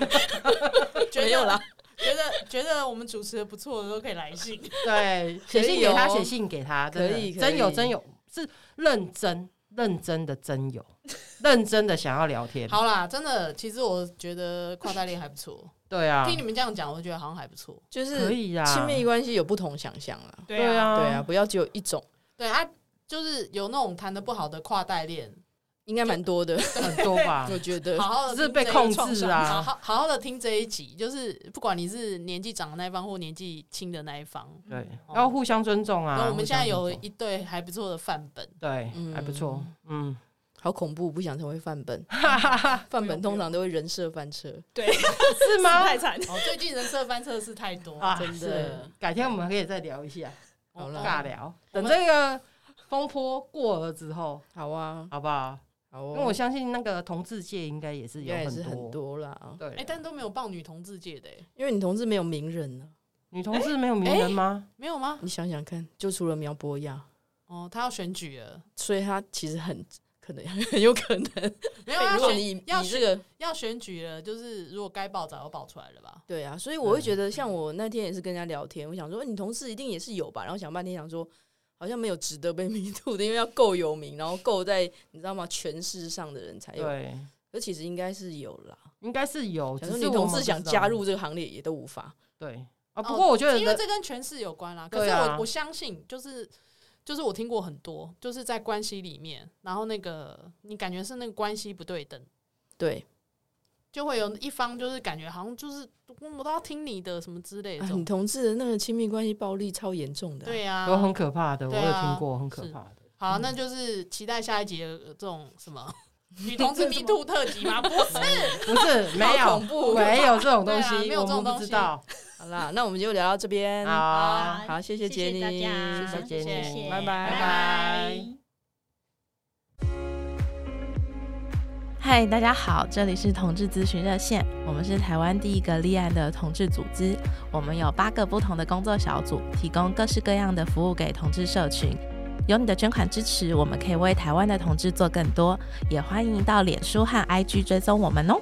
[SPEAKER 7] *laughs* 觉得
[SPEAKER 3] 没有啦，，
[SPEAKER 7] 觉得觉得我们主持的不错的都可以
[SPEAKER 3] *laughs*
[SPEAKER 7] 来信。
[SPEAKER 8] 对，写信给
[SPEAKER 3] 可
[SPEAKER 8] 他，
[SPEAKER 3] 以哦
[SPEAKER 8] 写信给他，真的
[SPEAKER 3] 可以可以
[SPEAKER 8] 真有真有，是认真认真的真 *laughs* 有，认真的想要聊天。
[SPEAKER 7] 好啦，真的，其实我觉得跨代恋还不错。
[SPEAKER 8] 对啊，
[SPEAKER 7] 听你们这样讲，我觉得好像还不错。
[SPEAKER 3] 就
[SPEAKER 8] 可
[SPEAKER 3] 是
[SPEAKER 8] 以啊，
[SPEAKER 3] 亲密关系有不同想象啦。
[SPEAKER 9] 对
[SPEAKER 8] 对
[SPEAKER 9] 啊，
[SPEAKER 8] 啊，
[SPEAKER 3] 对啊，，不要只有一种，
[SPEAKER 7] 对啊，就是有那种谈的不好的跨代恋，
[SPEAKER 3] 应该蛮多的，
[SPEAKER 8] 很多吧 *laughs*
[SPEAKER 3] 我，觉得。
[SPEAKER 7] 好好的
[SPEAKER 8] 只是被控制
[SPEAKER 7] 好
[SPEAKER 8] 啊。
[SPEAKER 7] 好好好的听这一集，就是不管你是年纪长的那一方或年纪轻的那一方，
[SPEAKER 8] 对，
[SPEAKER 7] 哦
[SPEAKER 8] 要互相尊重
[SPEAKER 7] 那、
[SPEAKER 8] 啊。
[SPEAKER 7] 我们现在
[SPEAKER 8] 互
[SPEAKER 7] 有
[SPEAKER 8] 相尊重
[SPEAKER 7] 一对还不错的范本，
[SPEAKER 8] 对，
[SPEAKER 3] 嗯
[SPEAKER 8] 还不错，嗯，
[SPEAKER 3] 好恐怖，不想成为范
[SPEAKER 8] *laughs*
[SPEAKER 3] 本。范本通常都会人设翻车，
[SPEAKER 9] 对，
[SPEAKER 8] 是
[SPEAKER 9] 死
[SPEAKER 8] 吗？
[SPEAKER 9] 太惨，
[SPEAKER 7] 哦，最近人设翻测试太多，
[SPEAKER 8] *laughs* 啊，
[SPEAKER 3] 真的
[SPEAKER 8] 是，改天我们可以再聊一下，
[SPEAKER 7] 哦
[SPEAKER 3] 好啦
[SPEAKER 8] 尬聊。
[SPEAKER 7] 嗯我
[SPEAKER 8] 等
[SPEAKER 7] 们
[SPEAKER 8] 这个风波过了之后，
[SPEAKER 3] 好啊，
[SPEAKER 8] 好不好？
[SPEAKER 3] 好
[SPEAKER 8] 因
[SPEAKER 3] 哦。
[SPEAKER 8] 为我相信那个同志界应该也是
[SPEAKER 3] 应
[SPEAKER 8] 有
[SPEAKER 3] 该也是
[SPEAKER 8] 很
[SPEAKER 3] 很
[SPEAKER 8] 多，
[SPEAKER 3] 多啦，
[SPEAKER 8] 对，
[SPEAKER 7] 哎、但都没有报女同志界的、哎
[SPEAKER 3] 因为你同志没有名人呢、
[SPEAKER 8] 女同志没有名人吗？
[SPEAKER 7] 没有吗？
[SPEAKER 3] 你想想看，就除了苗博雅，
[SPEAKER 7] 哦，他要选举了，
[SPEAKER 3] 所以他其实很可能 *laughs* 很有可能，
[SPEAKER 7] 没
[SPEAKER 8] 哎
[SPEAKER 7] 有要
[SPEAKER 3] 如果
[SPEAKER 7] 选
[SPEAKER 3] 你
[SPEAKER 7] 要
[SPEAKER 3] 你
[SPEAKER 7] 选
[SPEAKER 3] 这个
[SPEAKER 7] 要选举了，就是如果该报早就报出来了吧？
[SPEAKER 3] 对啊，所以我
[SPEAKER 8] 嗯
[SPEAKER 3] 会觉得，像我那天也是跟人家聊天，我想说、欸你同事一定也是有吧，然后想半天想说。好像没有值得被迷住的，因为要够有名，然后够在你知道吗？权势上的
[SPEAKER 7] 哎
[SPEAKER 3] 人才有，
[SPEAKER 8] 对，
[SPEAKER 3] 而其实应该是有啦。
[SPEAKER 8] 应该是有，
[SPEAKER 3] 假
[SPEAKER 8] 只
[SPEAKER 3] 如
[SPEAKER 8] 是
[SPEAKER 3] 女
[SPEAKER 8] 我
[SPEAKER 3] 同
[SPEAKER 8] 们
[SPEAKER 3] 志
[SPEAKER 8] 不
[SPEAKER 3] 想
[SPEAKER 8] 知道
[SPEAKER 3] 加入这个行列，也都无法。
[SPEAKER 8] 对啊。
[SPEAKER 7] 哦
[SPEAKER 8] 不过我觉得
[SPEAKER 7] 因为
[SPEAKER 8] 人，
[SPEAKER 7] 这跟权势有关啦。可是
[SPEAKER 8] 对
[SPEAKER 7] 我、
[SPEAKER 8] 啊
[SPEAKER 7] 我相信，就是就是我听过很多，就是在关系里面，然后那个你感觉是那个关系不对等，
[SPEAKER 3] 对，
[SPEAKER 7] 就会有一方就是感觉好像就是我都要听你的什么之类的
[SPEAKER 3] 啊
[SPEAKER 7] 这
[SPEAKER 3] 女
[SPEAKER 7] 种。
[SPEAKER 3] 同志的那个亲密关系暴力超严重的、啊
[SPEAKER 7] 对呀、
[SPEAKER 8] 都很嗯可怕的，我
[SPEAKER 7] 对啊
[SPEAKER 8] 有听过，很可怕的。
[SPEAKER 7] 好，那就是期待下一集的这种
[SPEAKER 8] *laughs*
[SPEAKER 7] 什么女同志 Me Too 特辑吗？不是，
[SPEAKER 8] 不
[SPEAKER 7] *laughs*
[SPEAKER 8] 是，没
[SPEAKER 3] 恐怖
[SPEAKER 8] 有，没有这种东西
[SPEAKER 7] 对啊，没有
[SPEAKER 8] 我
[SPEAKER 7] 这种
[SPEAKER 8] 们
[SPEAKER 7] 东西嗯啊
[SPEAKER 8] 不知道。
[SPEAKER 3] 好啦，那我们就聊到这边。
[SPEAKER 8] 好，
[SPEAKER 3] 好，谢谢杰尼，
[SPEAKER 8] 谢谢
[SPEAKER 7] 谢
[SPEAKER 8] 你，
[SPEAKER 7] 谢
[SPEAKER 8] 拜
[SPEAKER 7] 拜
[SPEAKER 8] 拜。
[SPEAKER 7] 拜。
[SPEAKER 10] 嗨，大家好，这里是同志咨询热线，我们是台湾第一个立案的同志组织，我们有八个不同的工作小组，提供各式各样的服务给同志社群。有你的捐款支持，我们可以为台湾的同志做更多，也欢迎到脸书和 IG 追踪我们哦。